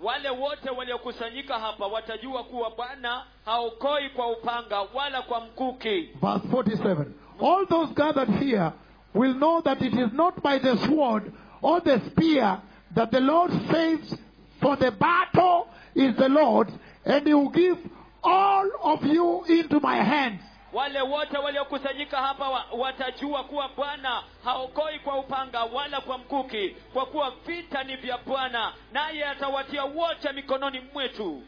S3: wale wote waliokusanyika hapa watajua kuwa bwana haokoi kwa upanga wala kwa mkuki
S2: Verse 47. All those gathered here will know that it is not by the sword or the spear that the Lord saves, for the battle is the Lord's, and he will give all of you into my hands.
S3: wale wote waliokusanyika hapa wa, watajua kuwa bwana haokoi kwa upanga wala kwa mkuki kwa kuwa vita ni vya bwana naye atawatia wote mikononi mwetu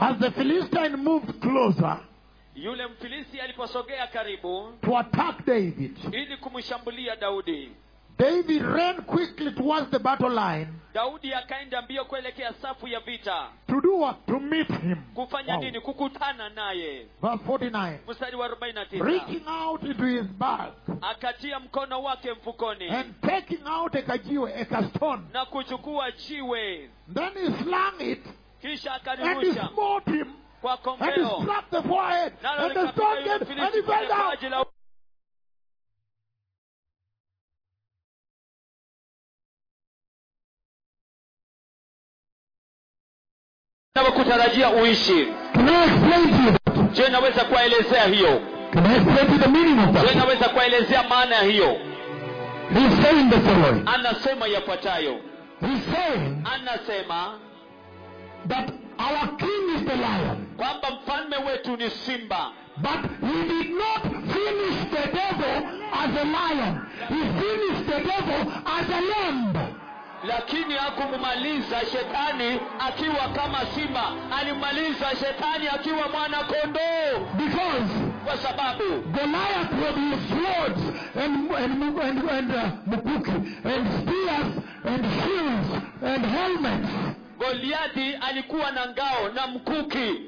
S2: As the Philistine moved closer
S3: yule mfilisi aliposogea karibu
S2: to attack David,
S3: ili kumshambulia daudi
S2: David ran quickly towards the battle line
S3: daudi akaenda mbio kuelekea safu ya vita
S2: to do what? To meet him.
S3: kufanya
S2: Wow.
S3: nini kukutana naye
S2: Verse 49.
S3: mstari wa 49
S2: Reaching out into his bag
S3: akatia mkono wake mfukoni
S2: and taking out a kajiwe, a stone.
S3: na kuchukua jiwe
S2: Then he slung it
S3: kisha
S2: and he
S3: akalirusha
S2: smote him
S3: kwa
S2: and he
S3: kombeo
S2: slapped the forehead
S3: oh. nalo
S2: and the
S3: likapiga
S2: stone
S3: yule
S2: came and
S3: mfilisti
S2: he
S3: kwenye
S2: fell down.
S3: paji la kutarajia uishi
S2: Can I explain to you that?
S3: je naweza kuwaelezea hiyo
S2: Can I explain to you the meaning of
S3: je naweza kuwaelezea maana ya hiyo
S2: He's saying the following.
S3: anasema yafuatayo
S2: He's saying
S3: anasema
S2: that our king is the lion,
S3: kwamba mfalme wetu ni simba
S2: but he did not finish the devil as a lion. He finished the devil as a lamb.
S3: lakini hakumumaliza shetani akiwa kama simba alimaliza shetani akiwa mwana kondoo
S2: Because
S3: kwa sababu
S2: Goliath will use swords and and and, and uh, mukuki and spears and shields and helmets.
S3: goliathi alikuwa na ngao na mkuki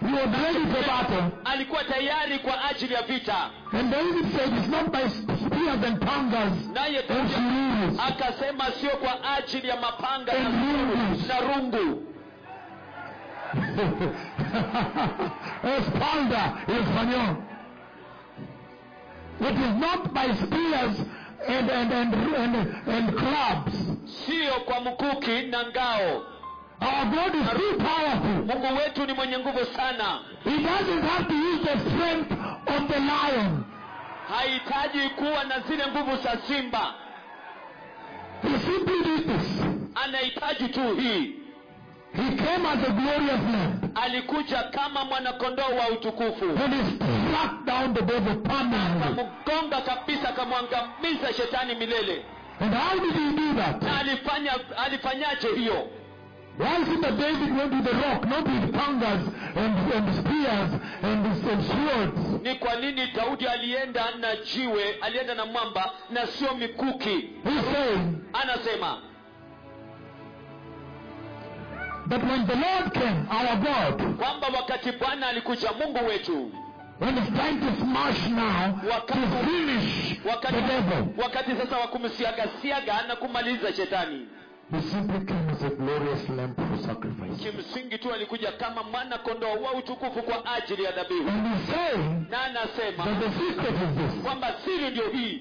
S2: He was ready for battle.
S3: alikuwa tayari kwa ajili ya vita
S2: And David said, "It's not by spears and pangas
S3: naye
S2: and
S3: Daudi
S2: shields."
S3: akasema sio kwa ajili ya
S2: [laughs]
S3: mapanga na
S2: And
S3: na rungu
S2: Espalda español. It is not by spears and and and and, and clubs.
S3: siyo kwa mkuki na ngao
S2: Our God is too powerful.
S3: mungu wetu ni mwenye nguvu sana
S2: He doesn't have to use the strength of the lion.
S3: hahitaji kuwa na zile nguvu za simba
S2: He simply did this.
S3: anahitaji tu hii
S2: He came as a glorious lamb
S3: alikuja kama mwanakondoo wa utukufu
S2: and he struck down the devil permanently.
S3: akamgonga kabisa akamwangamiza shetani milele
S2: And how did he do that?
S3: na alifanya alifanyaje hiyo
S2: Why is it that David went with the rock, not with pangas and, and spears and, and swords?
S3: ni kwa nini daudi alienda na jiwe alienda na mwamba na sio mikuki
S2: He's saying
S3: anasema
S2: that when the Lord came, our God,
S3: kwamba wakati bwana alikuja mungu wetu
S2: when he's trying to smash now, to finish
S3: wakati,
S2: the devil,
S3: wakati sasa wa kumsiagasiaga na kumaliza shetani
S2: he simply came as a glorious lamb for sacrifice.
S3: kimsingi tu alikuja kama mwana kondoo wa utukufu kwa ajili ya dhabihu
S2: And he's saying
S3: na anasema
S2: But the secret is this
S3: kwamba siri ndio hii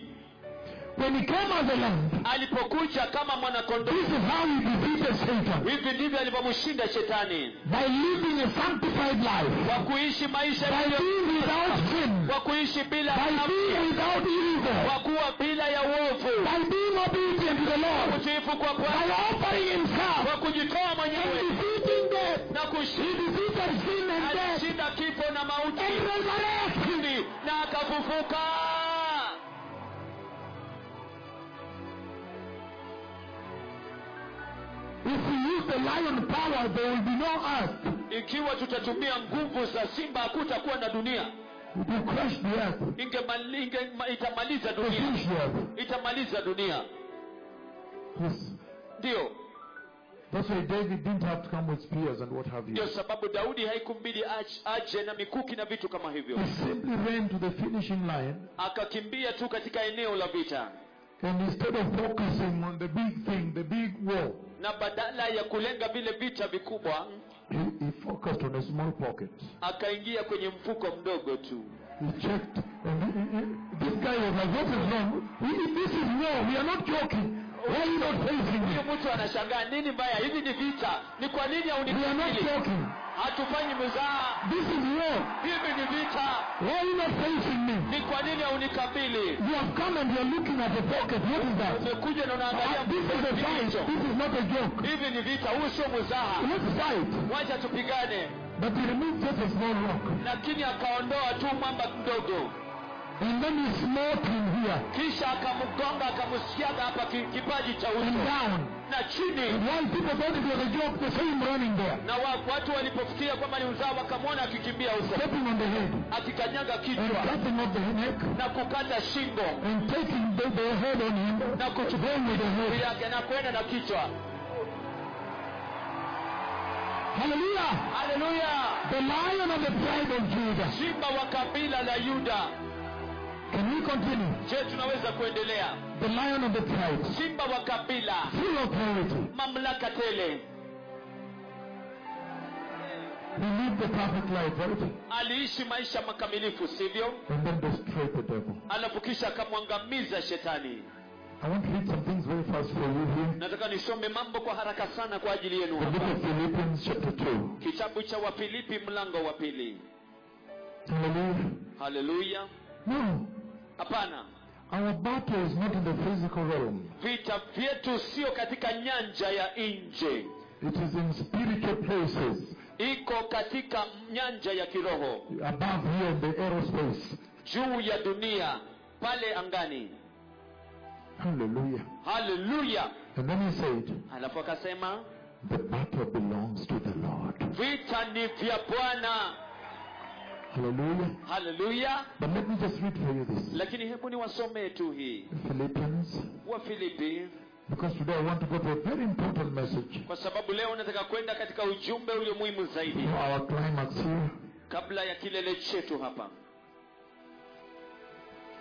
S4: When he came as a lamb,
S3: alipokuja kama mwanakondoo
S4: this is how he defeated Satan.
S3: hivi ndivyo alivyomshinda shetani
S4: By living a sanctified life,
S3: kwa kuishi maisha
S4: by
S3: yaliyo-
S4: being without sin,
S3: kwa kuishi bila
S4: by being
S3: dhambi,
S4: without
S3: kwa
S4: evil,
S3: kuwa bila ya uovu
S4: by being obedient to the Lord,
S3: kutiifu kwa
S4: by
S3: Bwana,
S4: offering himself
S3: kwa kujitoa
S4: and
S3: mwenyewe
S4: defeating death.
S3: na
S4: He
S3: kushinda
S4: defeated sin and death
S3: alishinda kifo na
S4: and
S3: mauti
S4: resurrected.
S3: na akafufuka
S4: If we use the lion power, there will be no earth.
S3: ikiwa tutatumia nguvu za simba hakutakuwa na dunia
S4: It will crush the earth,
S3: Ingemali- inge- itamaliza dunia
S4: refuse the earth.
S3: itamaliza dunia
S4: Yes.
S3: ndiyo
S4: That's why David didn't have to come with spears and what have you.
S3: ndiyo sababu daudi haikumbidi aj- aje na mikuki na vitu kama hivyo
S4: He simply ran to the finishing line,
S3: akakimbia tu katika eneo la vita
S4: and instead of focusing on the big thing, the big war,
S3: na badala ya kulenga vile vita vikubwa
S4: he, he focused on a small pocket.
S3: akaingia kwenye mfuko mdogo tu
S4: He checked, and he, he, he, this guy was like, "What is wrong? We, this is war. We are not joking. Why are you not facing
S3: huyu
S4: me?
S3: mtu anashangaa nini mbaya hivi ni vita ni kwa nini
S4: We are not
S3: haunikabili
S4: joking.
S3: hatufanyi mzaha
S4: This is war.
S3: hivi ni vita
S4: Why are you not facing me?
S3: ni kwa nini haunikabili
S4: You have come and you are looking at the pocket. What is that?
S3: umekuja na unaangalia
S4: Ah, this is a fight.
S3: hicho
S4: This is not a joke.
S3: hivi ni vita huu sio mzaha
S4: Let's fight."
S3: wacha tupigane
S4: But he removed just a small rock,
S3: lakini akaondoa tu mwamba mdogo
S4: and then he smote him here.
S3: kisha akamgonga akamsiaga hapa ki- kipaji cha
S4: and
S3: uso
S4: down.
S3: na chini
S4: And while people thought it was a joke, they saw him running there,
S3: na wa- watu walipofikiria kwamba ni uzaha wakamwona akikimbia uso
S4: stepping on the head
S3: akikanyaga
S4: and
S3: kichwa
S4: cutting off the neck
S3: na kukata shingo
S4: and taking the, the head on him,
S3: na kuchukua
S4: going with the
S3: miguu
S4: head.
S3: yake na kwenda na kichwa
S4: Hallelujah!
S3: haleluya
S4: The lion of the tribe of Judah.
S3: simba wa kabila la yuda
S4: Can we continue?
S3: je tunaweza kuendelea
S4: The lion of the tribe,
S3: simba wa kabila
S4: full authority.
S3: mamlaka tele
S4: He lived the perfect life, right?
S3: aliishi maisha makamilifu sivyo
S4: And then destroyed the devil.
S3: alafu kisha akamwangamiza shetani
S4: I want to read some things very fast for you here.
S3: nataka nisome mambo kwa haraka sana kwa ajili yenu
S4: The book
S3: hapa
S4: of Philippians, chapter 2.
S3: kitabu cha wafilipi mlango wa pili
S4: Hallelujah.
S3: haleluya
S4: No,
S3: hapana
S4: our battle is not in the physical realm.
S3: vita vyetu sio katika nyanja ya nje
S4: It is in spiritual places,
S3: iko katika nyanja ya kiroho
S4: above here in the aerospace.
S3: juu ya dunia pale angani
S4: Hallelujah.
S3: haleluya
S4: And then he said,
S3: alafu akasema
S4: The battle belongs to the Lord.
S3: vita ni vya bwana
S4: Hallelujah.
S3: haleluya
S4: But let me just read for you this
S3: lakini hebu niwasomee tu hii
S4: Philippians,
S3: wa filipi
S4: because today I want to go to a very important message
S3: kwa sababu leo nataka kwenda katika ujumbe ulio muhimu zaidi
S4: for our climax here,
S3: kabla ya kilele chetu hapa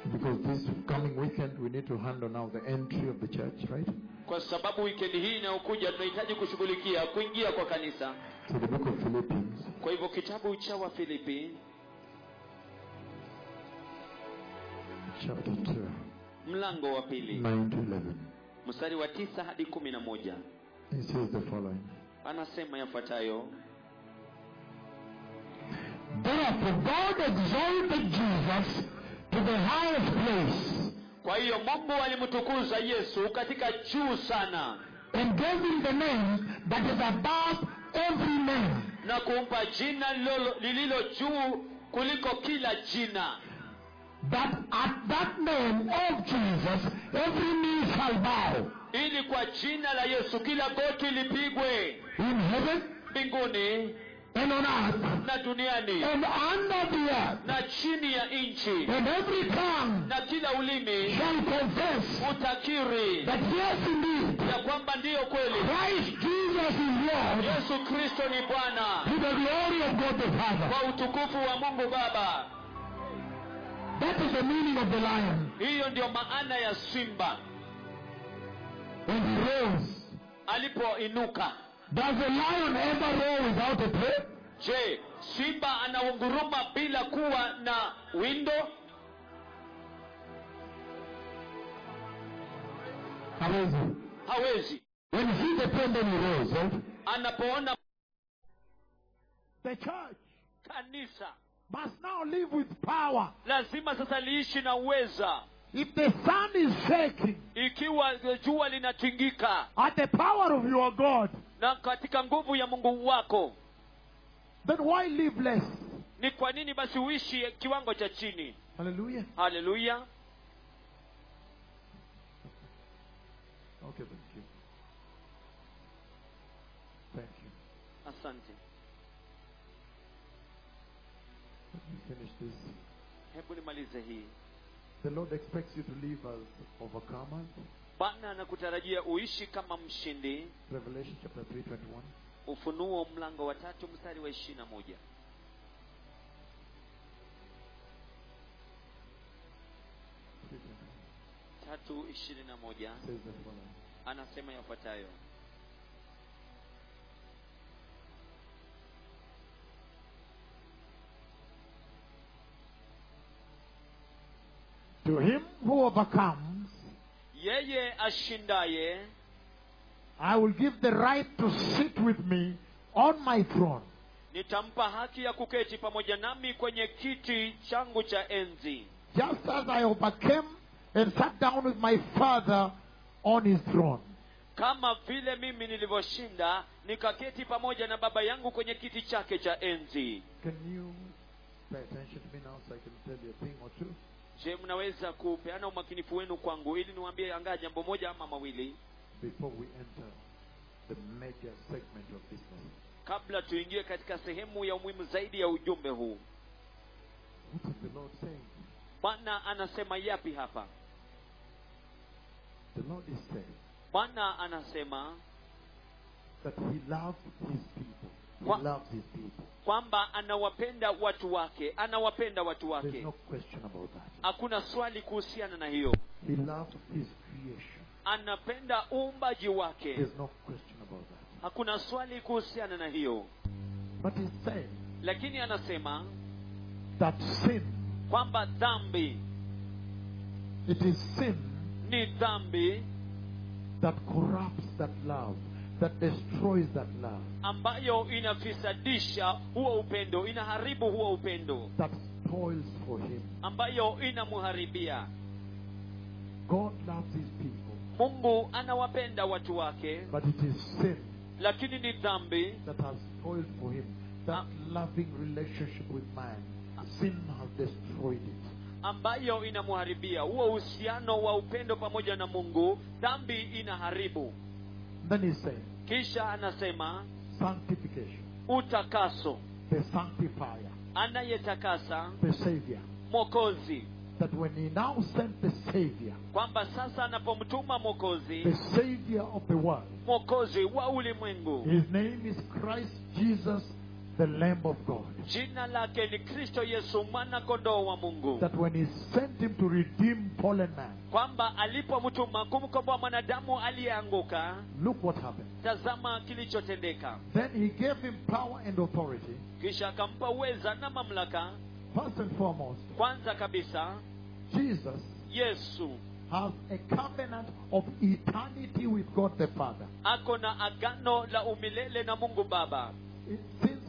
S4: because this coming weekend we need to handle now the entry of the church, right?
S3: kwa sababu wikendi hii inayokuja tunahitaji kushughulikia kuingia kwa kanisa
S4: So the book of Philippians,
S3: kwa hivyo kitabu cha wafilipi
S4: chapter 2,
S3: mlango wa
S4: 9
S3: pili
S4: to 11.
S3: mstari wa tisa hadi kumi na moja
S4: It says the following.
S3: anasema yafuatayo
S4: Therefore, God exalted Jesus to the highest place
S3: kwa hiyo mungu alimtukuza yesu katika juu sana
S4: and gave him the name that is above every name,
S3: na kumpa jina lolo- lililo juu kuliko kila jina
S4: that at that name of Jesus every knee shall bow
S3: ili kwa jina la yesu kila goti lipigwe
S4: in heaven
S3: mbinguni
S4: and on earth
S3: na duniani
S4: and under the earth,
S3: na chini ya nchi
S4: and every tongue
S3: na kila ulimi
S4: shall confess
S3: utakiri
S4: that yes, indeed,
S3: ya kwamba ndiyo kweli
S4: Christ Jesus is Lord
S3: yesu kristo ni bwana
S4: to the glory of God the Father.
S3: kwa utukufu wa mungu baba
S4: That is the meaning of the lion.
S3: hiyo ndiyo maana ya simba
S4: And he rose.
S3: alipoinuka
S4: Does a lion ever roar without a prey?
S3: je simba anaunguruma bila kuwa na windo
S4: hawezi
S3: hawezi
S4: when he the problem he rose right?
S3: anapoona
S2: The church
S3: kanisa
S2: must now live with power.
S3: lazima sasa liishi na uweza
S2: If the sun is shaking
S3: ikiwa jua linatingika
S2: at the power of your God,
S3: na katika nguvu ya mungu wako
S2: then why live less?
S3: ni kwa nini basi uishi kiwango cha chini
S2: Hallelujah.
S3: haleluya
S2: Okay, thank you. Thank you.
S3: asante
S2: Let me finish this.
S3: hebu nimalize hii
S2: The Lord expects you to live as overcomers.
S3: bwana anakutarajia uishi kama mshindi
S2: Revelation chapter 3:21.
S3: ufunuo mlango wa tatu mstari wa ishiri na moja tatu ishiri na moja
S2: says the following.
S3: anasema yafuatayo
S2: To him who overcomes,
S3: yeye ashindaye
S2: I will give the right to sit with me on my throne,
S3: nitampa haki ya kuketi pamoja nami kwenye kiti changu cha enzi
S2: just as I overcame and sat down with my Father on his throne.
S3: kama vile mimi nilivyoshinda nikaketi pamoja na baba yangu kwenye kiti chake cha enzi
S2: Can you pay attention to me now so I can tell you a thing or two?
S3: je mnaweza kupeana umakinifu wenu kwangu ili niwaambie angaa jambo moja ama mawili
S2: before we enter the major segment of this message.
S3: kabla tuingie katika sehemu ya umuhimu zaidi ya ujumbe huu
S2: What is the Lord saying?
S3: bwana anasema yapi hapa
S2: The Lord is saying
S3: bwana anasema
S2: that He loves His people. He
S3: What?
S2: loves His people.
S3: kwamba anawapenda watu wake anawapenda watu
S2: There's
S3: wake
S2: no question about that.
S3: hakuna swali kuhusiana na hiyo
S2: He loves His creation.
S3: anapenda uumbaji wake
S2: There's no question about that.
S3: hakuna swali kuhusiana na hiyo
S2: But He's saying
S3: lakini anasema
S2: that sin,
S3: kwamba dhambi
S2: it is sin
S3: ni dhambi
S2: that corrupts that love, that destroys that love,
S3: ambayo inafisadisha huo upendo inaharibu huo upendo
S2: that spoils for Him.
S3: ambayo inamharibia
S2: God loves His people,
S3: mungu anawapenda watu wake
S2: but it is sin
S3: lakini ni dhambi
S2: that has spoiled for him that loving relationship with man. Sin has destroyed it.
S3: ambayo inamharibia huo uhusiano wa upendo pamoja na mungu dhambi inaharibu
S2: Then he's saying,
S3: kisha anasema
S2: sanctification,
S3: utakaso
S2: the sanctifier,
S3: anayetakasa
S2: the savior.
S3: mwokozi
S2: That when he now sent the savior,
S3: kwamba sasa anapomtuma
S2: the
S3: mwokozi
S2: savior of the world,
S3: mwokozi wa ulimwengu
S2: his name is Christ Jesus, the Lamb of God.
S3: jina lake ni kristo yesu mwana kondoo wa mungu
S2: That when he sent him to redeem fallen man,
S3: kwamba alipomtuma kumkomboa mwanadamu aliyeanguka
S2: look what happened.
S3: tazama kilichotendeka
S2: Then he gave him power and authority,
S3: kisha akampa uweza na mamlaka
S2: first and foremost.
S3: kwanza kabisa
S2: Jesus
S3: yesu
S2: has a covenant of eternity with God the Father.
S3: ako na agano la umilele na mungu baba
S2: It, since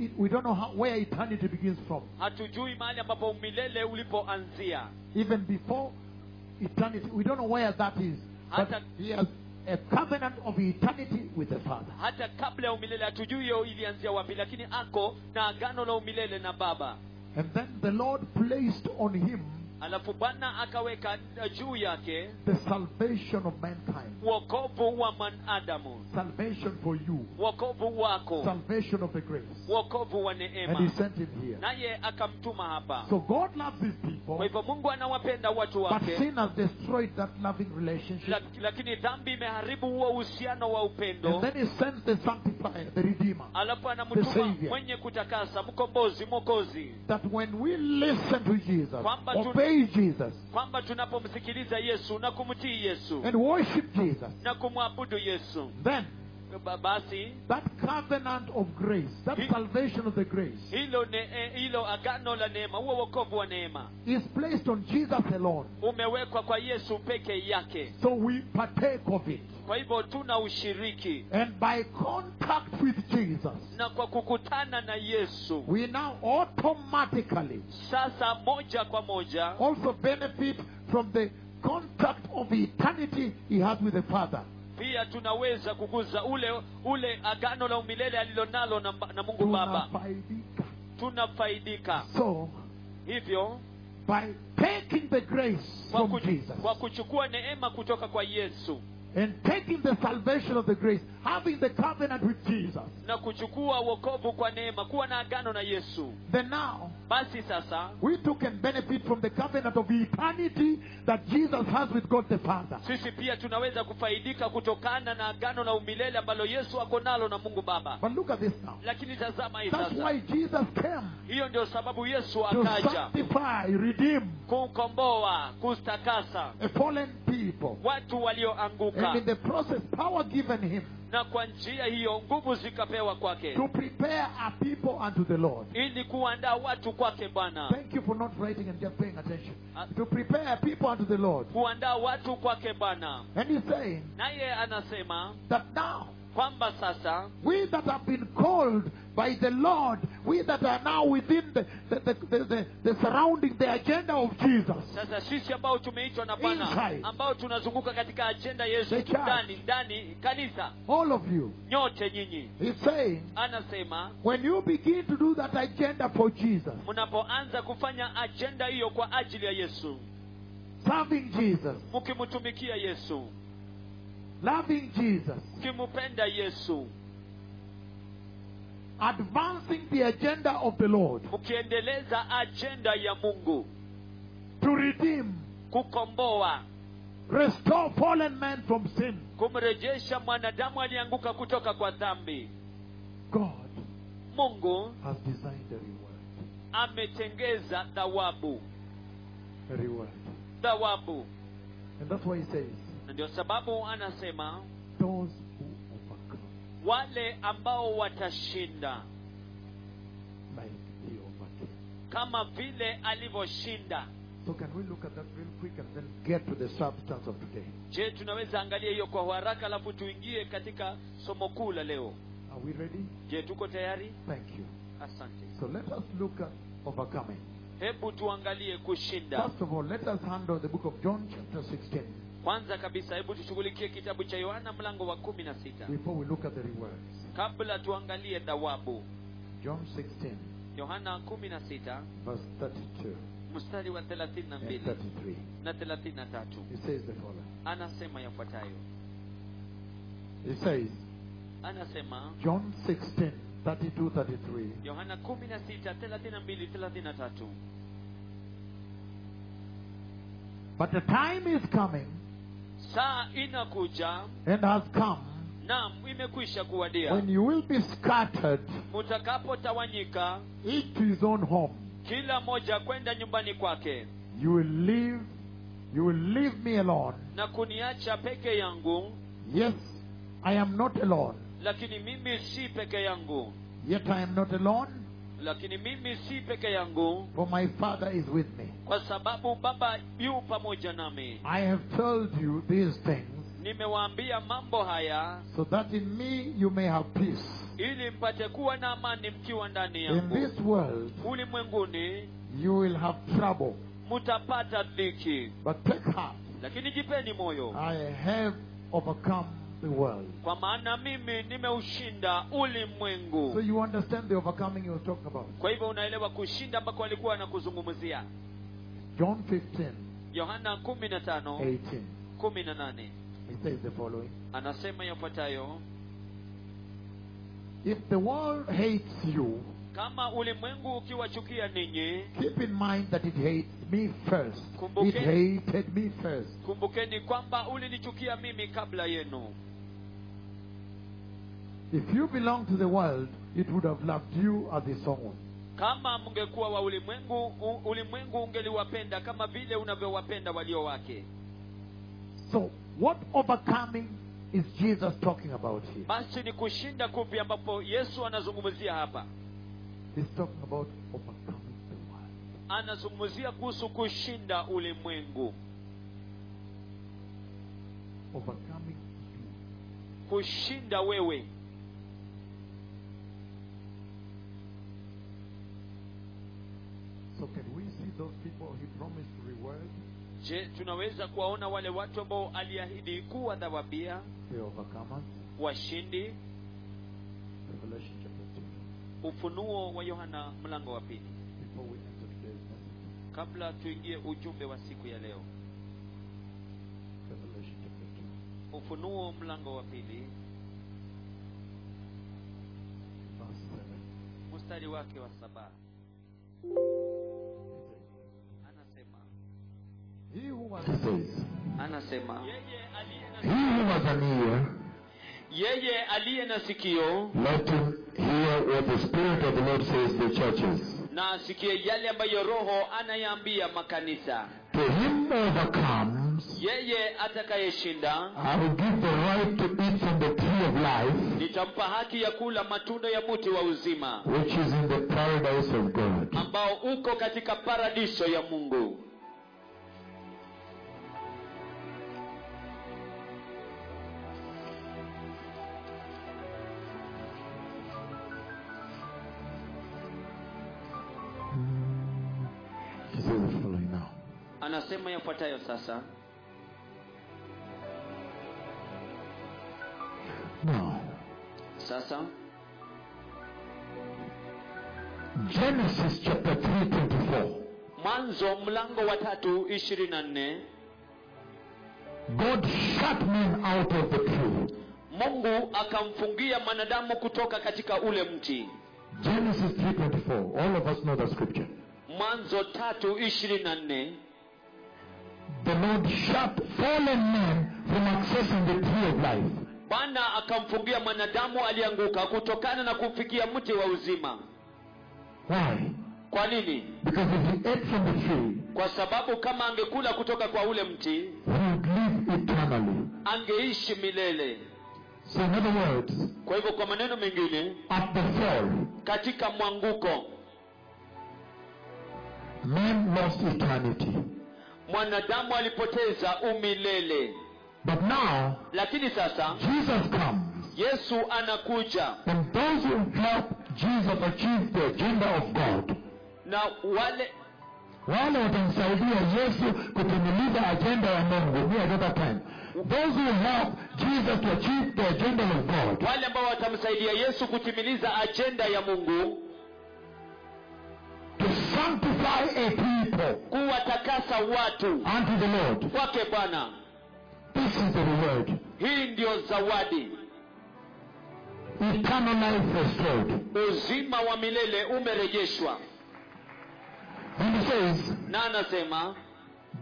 S2: it, we don't know how, where eternity begins from,
S3: hatujui mahali ambapo umilele ulipoanzia
S2: even before eternity, we don't know where that is. But
S3: Hata-
S2: he has a covenant of eternity with the Father.
S3: hata kabla ya umilele hatujui hiyo ilianzia wapi lakini ako na agano la umilele na baba
S2: And then the Lord placed on him
S3: alafu bwana akaweka juu yake
S2: the salvation of mankind,
S3: wokovu wa mwanadamu
S2: salvation for you,
S3: wokovu wako
S2: salvation of the grace.
S3: wokovu wa
S2: And
S3: neema
S2: he sent him here.
S3: naye akamtuma hapa
S2: So God loves his people,
S3: kwa hivyo mungu anawapenda watu
S2: but
S3: wake
S2: sin has destroyed that loving relationship.
S3: Lak- lakini dhambi imeharibu huo uhusiano wa upendo
S2: And then he sends the sanctifier, the redeemer.
S3: alafu anamtuma
S2: Savior.
S3: mwenye kutakasa mkombozi mwokozi
S2: That when we listen to Jesus,
S3: Kwamba tun-
S2: obey Jesus,
S3: kwamba tunapomsikiliza yesu na kumtii yesu
S2: and worship Jesus,
S3: na kumwabudu yesu
S2: then
S3: Ba- basi
S2: That covenant of grace, that
S3: He-
S2: salvation of the grace,
S3: hilo ne, eh, hilo agano la neema huo wokovu wa neema
S2: is placed on Jesus alone.
S3: umewekwa kwa yesu peke yake
S2: So we partake of it.
S3: kwa hivyo tuna ushiriki
S2: And by contact with Jesus,
S3: na kwa kukutana na yesu
S2: we now automatically
S3: sasa moja kwa moja
S2: also benefit from the contact of eternity he has with the Father.
S3: pia tunaweza kuguza ule ule agano la umilele alilonalo na, na
S2: Oh,
S3: mungu baba
S2: Tunafaidika.
S3: tunafaidika
S2: So,
S3: hivyo
S2: by taking the grace
S3: kwa,
S2: from
S3: ku,
S2: Jesus
S3: kwa kuchukua neema kutoka kwa yesu
S2: and taking the salvation of the grace, having the covenant with Jesus,
S3: na kuchukua wokovu kwa neema kuwa na agano na yesu
S2: then now
S3: basi sasa
S2: we too can benefit from the covenant of eternity that Jesus has with God the Father.
S3: sisi pia tunaweza kufaidika kutokana na agano la umilele ambalo yesu ako nalo na mungu baba
S2: But look at this now.
S3: lakini tazama hii
S2: That's
S3: sasa
S2: why Jesus came
S3: hiyo ndio sababu yesu
S2: to
S3: akaja
S2: sanctify, redeem
S3: kukomboa kustakasa
S2: a fallen people.
S3: watu walioanguka
S2: And in the process, power given him
S3: na kwa njia hiyo nguvu zikapewa kwake
S2: to prepare a people unto the Lord.
S3: ili kuandaa watu kwake bwana
S2: Thank you for not writing and just paying attention.
S3: Uh,
S2: To prepare a people unto the Lord.
S3: kuandaa watu kwake bwana
S2: And he's saying
S3: naye anasema
S2: that now,
S3: kwamba sasa
S2: we that have been called by the Lord, we that are now within the, the, the, the, the, the surrounding, the agenda of Jesus,
S3: sasa sisi ambao tumeitwa na bwana
S2: Inside.
S3: ambao tunazunguka katika ajenda yesu
S2: The church.
S3: ndani ndani kanisa
S2: all of you,
S3: nyote nyinyi
S2: he's saying,
S3: anasema
S2: when you begin to do that agenda for Jesus,
S3: mnapoanza kufanya ajenda hiyo kwa ajili ya yesu
S2: serving Jesus,
S3: mkimtumikia yesu
S2: loving Jesus,
S3: mkimpenda yesu
S2: advancing the agenda of the Lord
S3: mkiendeleza ajenda ya mungu
S2: to redeem,
S3: kukomboa
S2: restore fallen men from sin,
S3: kumrejesha mwanadamu aliyeanguka kutoka kwa dhambi
S2: God
S3: mungu
S2: has designed a reward.
S3: ametengeza thawabu
S2: A reward.
S3: thawabu
S2: And that's why he says,
S3: na ndio sababu anasema
S2: those who overcome,
S3: wale ambao watashinda
S2: like he overcame.
S3: kama vile alivyoshinda
S2: So can we look at that real quick and then get to the substance of today?
S3: je tunaweza angalia hiyo kwa haraka alafu tuingie katika somo kuu la leo
S2: Are we ready?
S3: je tuko tayari
S2: Thank you.
S3: asante
S2: So let us look at overcoming.
S3: hebu tuangalie kushinda
S2: First of all, let us handle the book of John chapter 16
S3: kwanza kabisa hebu tushughulikie kitabu cha yohana mlango wa kumi na sita
S2: before we look at the rewards.
S3: kabla tuangalie thawabu
S2: John 16,
S3: yohana kumi na sita
S2: verse 32
S3: mstari wa thelathini na
S2: and
S3: mbili
S2: 33.
S3: na thelathini na tatu
S2: He says the following.
S3: anasema yafuatayo
S2: He says,
S3: anasema
S2: John 16, 32, 33.
S3: yohana kumi na sita thelathini na mbili thelathini na tatu
S2: But the time is coming
S3: saa inakuja
S2: and has come
S3: nam imekwisha kuwadia
S2: when you will be scattered,
S3: mutakapotawanyika
S2: each to his own home.
S3: kila moja kwenda nyumbani kwake
S2: You will leave, you will leave me alone.
S3: na kuniacha peke yangu
S2: Yes, I am not alone.
S3: lakini mimi si peke yangu
S2: Yet I am not alone,
S3: lakini mimi si peke yangu
S2: for my Father is with me.
S3: kwa sababu baba yu pamoja nami
S2: I have told you these things
S3: nimewaambia mambo haya
S2: so that in me you may have peace.
S3: ili mpate kuwa na amani mkiwa ndani
S2: In
S3: yangu
S2: this world
S3: ulimwenguni
S2: you will have trouble,
S3: mutapata dhiki
S2: but take heart.
S3: lakini jipeni moyo
S2: I have overcome the world.
S3: kwa maana mimi nimeushinda ulimwengu
S2: So you understand the overcoming he was talking about.
S3: kwa hivyo unaelewa kushinda ambako alikuwa anakuzungumzia
S2: John 15,
S3: yohana kumi na tano
S2: 18.
S3: kumi na nane
S2: He says the following
S3: anasema yafuatayo
S2: If the world hates you,
S3: kama ulimwengu ukiwachukia ninyi
S2: keep in mind that it hates me first. It
S3: Kumbuke-
S2: hated me first.
S3: kumbukeni kwamba ulinichukia mimi kabla yenu
S2: If you belong to the world, it would have loved you as its own.
S3: kama mngekuwa wa ulimwengu u- ulimwengu ungeliwapenda kama vile unavyowapenda walio wake
S2: So, what overcoming
S4: is Jesus talking about here?
S3: basi ni kushinda kupi ambapo yesu anazungumzia hapa
S4: He's talking about overcoming the world.
S3: anazungumzia kuhusu kushinda ulimwengu
S4: Overcoming you.
S3: kushinda wewe
S2: So can we see those people he promised to reward?
S3: je tunaweza kuwaona wale watu ambao aliahidi kuwadhawabia
S4: The overcomers.
S3: washindi
S2: Revelation chapter 2.
S3: ufunuo wa yohana mlango wa pili
S2: Before we enter today's message,
S3: kabla tuingie ujumbe wa siku ya leo
S2: Revelation chapter 2.
S3: ufunuo mlango wa pili
S2: verse 7.
S3: mstari wake wa saba anasema
S2: He who was
S4: It says,
S3: anasema yeye aliye
S4: He
S3: na,
S4: who has an ear,
S3: yeye aliye na sikio
S4: let him hear what the Spirit of the Lord says to the churches.
S3: na asikie yale ambayo roho anayaambia makanisa
S4: To him who overcomes,
S3: yeye atakayeshinda
S4: I will give the right to eat from the tree of life,
S3: nitampa haki ya kula matunda ya muti wa uzima
S4: which is in the paradise of God.
S3: ambao uko katika paradiso ya mungu
S4: He says the following now.
S3: anasema yafuatayo sasa
S4: Now,
S3: sasa
S4: Genesis chapter 3, 24.
S3: mwanzo mlango wa tatu ishirini na nne
S4: God shut men out of the tree.
S3: mungu akamfungia mwanadamu kutoka katika ule mti
S4: Genesis 3:24. All of us know that scripture.
S3: mwanzo tatu ishirini na nne
S4: The Lord shut fallen men from accessing the tree of life.
S3: bwana akamfungia mwanadamu alianguka kutokana na kufikia mti wa uzima
S4: Why?
S3: kwa nini
S4: Because if he ate from the tree,
S3: kwa sababu kama angekula kutoka kwa ule mti
S4: he would live eternally.
S3: angeishi milele
S4: So in other words,
S3: kwa hivyo kwa maneno mengine
S4: at the fall,
S3: katika mwanguko
S4: men lost eternity.
S3: mwanadamu alipoteza umilele
S4: But now,
S3: lakini sasa
S4: Jesus comes,
S3: yesu anakuja
S4: and those who help Jesus achieve the agenda of God,
S3: na wale
S4: wale watamsaidia yesu kutimiliza ajenda ya mungu me at that time those who help jesus to achieve the agenda of god
S3: wale ambao watamsaidia yesu kutimiliza ajenda ya mungu
S4: to sanctify a people
S3: kuwatakasa watu
S4: unto the lord
S3: kwake bwana
S4: this is the reward
S3: hii ndiyo zawadi
S4: eternal life restored
S3: uzima wa milele umerejeshwa
S4: and he says
S3: na anasema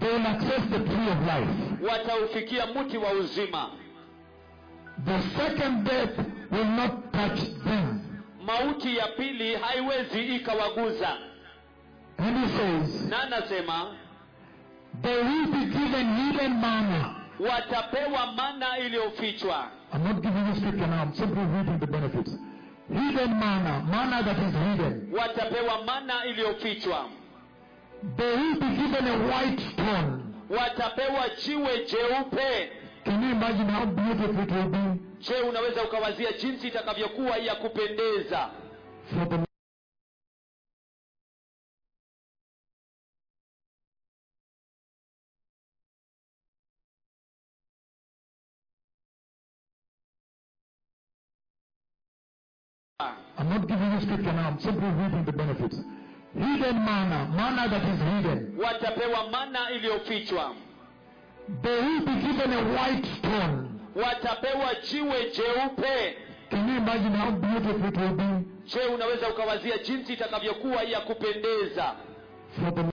S4: they will access the tree of life
S3: wataufikia mti wa uzima
S4: the second death will not touch them
S3: mauti ya pili haiwezi ikawaguza
S4: and he says
S3: na anasema
S4: they will be given hidden manna
S3: watapewa mana iliyofichwa
S4: I'm not giving you scripture now, I'm simply reading the benefits. Hidden manna, manna that is hidden.
S3: watapewa mana iliyofichwa
S4: They will be given a white stone.
S3: watapewa jiwe jeupe
S4: Can you imagine how beautiful it will be
S3: je unaweza ukawazia jinsi itakavyokuwa ya kupendeza
S4: for the I'm not giving you scripture now, I'm simply reading the benefits. Hidden manna, manna that is hidden.
S3: watapewa mana iliyofichwa
S4: They will be given a white stone.
S3: watapewa jiwe jeupe
S4: Can you imagine how beautiful it will be
S3: je unaweza ukawazia jinsi itakavyokuwa ya kupendeza
S4: for the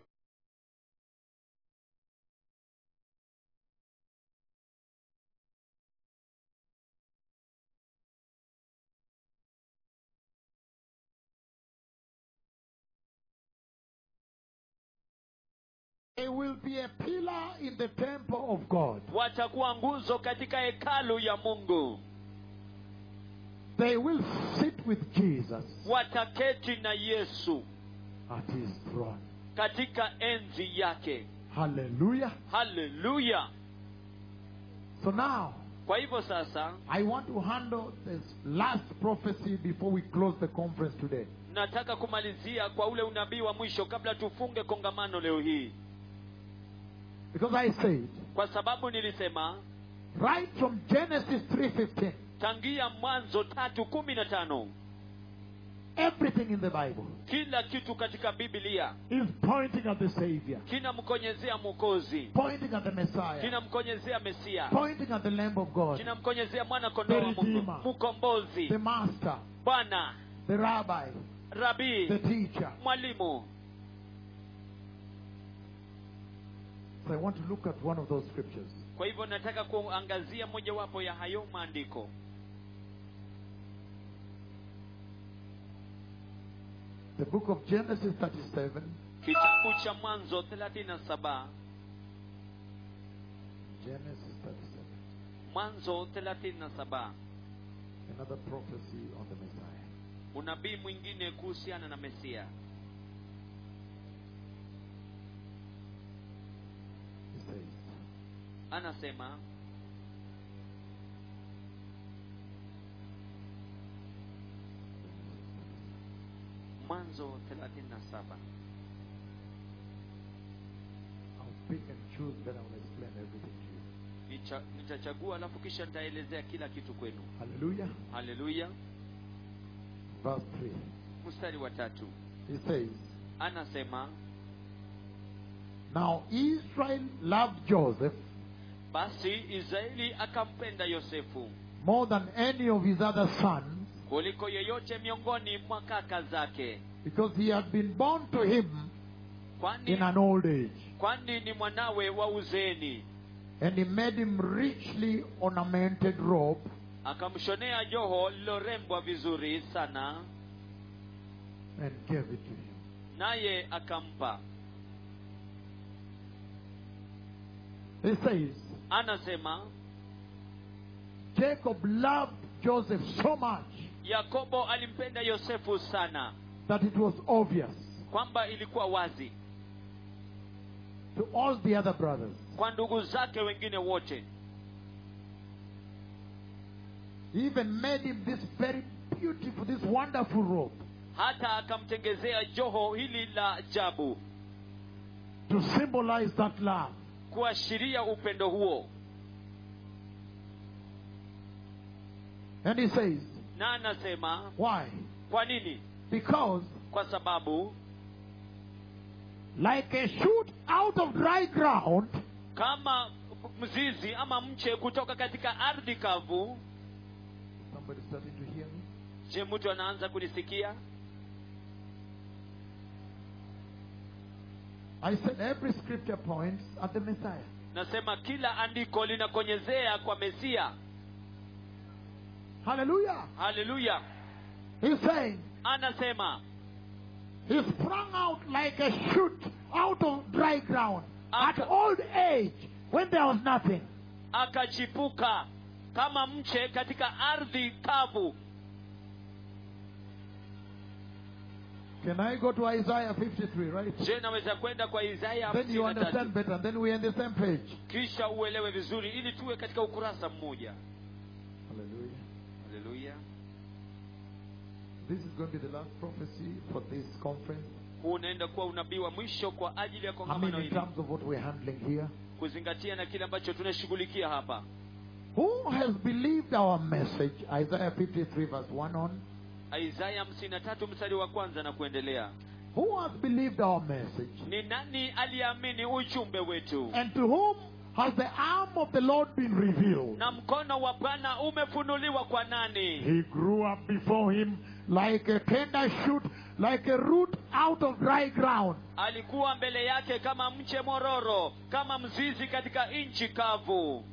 S2: It will be a pillar in the temple of God.
S3: watakuwa nguzo katika hekalu ya mungu
S2: They will sit with Jesus
S3: wataketi na yesu
S2: at his throne.
S3: katika enzi yake
S2: Hallelujah.
S3: haleluya
S2: So now,
S3: kwa hivyo sasa
S2: I want to handle this last prophecy before we close the conference today.
S3: nataka kumalizia kwa ule unabii wa mwisho kabla tufunge kongamano leo hii
S2: Because I said,
S3: kwa sababu nilisema
S2: right from Genesis 3.15,
S3: tangia mwanzo tatu kumi na tano
S2: everything in the Bible
S3: kila kitu katika biblia
S2: is pointing at the Savior,
S3: kinamkonyezea mwokozi
S2: pointing at the Messiah,
S3: kinamkonyezea mesia
S2: pointing at the Lamb of God,
S3: kinamkonyezea mwana kondoo wa Mungu
S2: Redeemer.
S3: mkombozi
S2: the Master,
S3: bwana
S2: the Rabbi, the
S3: rabii
S2: Teacher.
S3: mwalimu
S2: So I want to look at one of those scriptures.
S3: kwa hivyo nataka kuangazia mojawapo ya hayo maandiko
S2: The book of Genesis 37,
S3: kitabu cha mwanzo 37
S2: Genesis 37,
S3: mwanzo 37
S2: another prophecy on the Messiah.
S3: unabii mwingine kuhusiana na mesia
S2: It says,
S3: anasema mwanzo 37
S2: I'll pick and choose, then I will explain everything to you.
S3: Nicha- nitachagua alafu kisha nitaelezea kila kitu kwenu
S2: Hallelujah.
S3: haleluya
S2: Verse 3.
S3: mstari wa tatu
S2: He says,
S3: anasema
S2: Now Israel loved Joseph
S3: basi israeli akampenda yosefu
S2: more than any of his other sons
S3: kuliko yeyote miongoni mwa kaka zake
S2: because he had been born to him
S3: kwani,
S2: in an old age.
S3: kwani ni mwanawe wa uzeni
S2: And he made him richly ornamented robe
S3: akamshonea joho lilorembwa vizuri sana
S2: and gave it to him.
S3: naye akampa
S2: He says,
S3: anasema
S2: Jacob loved Joseph so much
S3: yakobo alimpenda yosefu sana
S2: that it was obvious
S3: kwamba ilikuwa wazi
S2: to all the other brothers.
S3: kwa ndugu zake wengine wote
S2: He even made him this very beautiful, this wonderful robe
S3: hata akamtengezea joho hili la ajabu
S2: to symbolize that love.
S3: kuashiria upendo huo
S2: And he says,
S3: na anasema
S2: Why?
S3: kwa nini
S2: Because
S3: kwa sababu
S2: like a shoot out of dry ground,
S3: kama mzizi ama mche kutoka katika ardhi kavu
S2: somebody starting to hear me.
S3: je mtu anaanza kunisikia
S2: I said every scripture points at the Messiah.
S3: nasema kila andiko linakonyezea kwa mesia
S2: Hallelujah.
S3: haleluya
S2: He's saying
S3: anasema
S2: he sprung out like a shoot out of dry ground at
S3: Aka-
S2: old age when there was nothing.
S3: akachipuka kama mche katika ardhi kavu
S2: Can I go to Isaiah 53, right?
S3: je naweza kwenda kwa isaya
S2: Then
S3: hamsini
S2: you
S3: na tatu?
S2: understand better. Then we're on the same page.
S3: kisha uelewe vizuri ili tuwe katika ukurasa mmoja
S2: Hallelujah.
S3: haleluya
S2: This is going to be the last prophecy for this conference.
S3: huu unaenda kuwa unabii wa mwisho kwa ajili ya
S2: I mean,
S3: kongamano
S2: in
S3: hili
S2: terms of what we're handling here.
S3: kuzingatia na kile ambacho tunashughulikia hapa
S2: Who has believed our message? Isaiah 53, verse 1 on.
S3: isaya 53 mstari wa kwanza na kuendelea
S2: Who has believed our message?
S3: ni nani aliyeamini ujumbe wetu
S2: And to whom has the arm of the Lord been revealed?
S3: na mkono wa bwana umefunuliwa kwa nani
S2: He grew up before him like a tender shoot, like a root out of dry ground.
S3: alikuwa mbele yake kama mche mororo kama mzizi katika nchi kavu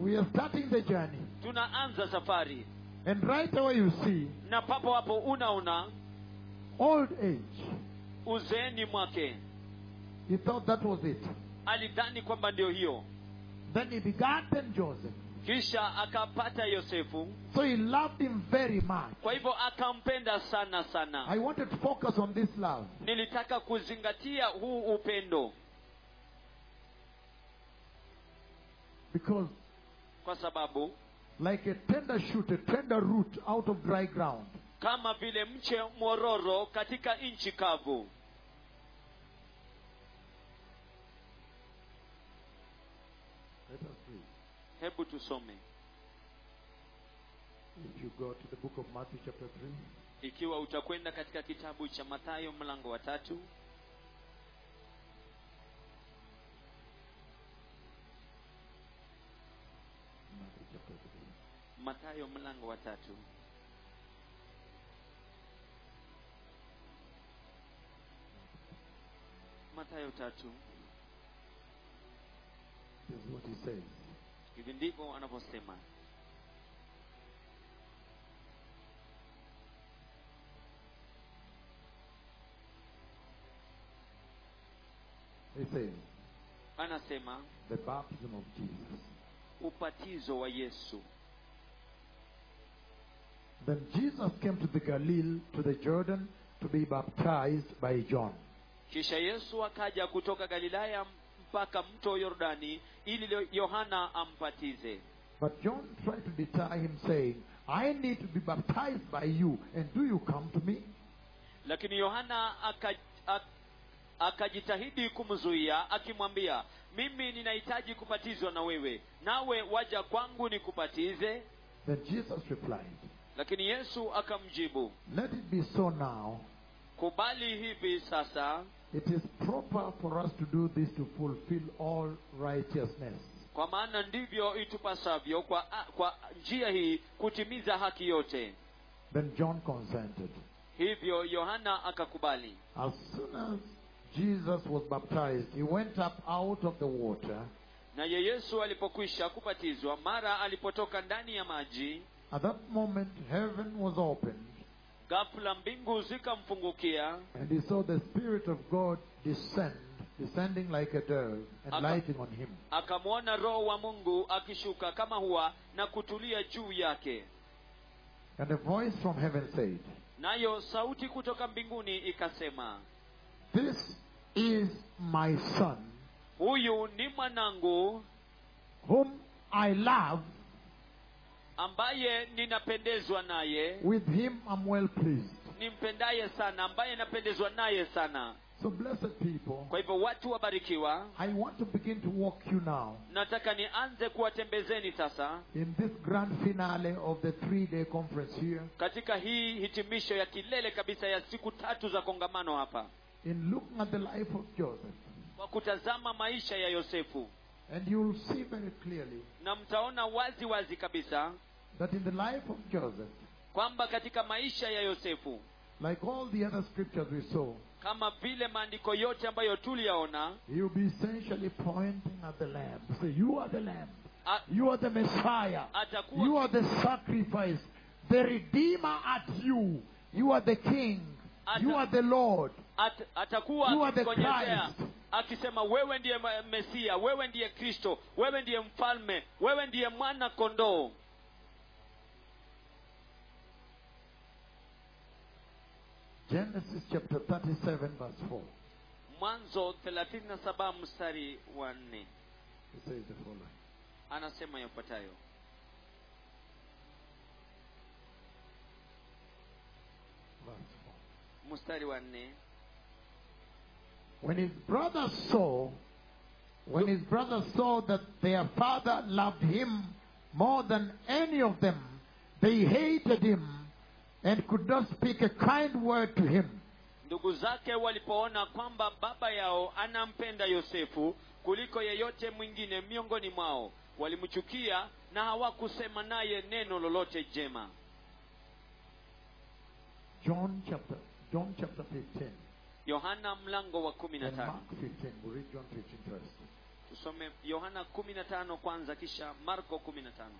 S2: We are starting the journey.
S3: tunaanza safari
S2: And right away you see
S3: na papo hapo unaona
S2: old age,
S3: uzeeni mwake
S2: He thought that was it.
S3: alidhani kwamba ndio hiyo
S2: Then he begotten Joseph.
S3: kisha akapata yosefu
S2: So he loved him very much.
S3: kwa hivyo akampenda sana sana
S2: I wanted to focus on this love.
S3: nilitaka kuzingatia huu upendo
S2: Because,
S3: kwa sababu
S2: like a tender shoot, a tender root out of dry ground,
S3: kama vile mche mwororo katika nchi kavu
S2: let us read.
S3: hebu tusome
S2: If you go to the book of Matthew, chapter 3,
S3: ikiwa utakwenda katika kitabu cha mathayo mlango wa tatu
S2: Matthew chapter 3,
S3: mathayo mlango wa tatu mathayo tatu
S2: this is what he says.
S3: hivi ndivyo anavyosema
S2: He says,
S3: anasema
S2: the baptism of Jesus.
S3: ubatizo wa yesu
S2: Then Jesus came to the Galilee, to the Jordan, to be baptized by John.
S3: kisha yesu akaja kutoka galilaya mpaka mto yordani ili Lo- yohana ampatize
S2: But John tried to deter him, saying, I need to be baptized by you, and do you come to me?
S3: lakini yohana aka- ak- akajitahidi kumzuia akimwambia mimi ninahitaji kubatizwa na wewe nawe waja kwangu nikubatize
S2: Then Jesus replied,
S3: lakini yesu akamjibu
S2: Let it be so now.
S3: kubali hivi sasa
S2: It is proper for us to do this to fulfill all righteousness.
S3: kwa maana ndivyo itupasavyo kwa, a- kwa njia hii kutimiza haki yote
S2: Then John consented.
S3: hivyo yohana akakubali
S2: As soon as Jesus was baptized, he went up out of the water,
S3: naye yesu alipokwisha kubatizwa mara alipotoka ndani ya maji
S2: At that moment, heaven was opened,
S3: ghafula mbingu zikamfungukia
S2: and he saw the Spirit of God descend, descending like a dove, and
S3: Aka-
S2: lighting on him.
S3: akamwona roho wa mungu akishuka kama hua na kutulia juu yake
S2: And a voice from heaven said,
S3: nayo sauti kutoka mbinguni ikasema
S2: This is my Son,
S3: huyu ni mwanangu
S2: whom I love.
S3: ambaye ninapendezwa naye
S2: With him I'm well pleased.
S3: nimpendaye sana ambaye napendezwa naye sana
S2: So, blessed people,
S3: kwa hivyo watu wabarikiwa
S2: I want to begin to walk you now
S3: nataka nianze kuwatembezeni sasa
S2: in this grand finale of the three day conference here
S3: katika hii hitimisho ya kilele kabisa ya siku tatu za kongamano hapa
S2: in looking at the life of Joseph.
S3: kwa kutazama maisha ya yosefu
S2: And you'll see very clearly
S3: na mtaona wazi wazi kabisa
S2: that in the life of Joseph,
S3: kwamba katika maisha ya yosefu
S2: like all the other scriptures we saw,
S3: kama vile maandiko yote ambayo tuliyaona
S2: he'll be essentially pointing at the Lamb. Say, You are the Lamb.
S3: a-
S2: You are the Messiah. You
S3: atakuwa
S2: are the sacrifice, the Redeemer at you. You are the King. You are the Lord.
S3: at, atakuwa
S2: You are the
S3: akikonyezea
S2: Christ.
S3: akisema wewe ndiye ma- mesia wewe ndiye kristo wewe ndiye mfalme wewe ndiye mwana kondoo
S2: Genesis chapter 37, verse 4.
S3: mwanzo 37 mstari wa nne
S2: It says the following
S3: anasema yafuatayo
S2: Verse 4.
S3: mstari wa nne
S2: When his brothers saw, when his brothers saw that their father loved him more than any of them, they hated him and could not speak a kind word to him.
S3: ndugu zake walipoona kwamba baba yao anampenda yosefu kuliko yeyote mwingine miongoni mwao walimchukia na hawakusema naye neno lolote jema
S2: John chapter John chapter 15.
S3: yohana mlango wa kumi na
S2: And
S3: tano
S2: Mark 15. We'll read John 15 first.
S3: tusome yohana kumi na tano kwanza kisha marko kumi na tano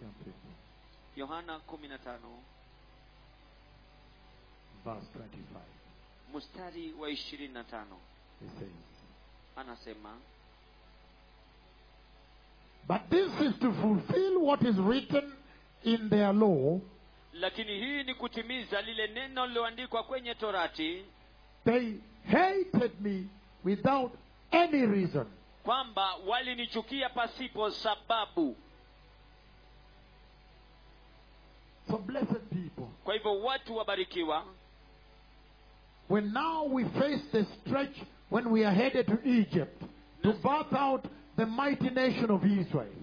S2: John 15,
S3: yohana kumi na tano
S2: verse 25.
S3: mstari wa ishirini na tano
S2: He says,
S3: anasema
S2: But this is to fulfill what is written in their law,
S3: lakini hii ni kutimiza lile neno lililoandikwa kwenye torati
S2: they hated me without any reason.
S3: kwamba walinichukia pasipo sababu
S2: So, blessed people,
S3: kwa hivyo watu wabarikiwa
S2: when now we face the stretch when we are headed to Egypt to birth out the mighty nation of Israel,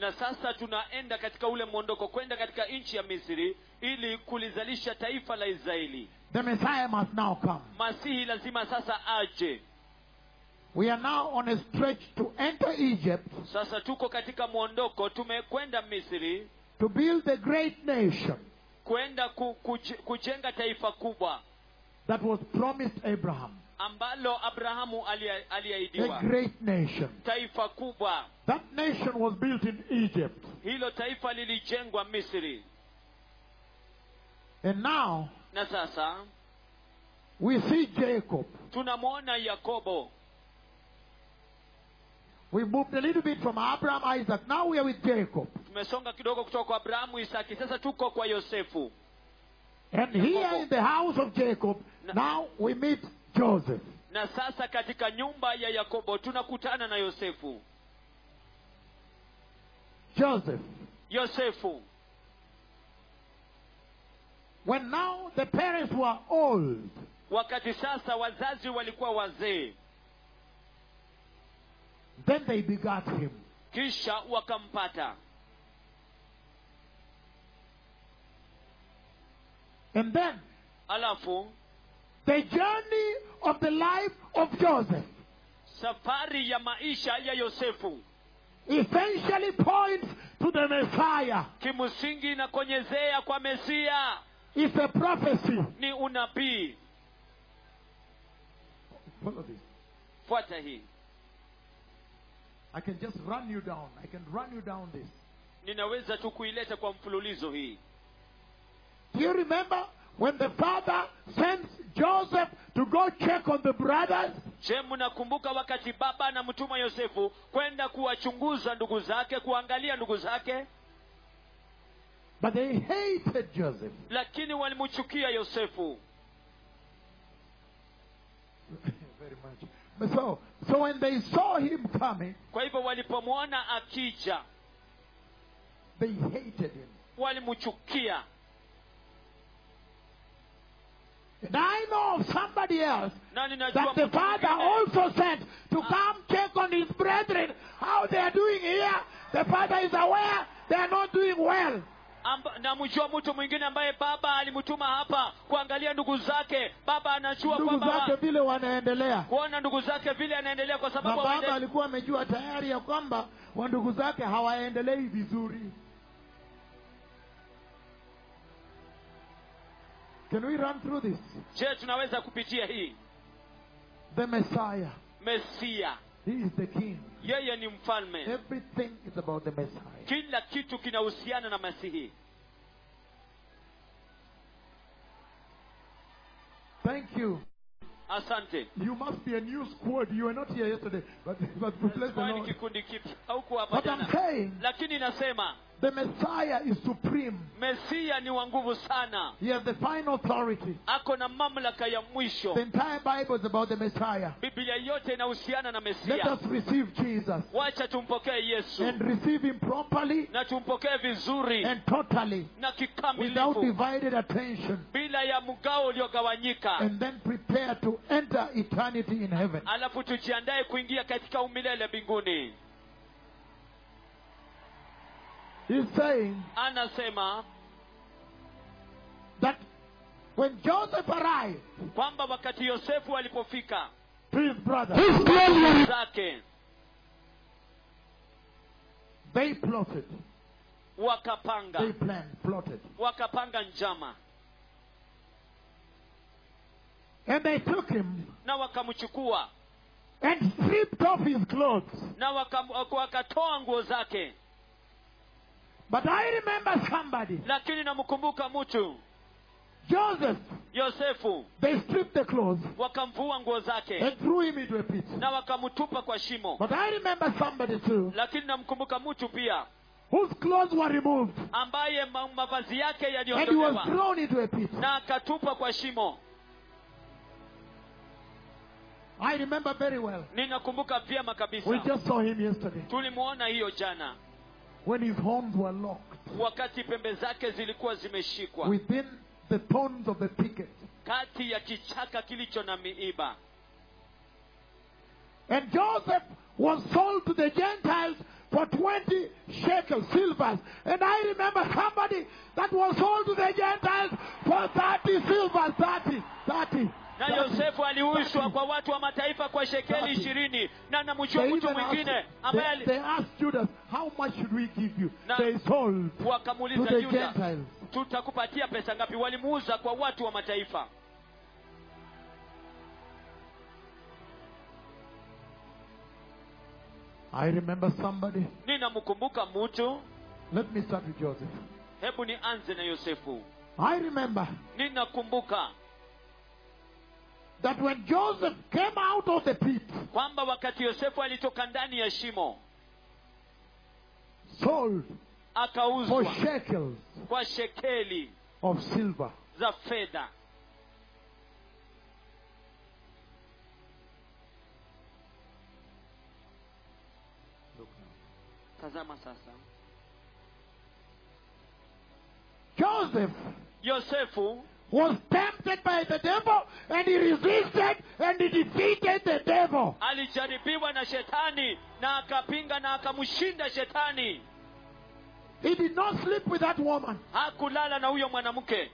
S3: na sasa tunaenda katika ule mwondoko kwenda katika nchi ya misri ili kulizalisha taifa la israeli
S2: the Messiah must now come.
S3: masihi lazima sasa aje
S2: We are now on a stretch to enter Egypt
S3: sasa tuko katika mwondoko tumekwenda misri
S2: to build the great nation
S3: kwenda ku, kuj, kujenga taifa kubwa
S2: that was promised Abraham.
S3: ambalo abrahamu alia-
S2: A
S3: aliahidiwa
S2: great nation.
S3: taifa kubwa
S2: That nation was built in Egypt.
S3: hilo taifa lilijengwa misri
S2: And now
S3: na sasa
S2: we see Jacob.
S3: tunamwona yakobo
S2: We moved a little bit from Abraham, Isaac. Now we are with Jacob.
S3: tumesonga kidogo kutoka kwa abrahamu isaki sasa tuko kwa yosefu
S2: And here in the house of Jacob, now we meet Joseph.
S3: na sasa katika nyumba ya yakobo tunakutana na yosefu
S2: Joseph.
S3: yosefu
S2: When now the parents were old,
S3: wakati sasa wazazi walikuwa wazee
S2: then they begat him.
S3: kisha wakampata
S2: And then
S3: alafu
S2: the journey of the life of Joseph
S3: safari ya maisha ya yosefu
S2: essentially points to the Messiah.
S3: kimsingi inakonyezea kwa mesia
S2: It's a prophecy.
S3: ni unabii
S2: Follow this.
S3: fuata hii
S2: I can just run you down. I can run you down this.
S3: ninaweza tu kuileta kwa mfululizo hii
S2: Do you remember when the father sends Joseph to go check on the brothers?
S3: je mnakumbuka wakati baba anamtuma yosefu kwenda kuwachunguza ndugu zake kuangalia ndugu zake
S2: But they hated Joseph. [laughs]
S3: lakini walimchukia yosefu
S2: Very much. But So, so when they saw him coming,
S3: kwa hivyo walipomwona akija
S2: they hated him.
S3: walimchukia
S2: And I know of somebody else
S3: na ninajua
S2: that the
S3: mtu
S2: father
S3: mwingine
S2: also sent to come check on his brethren how they are doing here. The father is aware they are not doing well.
S3: amba- namjua mtu mwingine ambaye baba alimtuma hapa kuangalia ndugu zake baba anajua
S2: Ndugu
S3: kwamba
S2: zake
S3: wa-
S2: vile wanaendelea.
S3: kuona ndugu zake vile anaendelea kwa
S2: na
S3: sababu
S2: baba
S3: hawaende-
S2: alikuwa amejua tayari ya kwamba wandugu zake hawaendelei vizuri can we run through this
S3: je tunaweza kupitia hii
S2: the messiah
S3: mesia
S2: he is the king
S3: yeye ni mfalme
S2: everything is about the messiah
S3: kila kitu kinahusiana na masihi
S2: thank you
S3: asante
S2: you must be a new squad you were not here yesterday but, [laughs] but bless the
S3: Kwa ni
S2: Lord.
S3: kikundi kipya hauko hapa
S2: but i'm
S3: jana
S2: saying
S3: lakini nasema
S2: the messiah is supreme
S3: mesia ni wa nguvu sana
S2: he has the final authority
S3: ako na mamlaka ya
S2: the
S3: mwisho
S2: entire bible is about the messiah
S3: biblia yote inahusiana na
S2: let
S3: mesia
S2: us receive jesus
S3: wacha tumpokee yesu
S2: and receive him properly
S3: na tumpokee vizuri
S2: and totally
S3: na
S2: without
S3: kikamilifu
S2: divided attention
S3: bila ya mgao uliogawanyika
S2: and then prepare to enter eternity in heaven.
S3: alafu tujiandae kuingia katika umilele mbinguni
S2: He's saying
S3: anasema
S2: that when Joseph arrived
S3: kwamba wakati yosefu alipofika
S2: to his brother,
S4: His glory
S3: zake
S2: they plotted,
S3: wakapanga
S2: they planned, plotted,
S3: wakapanga njama
S2: and they took him
S3: na wakamchukua
S2: and stripped off his clothes.
S3: na wakam, wakatoa nguo zake
S2: But I remember somebody
S3: lakini namkumbuka mtu
S2: Joseph,
S3: yosefu
S2: they stripped the clothes
S3: wakamvua nguo zake
S2: and threw him into a pit.
S3: na wakamtupa kwa shimo
S2: But I remember somebody too
S3: lakini namkumbuka mtu pia
S2: whose clothes were removed
S3: ambaye ma- mavazi yake
S2: and he was
S3: yaliondolewa
S2: thrown into a pit.
S3: na akatupa kwa shimo
S2: I remember very well.
S3: ninakumbuka vyema
S2: We
S3: kabisa
S2: just saw him yesterday
S3: tulimuona hiyo jana
S2: when his horns were locked
S3: wakati pembe zake zilikuwa zimeshikwa
S2: within the thorns of the thicket.
S3: kati ya kichaka kilicho na miiba
S2: And Joseph was sold to the Gentiles for 20 shekels silvers. And I remember somebody that was sold to the Gentiles for 30 silvers. 30, 30.
S3: na
S2: 30.
S3: yosefu aliuzwa
S2: Thirty.
S3: kwa watu wa mataifa kwa shekeli
S2: Thirty.
S3: ishirini na namjua
S2: They
S3: mtu
S2: even
S3: mwingine
S2: asked,
S3: ambaye
S2: they, they
S3: ali-
S2: asked Judas, how much should we give you?
S3: Now-
S2: they sold to
S3: wakamuuliza
S2: the
S3: yuda
S2: Gentiles.
S3: tutakupatia pesa ngapi walimuuza kwa watu wa mataifa
S2: I remember somebody.
S3: ninamkumbuka mtu
S2: Let me start with Joseph.
S3: hebu nianze na yosefu
S2: I remember
S3: ninakumbuka
S2: that when Joseph came out of the pit,
S3: kwamba wakati yosefu alitoka ndani ya shimo
S2: sold for
S3: akauzwa
S2: shekels
S3: kwa shekeli
S2: of silver.
S3: za fedha tazama sasa
S2: Joseph
S3: yosefu
S2: was tempted by the devil and he resisted and he defeated the devil.
S3: alijaribiwa na shetani na akapinga na akamshinda shetani
S2: He did not sleep with that woman.
S3: hakulala na huyo mwanamke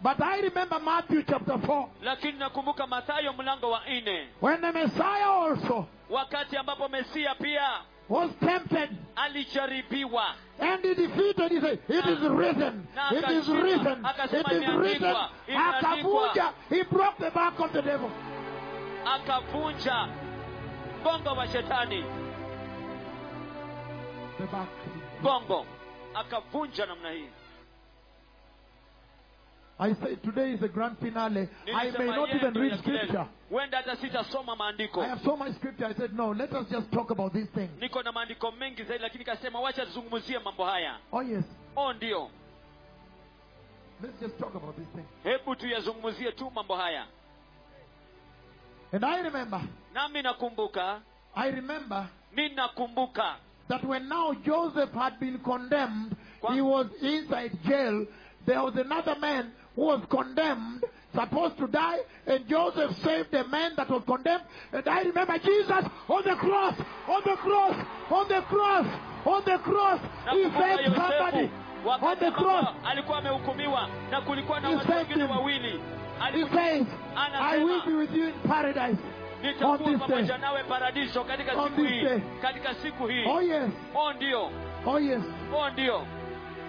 S2: But I remember Matthew chapter 4
S3: lakini nakumbuka mathayo mlango wa nne
S2: when the Messiah also
S3: wakati ambapo mesia pia
S2: was tempted
S3: alijaribiwa
S2: and he defeated. He said, It is written.
S3: Na
S2: It is
S3: akashinda.
S2: written.
S3: Akasema
S2: It is written.
S3: imeandikwa. Imeandikwa.
S2: Akavuja. He broke the back of the devil.
S3: akavunja mgongo wa shetani
S2: The back.
S3: mgongo akavunja namna hii
S2: I say today is the grand finale. I may
S3: Nilisema
S2: not
S3: yeye
S2: even
S3: ndio
S2: read
S3: ya kilele.
S2: scripture.
S3: huenda hata sitasoma maandiko
S2: I have so much scripture. I said, no, let us just talk about these things.
S3: niko na maandiko mengi zaidi lakini kasema wacha tuzungumzie mambo haya
S2: Oh, yes.
S3: oh ndio
S2: Let's just talk about these things.
S3: hebu tuyazungumzie tu mambo haya
S2: And I remember,
S3: nami nakumbuka
S2: I remember
S3: ninakumbuka
S2: that when now Joseph had been condemned,
S3: Kwa-
S2: he was inside jail. There was another man who was condemned, supposed to die, and Joseph saved the man that was condemned. And I remember Jesus on the cross, on the cross, on the cross, on the cross. He
S3: Nakumbuka
S2: saved
S3: Yosefu
S2: somebody on
S3: wakati
S2: the cross.
S3: ambapo alikuwa amehukumiwa na kulikuwa na
S2: He
S3: watu
S2: saved
S3: wengine
S2: him.
S3: wawili
S2: He
S3: Aliku-
S2: says, I will be with you in paradise on
S3: nitakuwa
S2: this
S3: pamoja
S2: day.
S3: nawe paradiso katika
S2: On
S3: siku
S2: this day.
S3: hii katika siku hii
S2: Oh, yes,
S3: oh ndio
S2: oh, yes.
S3: oh ndio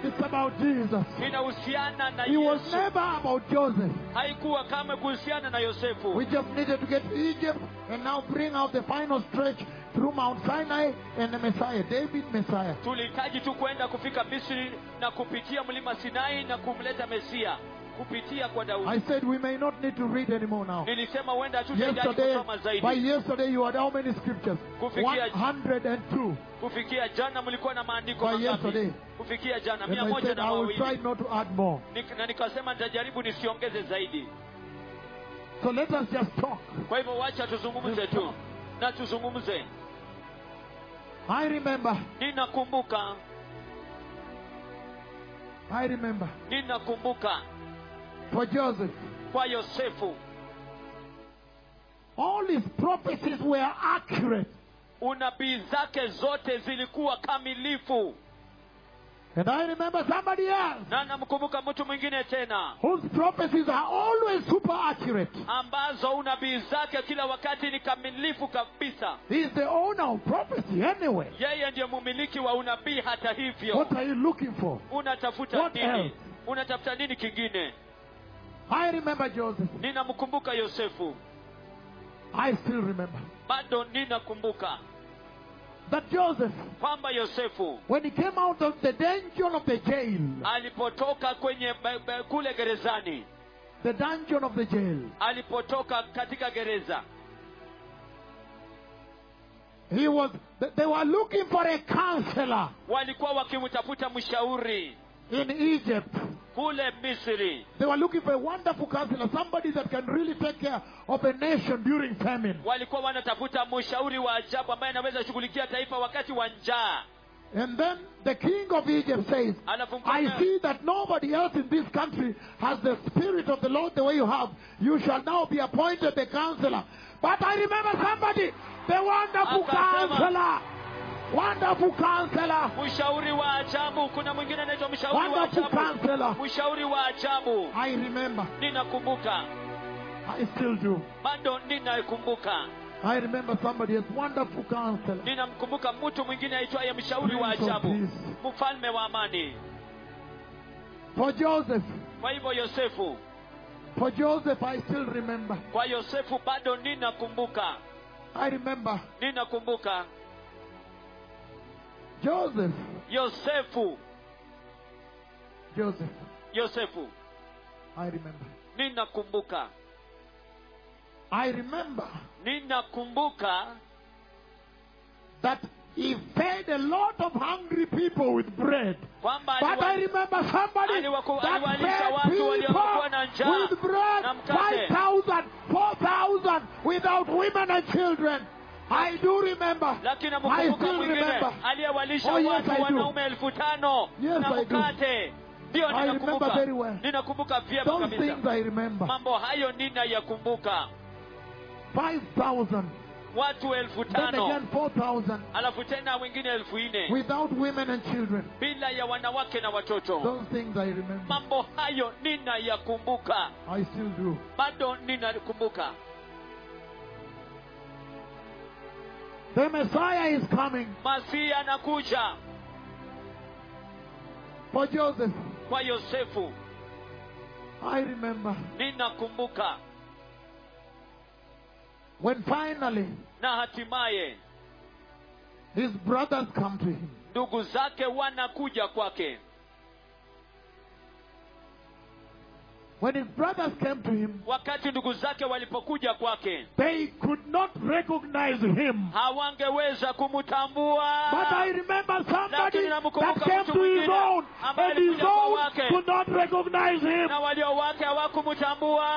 S2: It's about Jesus.
S3: inahusiana na
S2: It was
S3: yesu
S2: never about Joseph.
S3: haikuwa kama kuhusiana na yosefu
S2: We just needed to get to Egypt and now bring out the final stretch through Mount Sinai and the Messiah, David Messiah.
S3: tulihitaji tu kwenda kufika misri na kupitia mlima sinai na kumleta mesia kupitia kwa daudi
S2: I said we may not need to read anymore now.
S3: nilisema huenda tutahitaji
S2: Yesterday,
S3: kusoma
S2: by
S3: zaidi
S2: yesterday you had how many scriptures?
S3: Kufikia-
S2: 102.
S3: kufikia jana mlikuwa na maandiko
S2: By
S3: mangapi?
S2: yesterday.
S3: kufikia jana
S2: And
S3: mia
S2: I
S3: moja
S2: said
S3: na
S2: I will try
S3: mawili
S2: not to add more.
S3: Nik- na nikasema nitajaribu nisiongeze zaidi
S2: So let us just talk.
S3: kwa hivyo wacha tuzungumze tu na tuzungumze
S2: I remember,
S3: ninakumbuka
S2: I remember,
S3: ninakumbuka
S2: for Joseph,
S3: kwa yosefu
S2: all his prophecies were accurate.
S3: unabii zake zote zilikuwa kamilifu
S2: And I remember somebody else
S3: na namkumbuka mtu mwingine tena
S2: whose prophecies are always super accurate.
S3: ambazo unabii zake kila wakati ni kamilifu kabisa
S2: He is the owner of prophecy anyway.
S3: yeye ndiye mumiliki wa unabii hata hivyo
S2: What are you looking for?
S3: unatafuta
S2: What
S3: nini
S2: else?
S3: unatafuta nini kingine
S2: I remember Joseph.
S3: ninamkumbuka yosefu
S2: I still remember.
S3: bado ninakumbuka
S2: that Joseph,
S3: kwamba Yosefu
S2: when he came out of the dungeon of the jail,
S3: alipotoka kwenye be- be- kule gerezani,
S2: the dungeon of the jail,
S3: alipotoka katika gereza,
S2: he was, th- they were looking for a counselor
S3: walikuwa wakimtafuta mshauri
S2: in Egypt.
S3: kule Misri,
S2: They were looking for a wonderful counselor, somebody that can really take care of a nation during famine.
S3: walikuwa wanatafuta mshauri wa ajabu ambaye anaweza shughulikia taifa wakati wa njaa.
S2: And then the king of Egypt says,
S3: Alafu
S2: I
S3: mfalme-
S2: see that nobody else in this country has the spirit of the Lord the way you have. You shall now be appointed the counselor. But I remember somebody, the wonderful
S3: Akasema-
S2: counselor. Wonderful counselor.
S3: mshauri wa ajabu. Kuna mwingine anaitwa mshauri wa
S2: Wonderful
S3: ajabu,
S2: counselor.
S3: mshauri wa ajabu.
S2: I remember.
S3: Ninakumbuka,
S2: I still do.
S3: bado ninakumbuka,
S2: I remember somebody as wonderful counselor.
S3: ninamkumbuka mtu mwingine aitwaye mshauri wa
S2: Prince of
S3: ajabu,
S2: Peace.
S3: mfalme wa amani.
S2: For Joseph.
S3: Kwa hivyo Yosefu,
S2: For Joseph, I still remember.
S3: kwa Yosefu bado ninakumbuka,
S2: I remember.
S3: ninakumbuka
S2: Joseph.
S3: Yosefu,
S2: Joseph.
S3: Yosefu,
S2: I remember.
S3: ninakumbuka,
S2: I remember
S3: ninakumbuka
S2: that he fed a lot of hungry people with bread.
S3: kwamba
S2: But I
S3: aliwa-
S2: remember somebody
S3: Aliwaku-
S2: that
S3: aliwalisha
S2: fed
S3: watu waliokuwa na
S2: people
S3: njaa
S2: with bread,
S3: na mkate.
S2: 5,000, 4,000 without women and children. I do remember.
S3: lakini
S2: I
S3: amkumbuka
S2: still
S3: mwingine
S2: remember.
S3: aliyewalisha
S2: Oh, yes,
S3: watu
S2: I do.
S3: wanaume elfu tano
S2: Yes,
S3: na
S2: I do.
S3: mkate ndiyo
S2: I
S3: ninakumbuka
S2: remember very well.
S3: ninakumbuka vyema
S2: Those
S3: kabisa
S2: things I remember.
S3: mambo hayo ninayakumbuka
S2: 5,000,
S3: watu elfu
S2: then
S3: tano
S2: again 4,000
S3: alafu tena wengine elfu nne
S2: without women and children.
S3: bila ya wanawake na watoto
S2: Those things I remember.
S3: mambo hayo ninayakumbuka
S2: I still do.
S3: bado ninakumbuka
S2: The Messiah is coming
S3: masihi anakuja
S2: for Joseph.
S3: kwa yosefu
S2: I remember
S3: ninakumbuka
S2: when finally
S3: na hatimaye
S2: his brothers come to him.
S3: ndugu zake wanakuja kwake
S2: When his brothers came to him,
S3: wakati ndugu zake walipokuja kwake
S2: They could not recognize him.
S3: hawangeweza kumtambua
S2: But I remember somebody
S3: Ah. Lakini namkumbuka
S2: that came
S3: mtu
S2: to his
S3: mwingine
S2: own,
S3: ambaye
S2: and his
S3: alikuja kwa
S2: own
S3: wake.
S2: could not recognize him.
S3: na walio wake hawakumtambua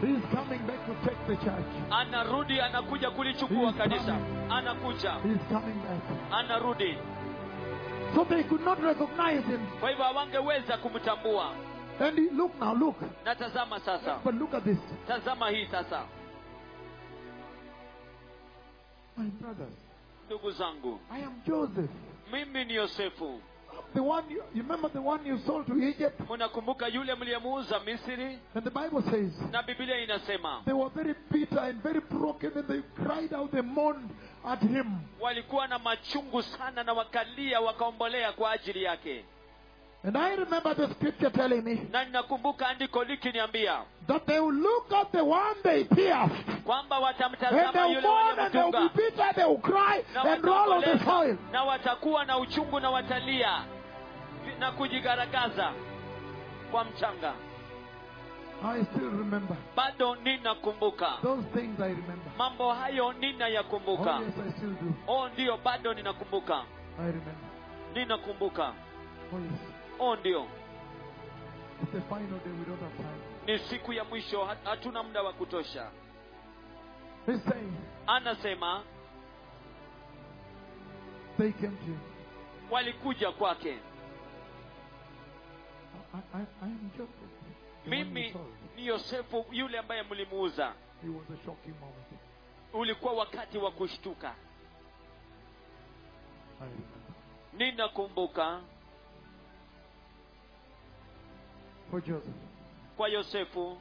S2: He's coming back to take the church.
S3: anarudi anakuja kulichukua
S2: He's
S3: kanisa
S2: coming.
S3: anakuja
S2: He's coming back.
S3: anarudi
S2: So they could not recognize him.
S3: kwa hivyo hawangeweza kumtambua
S2: And he, look now, look.
S3: na tazama sasa
S2: But look at this.
S3: tazama hii sasa
S2: My brothers,
S3: ndugu zangu
S2: I am Joseph.
S3: mimi ni yosefu
S2: I'm the one you, you remember the one you sold to Egypt?
S3: mnakumbuka yule mliyemuuza misri
S2: And the Bible says
S3: na biblia inasema
S2: they were very bitter and very broken and they cried out, they mourned at him.
S3: walikuwa na machungu sana na wakalia wakaombolea kwa ajili yake
S2: And I remember the scripture telling me
S3: na ninakumbuka andiko likiniambia
S2: that they will look at the one they pierced,
S3: kwamba
S2: and
S3: watamtazama
S2: they'll
S3: yule
S2: mourn, and they'll be
S3: waliyemtunga
S2: bitter, they'll cry,
S3: na
S2: and roll on the soil.
S3: wataomboleza na watakuwa na uchungu na watalia na kujigaragaza kwa mchanga
S2: I still remember
S3: bado ninakumbuka
S2: those things. I remember.
S3: mambo hayo
S2: Oh,
S3: ninayakumbuka
S2: yes, I still do.
S3: oh ndiyo bado ninakumbuka
S2: I remember.
S3: ninakumbuka
S2: Oh, yes.
S3: oh ndiyo
S2: It's the final day. We don't have time.
S3: ni siku ya mwisho hat- hatuna muda wa kutosha
S2: He's saying
S3: anasema
S2: they came to you.
S3: walikuja kwake
S2: I, I, I- I am Joseph. The one you
S3: mimi
S2: sold.
S3: ni yosefu yule ambaye mlimuuza
S2: It was a shocking moment.
S3: ulikuwa wakati wa kushtuka
S2: I remember.
S3: ninakumbuka
S2: For Joseph,
S3: kwa yosefu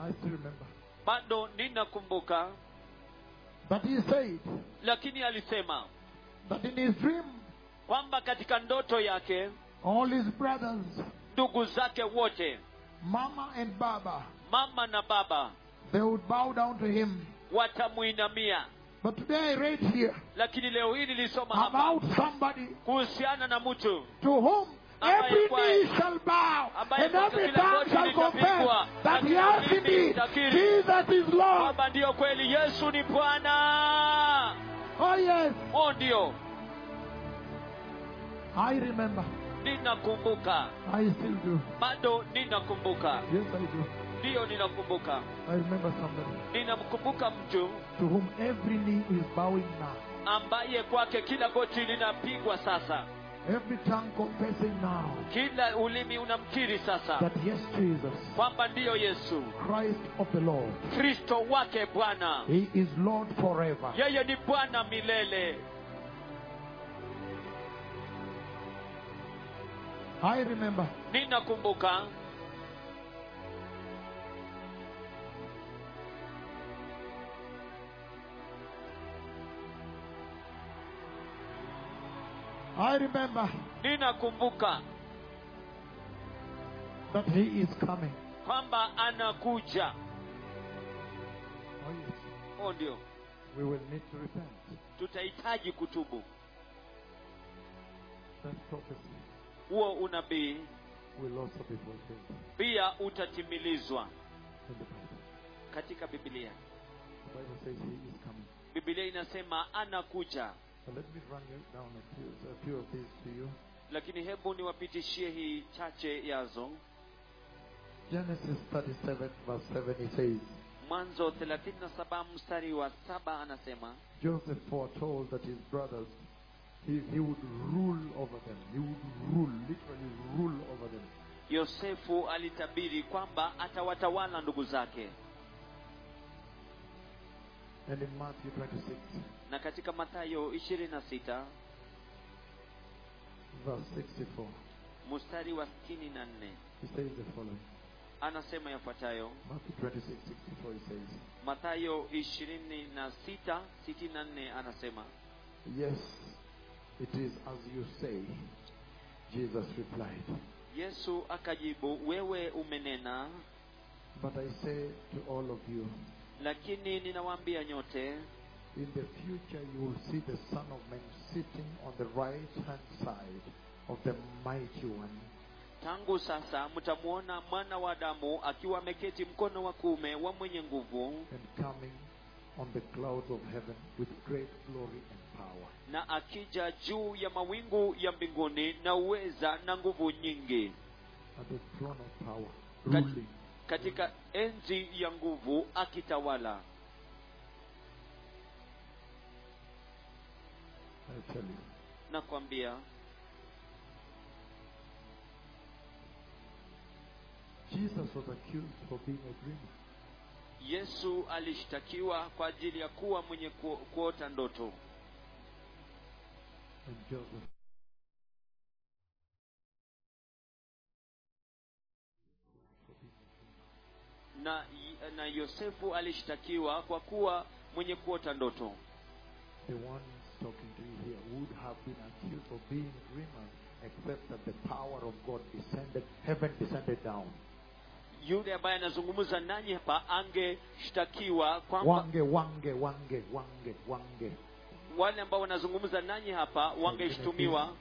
S2: I still remember.
S3: bado ninakumbuka
S2: But he said
S3: lakini alisema
S2: that in his dream,
S3: kwamba katika ndoto yake
S2: all his brothers,
S3: ndugu zake wote
S2: Mama and Baba,
S3: mama na baba
S2: they would bow down to him.
S3: watamuinamia
S2: But today I read here
S3: lakini leo hii nilisoma hapa
S2: about somebody
S3: kuhusiana na mtu
S2: to whom
S3: Ambaye
S2: every
S3: kwaye-
S2: knee shall bow
S3: ambaye
S2: and
S3: kwa
S2: every
S3: kila
S2: tongue
S3: goti
S2: shall
S3: litapigwa,
S2: confess that
S3: na
S2: yes,
S3: kila ulimi
S2: indeed,
S3: utakiri.
S2: Jesus is Lord.
S3: kwamba ndiyo kweli yesu ni bwana
S2: Oh, yes,
S3: o ndio
S2: I remember.
S3: ninakumbuka
S2: I still do.
S3: bado ninakumbuka
S2: Yes, I do.
S3: ndiyo ninakumbuka
S2: I remember somebody
S3: ninamkumbuka mtu
S2: to whom every knee is bowing now,
S3: ambaye kwake kila goti linapigwa sasa
S2: every tongue confessing now
S3: kila ulimi unamkiri sasa
S2: that yes, Jesus,
S3: kwamba ndiyo yesu
S2: Christ of the Lord,
S3: kristo wake bwana
S2: He is Lord forever.
S3: yeye ni bwana milele
S2: I remember
S3: ninakumbuka
S2: I remember
S3: ninakumbuka
S2: that He is coming.
S3: kwamba anakuja
S2: Oh, yes.
S3: o ndio
S2: We will need to repent.
S3: tutahitaji kutubu
S2: That prophecy
S3: huo unabii
S2: will also be fulfilled
S3: pia utatimilizwa
S2: in the Bible.
S3: katika bibilia
S2: The Bible says He is coming.
S3: bibilia inasema anakuja
S2: But let me run you down a few, a few of these to you.
S3: lakini hebu niwapitishie hii chache yazo
S2: Genesis 37, verse 7, he says,
S3: mwanzo 37 mstari wa saba anasema
S2: Joseph foretold that his brothers, he, he would rule over them. He would rule, literally rule over them.
S3: yosefu alitabiri kwamba atawatawala ndugu zake
S2: And in Matthew 26,
S3: na katika mathayo 26
S2: verse 64,
S3: mstari wa 64
S2: he says the following.
S3: anasema yafuatayo
S2: Matthew 26, 64, he says,
S3: mathayo 26 64 anasema
S2: Yes, it is as you say. Jesus replied,
S3: yesu akajibu wewe umenena
S2: But I say to all of you,
S3: lakini ninawaambia nyote
S2: In the future, you will see the Son of Man sitting on the right hand side of the mighty one.
S3: tangu sasa mtamwona mwana wa adamu akiwa ameketi mkono wa kuume wa mwenye nguvu
S2: and coming on the clouds of heaven with great glory and power.
S3: na akija juu ya mawingu ya mbinguni na uweza na nguvu nyingi
S2: At the throne of power,
S3: Kat-
S2: ruling.
S3: katika enzi ya nguvu akitawala
S2: I tell you,
S3: nakwambia
S2: Jesus was accused for being a dreamer.
S3: yesu alishtakiwa kwa ajili ya kuwa mwenye ku, kuota ndoto
S2: And Joseph,
S3: na na yosefu alishtakiwa kwa kuwa mwenye kuota ndoto
S2: the one talking to you here, would have been accused of being dreamers, except that the power of God descended, heaven descended down.
S3: yule ambaye anazungumza nanyi hapa angeshtakiwa kwamba
S2: Wange, wange, wange, wange, wange.
S3: wale ambao wanazungumza nanyi hapa wangeshtumiwa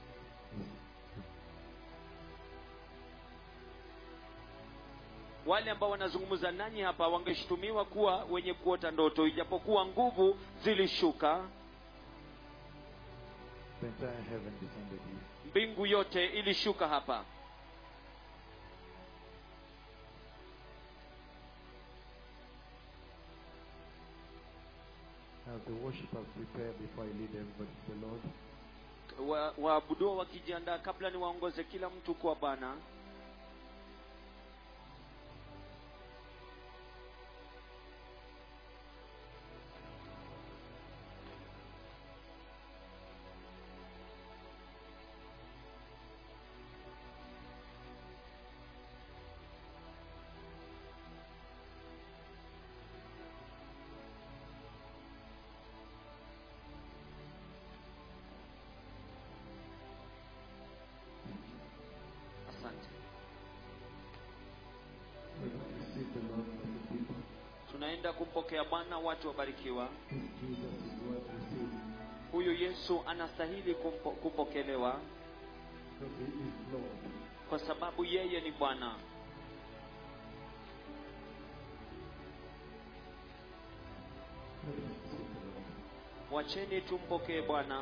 S3: wale ambao wanazungumza nanyi hapa wangeshtumiwa kuwa wenye kuota ndoto ijapokuwa nguvu zilishuka
S2: The entire heaven descended here.
S3: mbingu yote ilishuka hapa
S2: As the worshippers prepare before I lead everybody to the Lord,
S3: Wa- waabuduo wakijiandaa kabla niwaongoze kila mtu kwa bwana wanaopenda kumpokea bwana watu wabarikiwa
S2: This Jesus is worth receiving
S3: huyu yesu anastahili kumpo, kupokelewa
S2: because he is Lord.
S3: kwa sababu yeye ni bwana
S2: Let us receive the Lord.
S3: wacheni tumpokee bwana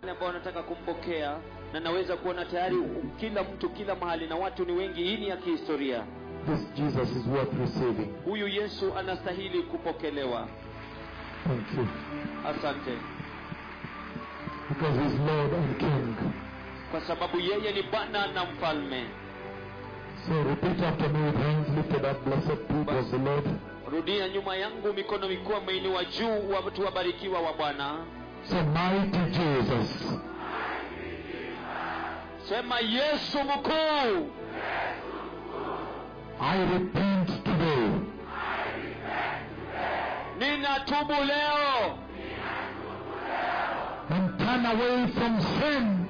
S3: wale ambao wanataka kumpokea na naweza kuona tayari kila mtu kila mahali na watu ni wengi hii ni ya kihistoria
S4: This Jesus is worth receiving.
S3: huyu yesu anastahili kupokelewa
S4: Thank you.
S3: asante
S4: Because he's Lord and King.
S3: kwa sababu yeye ni bwana na mfalme
S4: So repeat after me with hands lifted up, blessed people of the Lord.
S3: rudia nyuma yangu mikono mikuwa meinua juu watu wabarikiwa wa bwana
S4: Say, mighty Jesus,
S3: sema yesu mkuu
S4: I repent today.
S3: ninatubu leo
S4: and turn away from sin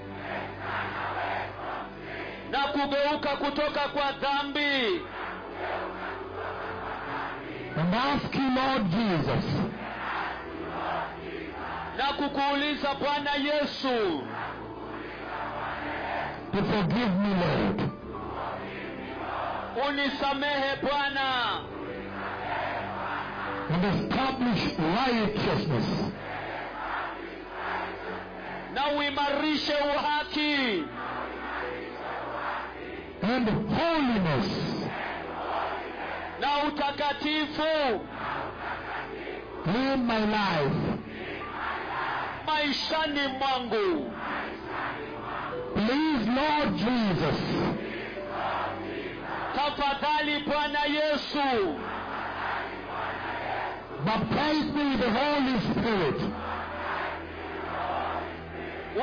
S3: na kugeuka kutoka kwa dhambi
S4: and ask you, Lord Jesus,
S3: na kukuuliza bwana yesu
S4: to forgive me, Lord,
S3: unisamehe bwana
S4: and establish righteousness
S3: na uimarishe uhaki
S4: and holiness
S3: na utakatifu
S4: in my life.
S3: maishani mwangu
S4: Please, Lord Jesus,
S3: tafadhali bwana yesu
S4: baptize me with the Holy Spirit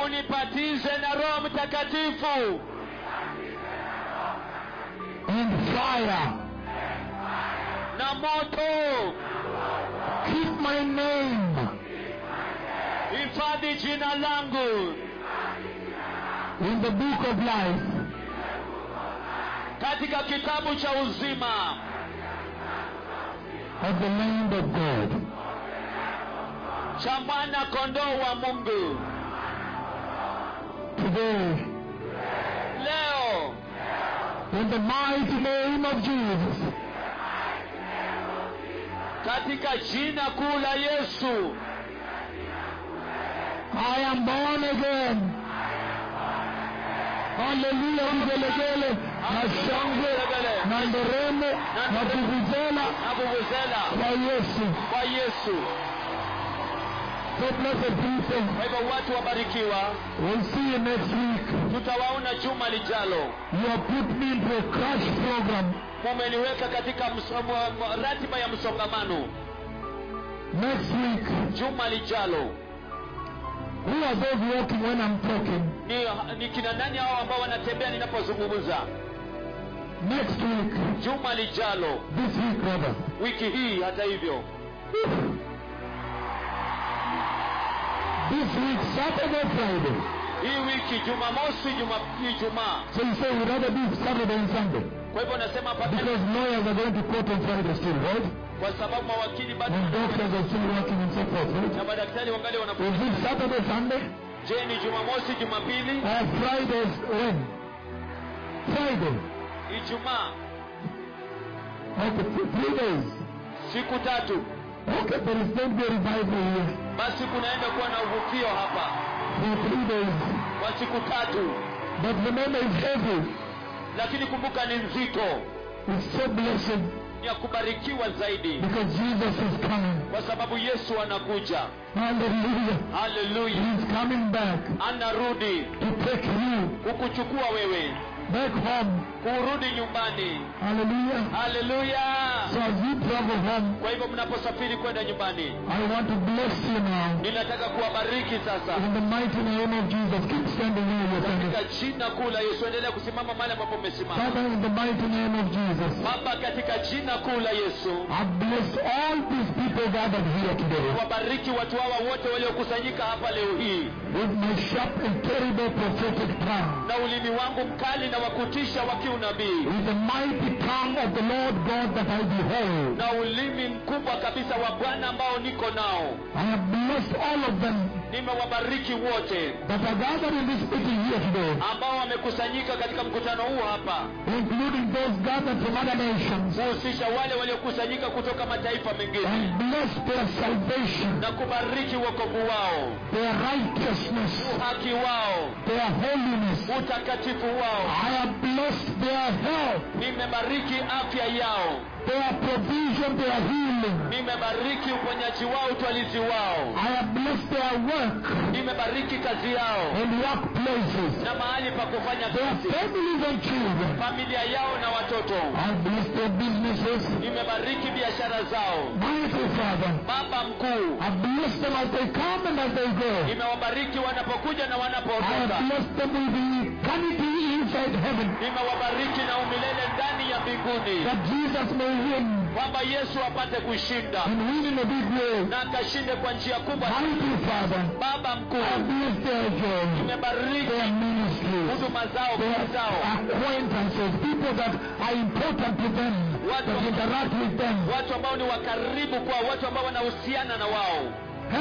S3: unibatize na roho mtakatifu
S4: and fire.
S3: na moto
S4: Keep my name
S3: hifadhi jina langu
S4: in the book of life
S3: katika kitabu cha uzima
S4: of the land of God.
S3: cha mwana kondoo wa mungu
S4: Today,
S3: leo
S4: in the mighty name of Jesus,
S3: katika jina kuu la yesu
S4: I am born again. Haleluya, vigelegele na shangwe na nderemo na vuvuzela
S3: na vuvuzela
S4: kwa Yesu.
S3: kwa yesu
S4: So blessed people,
S3: kwa hivyo watu wabarikiwa
S4: we'll see you next week.
S3: tutawaona juma lijalo
S4: You have put me into a crash program.
S3: mumeniweka katika mso- mwa- mwa- ratiba ya msongamano
S4: Next week,
S3: juma lijalo
S4: who are those walking when I'm talking?
S3: ni, ni kina nani hao ambao wanatembea ninapozungumza
S4: Next week,
S3: juma lijalo
S4: this week rather.
S3: wiki hii hata hivyo
S4: This week, Saturday, Friday.
S3: hii wiki jumamosi juma- ijumaa
S4: So you say we'd rather do Saturday and Sunday.
S3: kwa hivyo nasema hapa
S4: Because lawyers are going to court on Friday still, right?
S3: kwa sababu mawakili bado
S4: And doctors are still working and so forth, right?
S3: na madaktari wangali wanapo
S4: Is it Saturday, Sunday?
S3: je ni jumamosi jumapili
S4: Or Fridays when? Friday.
S3: ijumaa
S4: Okay, th- three days.
S3: siku tatu
S4: Okay, there is going to be a revival here
S3: basi kunaenda kuwa na uvukio hapa
S4: for three days.
S3: kwa siku tatu
S4: But remember, it's heavy.
S3: lakini kumbuka ni nzito
S4: It's so blessed
S3: ni ya kubarikiwa zaidi
S4: because Jesus is coming.
S3: kwa sababu yesu anakuja
S4: Hallelujah.
S3: haleluya
S4: He's coming back
S3: anarudi
S4: to take you
S3: kukuchukua wewe
S4: back home.
S3: kurudi nyumbani
S4: Hallelujah.
S3: haleluya
S4: So
S3: sana
S4: as you travel home,
S3: kwa hivyo mnaposafiri kwenda nyumbani
S4: I want to bless you now.
S3: ninataka kuwabariki sasa
S4: In the mighty name of Jesus, keep standing where you're
S3: katika
S4: standing.
S3: jina kuu la yesu endelea kusimama mahali ambapo umesimama
S4: Father, in the mighty name of Jesus,
S3: baba katika jina kuu la yesu
S4: I bless all these people gathered here today
S3: wabariki watu hawa wote waliokusanyika hapa leo hii
S4: with my sharp and terrible prophetic tongue,
S3: na ulimi wangu mkali na wakutisha wa kiunabii
S4: with the mighty tongue of the Lord God that I behold.
S3: na ulimi mkubwa kabisa wa bwana ambao niko nao
S4: I have blessed all of them
S3: nimewabariki wote
S4: that are gathered in this meeting here today,
S3: ambao wamekusanyika katika mkutano huu hapa
S4: including those gathered from other nations,
S3: kuhusisha wale waliokusanyika kutoka mataifa mengine
S4: and bless their salvation,
S3: na kubariki wokovu wao
S4: their righteousness,
S3: haki wao
S4: their holiness.
S3: utakatifu wao
S4: I have blessed their health,
S3: nimebariki afya yao
S4: their provision, their healing.
S3: nimebariki uponyaji wao utwalizi wao
S4: I have blessed their work
S3: nimebariki kazi yao
S4: and workplaces,
S3: na mahali pa kufanya
S4: their
S3: kazi
S4: families and children.
S3: familia yao na watoto
S4: I have blessed their businesses.
S3: nimebariki biashara zao
S4: Mighty Father,
S3: baba mkuu
S4: I have blessed them as they come and as they go.
S3: nimewabariki wanapokuja na
S4: I
S3: wanapoondoka
S4: have blessed them with the eternity inside heaven
S3: nimewabariki na umilele ndani ya mbinguni
S4: that Jesus may win
S3: kwamba yesu apate kushinda
S4: and win in a big way.
S3: na akashinde kwa njia kubwa
S4: Mighty Father, I
S3: baba
S4: have
S3: mkuu
S4: blessed their job,
S3: nimebariki
S4: their ministries.
S3: huduma zao
S4: their
S3: kazi zao
S4: acquaintances, people that are important to them,
S3: What-
S4: that interact with them.
S3: watu ambao ni wakaribu kwa watu ambao wanahusiana na wao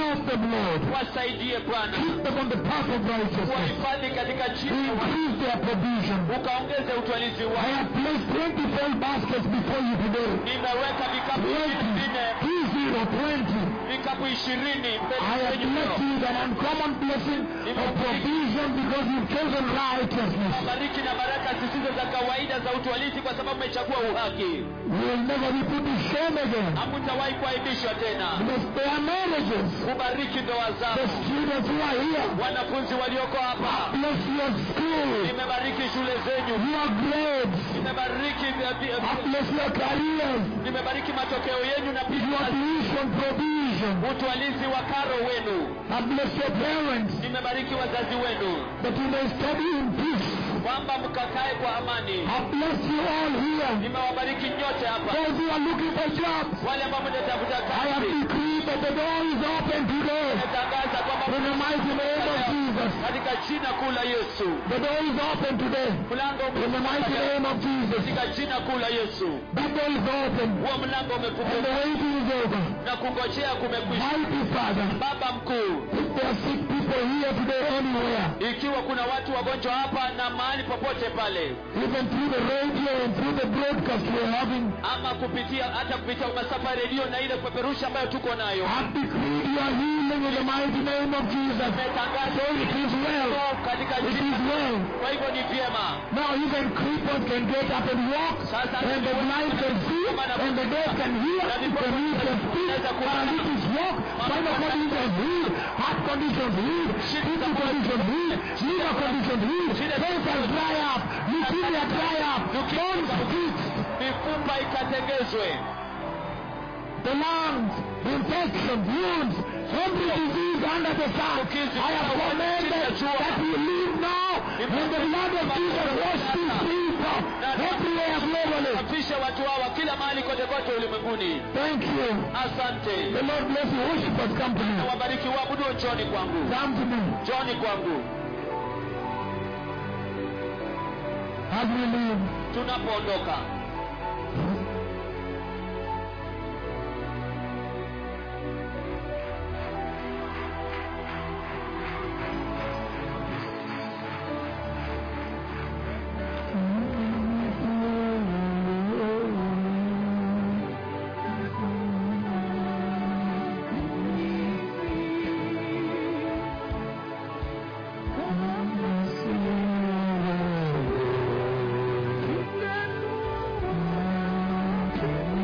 S4: Help them, Lord.
S3: wasaidie bwana
S4: Keep them on the path of righteousness.
S3: wahifadhi katika jina
S4: Increase their provision.
S3: ukaongeze utwalizi
S4: I
S3: wao
S4: have placed 25 baskets before you today.
S3: nimeweka vikapu
S4: 20,
S3: vingine
S4: 20.
S3: vikapu ishirini
S4: I
S3: mbele
S4: have
S3: zenyu
S4: blessed
S3: leo.
S4: you with an uncommon blessing of provision because you've chosen righteousness.
S3: bariki na baraka zisizo za kawaida za utwalizi kwa sababu umechagua uhaki
S4: We will never be put to shame again.
S3: hamtawahi kuaibishwa tena
S4: Bless their marriages,
S3: kubariki ndoa
S4: the
S3: zao
S4: students who are here.
S3: wanafunzi walioko hapa
S4: Bless your school.
S3: nimebariki shule zenyu
S4: your grades,
S3: nimebariki vya- vya- vya-
S4: uplift your careers,
S3: nimebariki matokeo yenyu na
S4: your
S3: pia
S4: tuition provision,
S3: utwalizi wa karo wenu
S4: uplift your parents,
S3: nimebariki wazazi wenu
S4: that you may study in peace.
S3: kwamba mkakae kwa amani
S4: I bless you all here.
S3: nimewabariki nyote hapa
S4: Those who are looking for jobs,
S3: wale ambao mnatafuta
S4: I have
S3: kazi
S4: decreed that the door is open today.
S3: natangaza kwamba
S4: In the mighty name of Jesus,
S3: katika jina kuu la yesu
S4: the door is open today.
S3: mlango
S4: In the mighty
S3: umefunguka
S4: name of Jesus,
S3: katika jina kuu la yesu
S4: that door is open
S3: huo mlango
S4: and the
S3: umefunguka
S4: waiting is over.
S3: na kungojea kumekwisha
S4: Mighty Father,
S3: baba mkuu
S4: if there are sick people here today anywhere,
S3: ikiwa kuna watu wagonjwa hapa na mahali popote pale
S4: Even through the radio and through the broadcast we're having,
S3: ama kupitia hata kupitia masafa ya redio na ile kupeperusha ambayo tuko nayo
S4: I decree your healing in the mighty name of Jesus. So
S3: umetangaza
S4: it is well.
S3: katika
S4: It
S3: jina
S4: is well.
S3: kwa hivyo ni vyema
S4: Now even creepers can get up and walk, and the blind can see, and the deaf can hear, the mute can speak, paralytics walk, spinal conditions heal, heart conditions heal, kidney conditions heal, liver conditions heal, cancers dry up, leukemia dry up, bones fixed,
S3: mifupa ikatengezwe
S4: the lungs, infections, wounds, every disease under the sun. I have commanded that we live now when the blood of Jesus washed these people everywhere globally.
S3: safishe watu hawa kila mahali kote kote ulimwenguni
S4: Thank you.
S3: asante
S4: The Lord bless you. Worshipers, come to me.
S3: wabariki waabudu njoni kwangu
S4: Come to me.
S3: njoni kwangu
S4: As we leave,
S3: tunapoondoka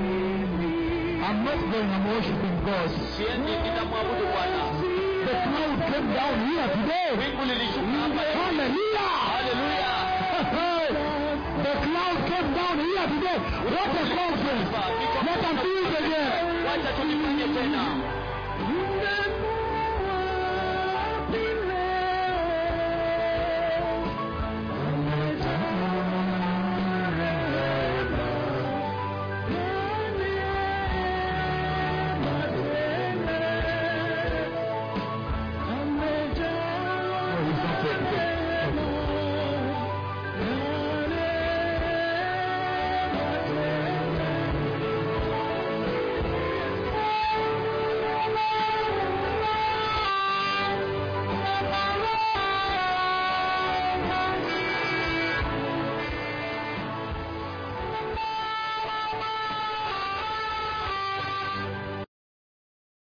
S4: I'm not going, I'm worshiping God.
S3: siendi ninamwabudu bwana
S4: The cloud came down here today.
S3: wingu lilishuka hapa
S4: Hallelujah!
S3: haleluya
S4: The The cloud came down here today. What a conference! Let them do it again.
S3: wacha tulifanye tena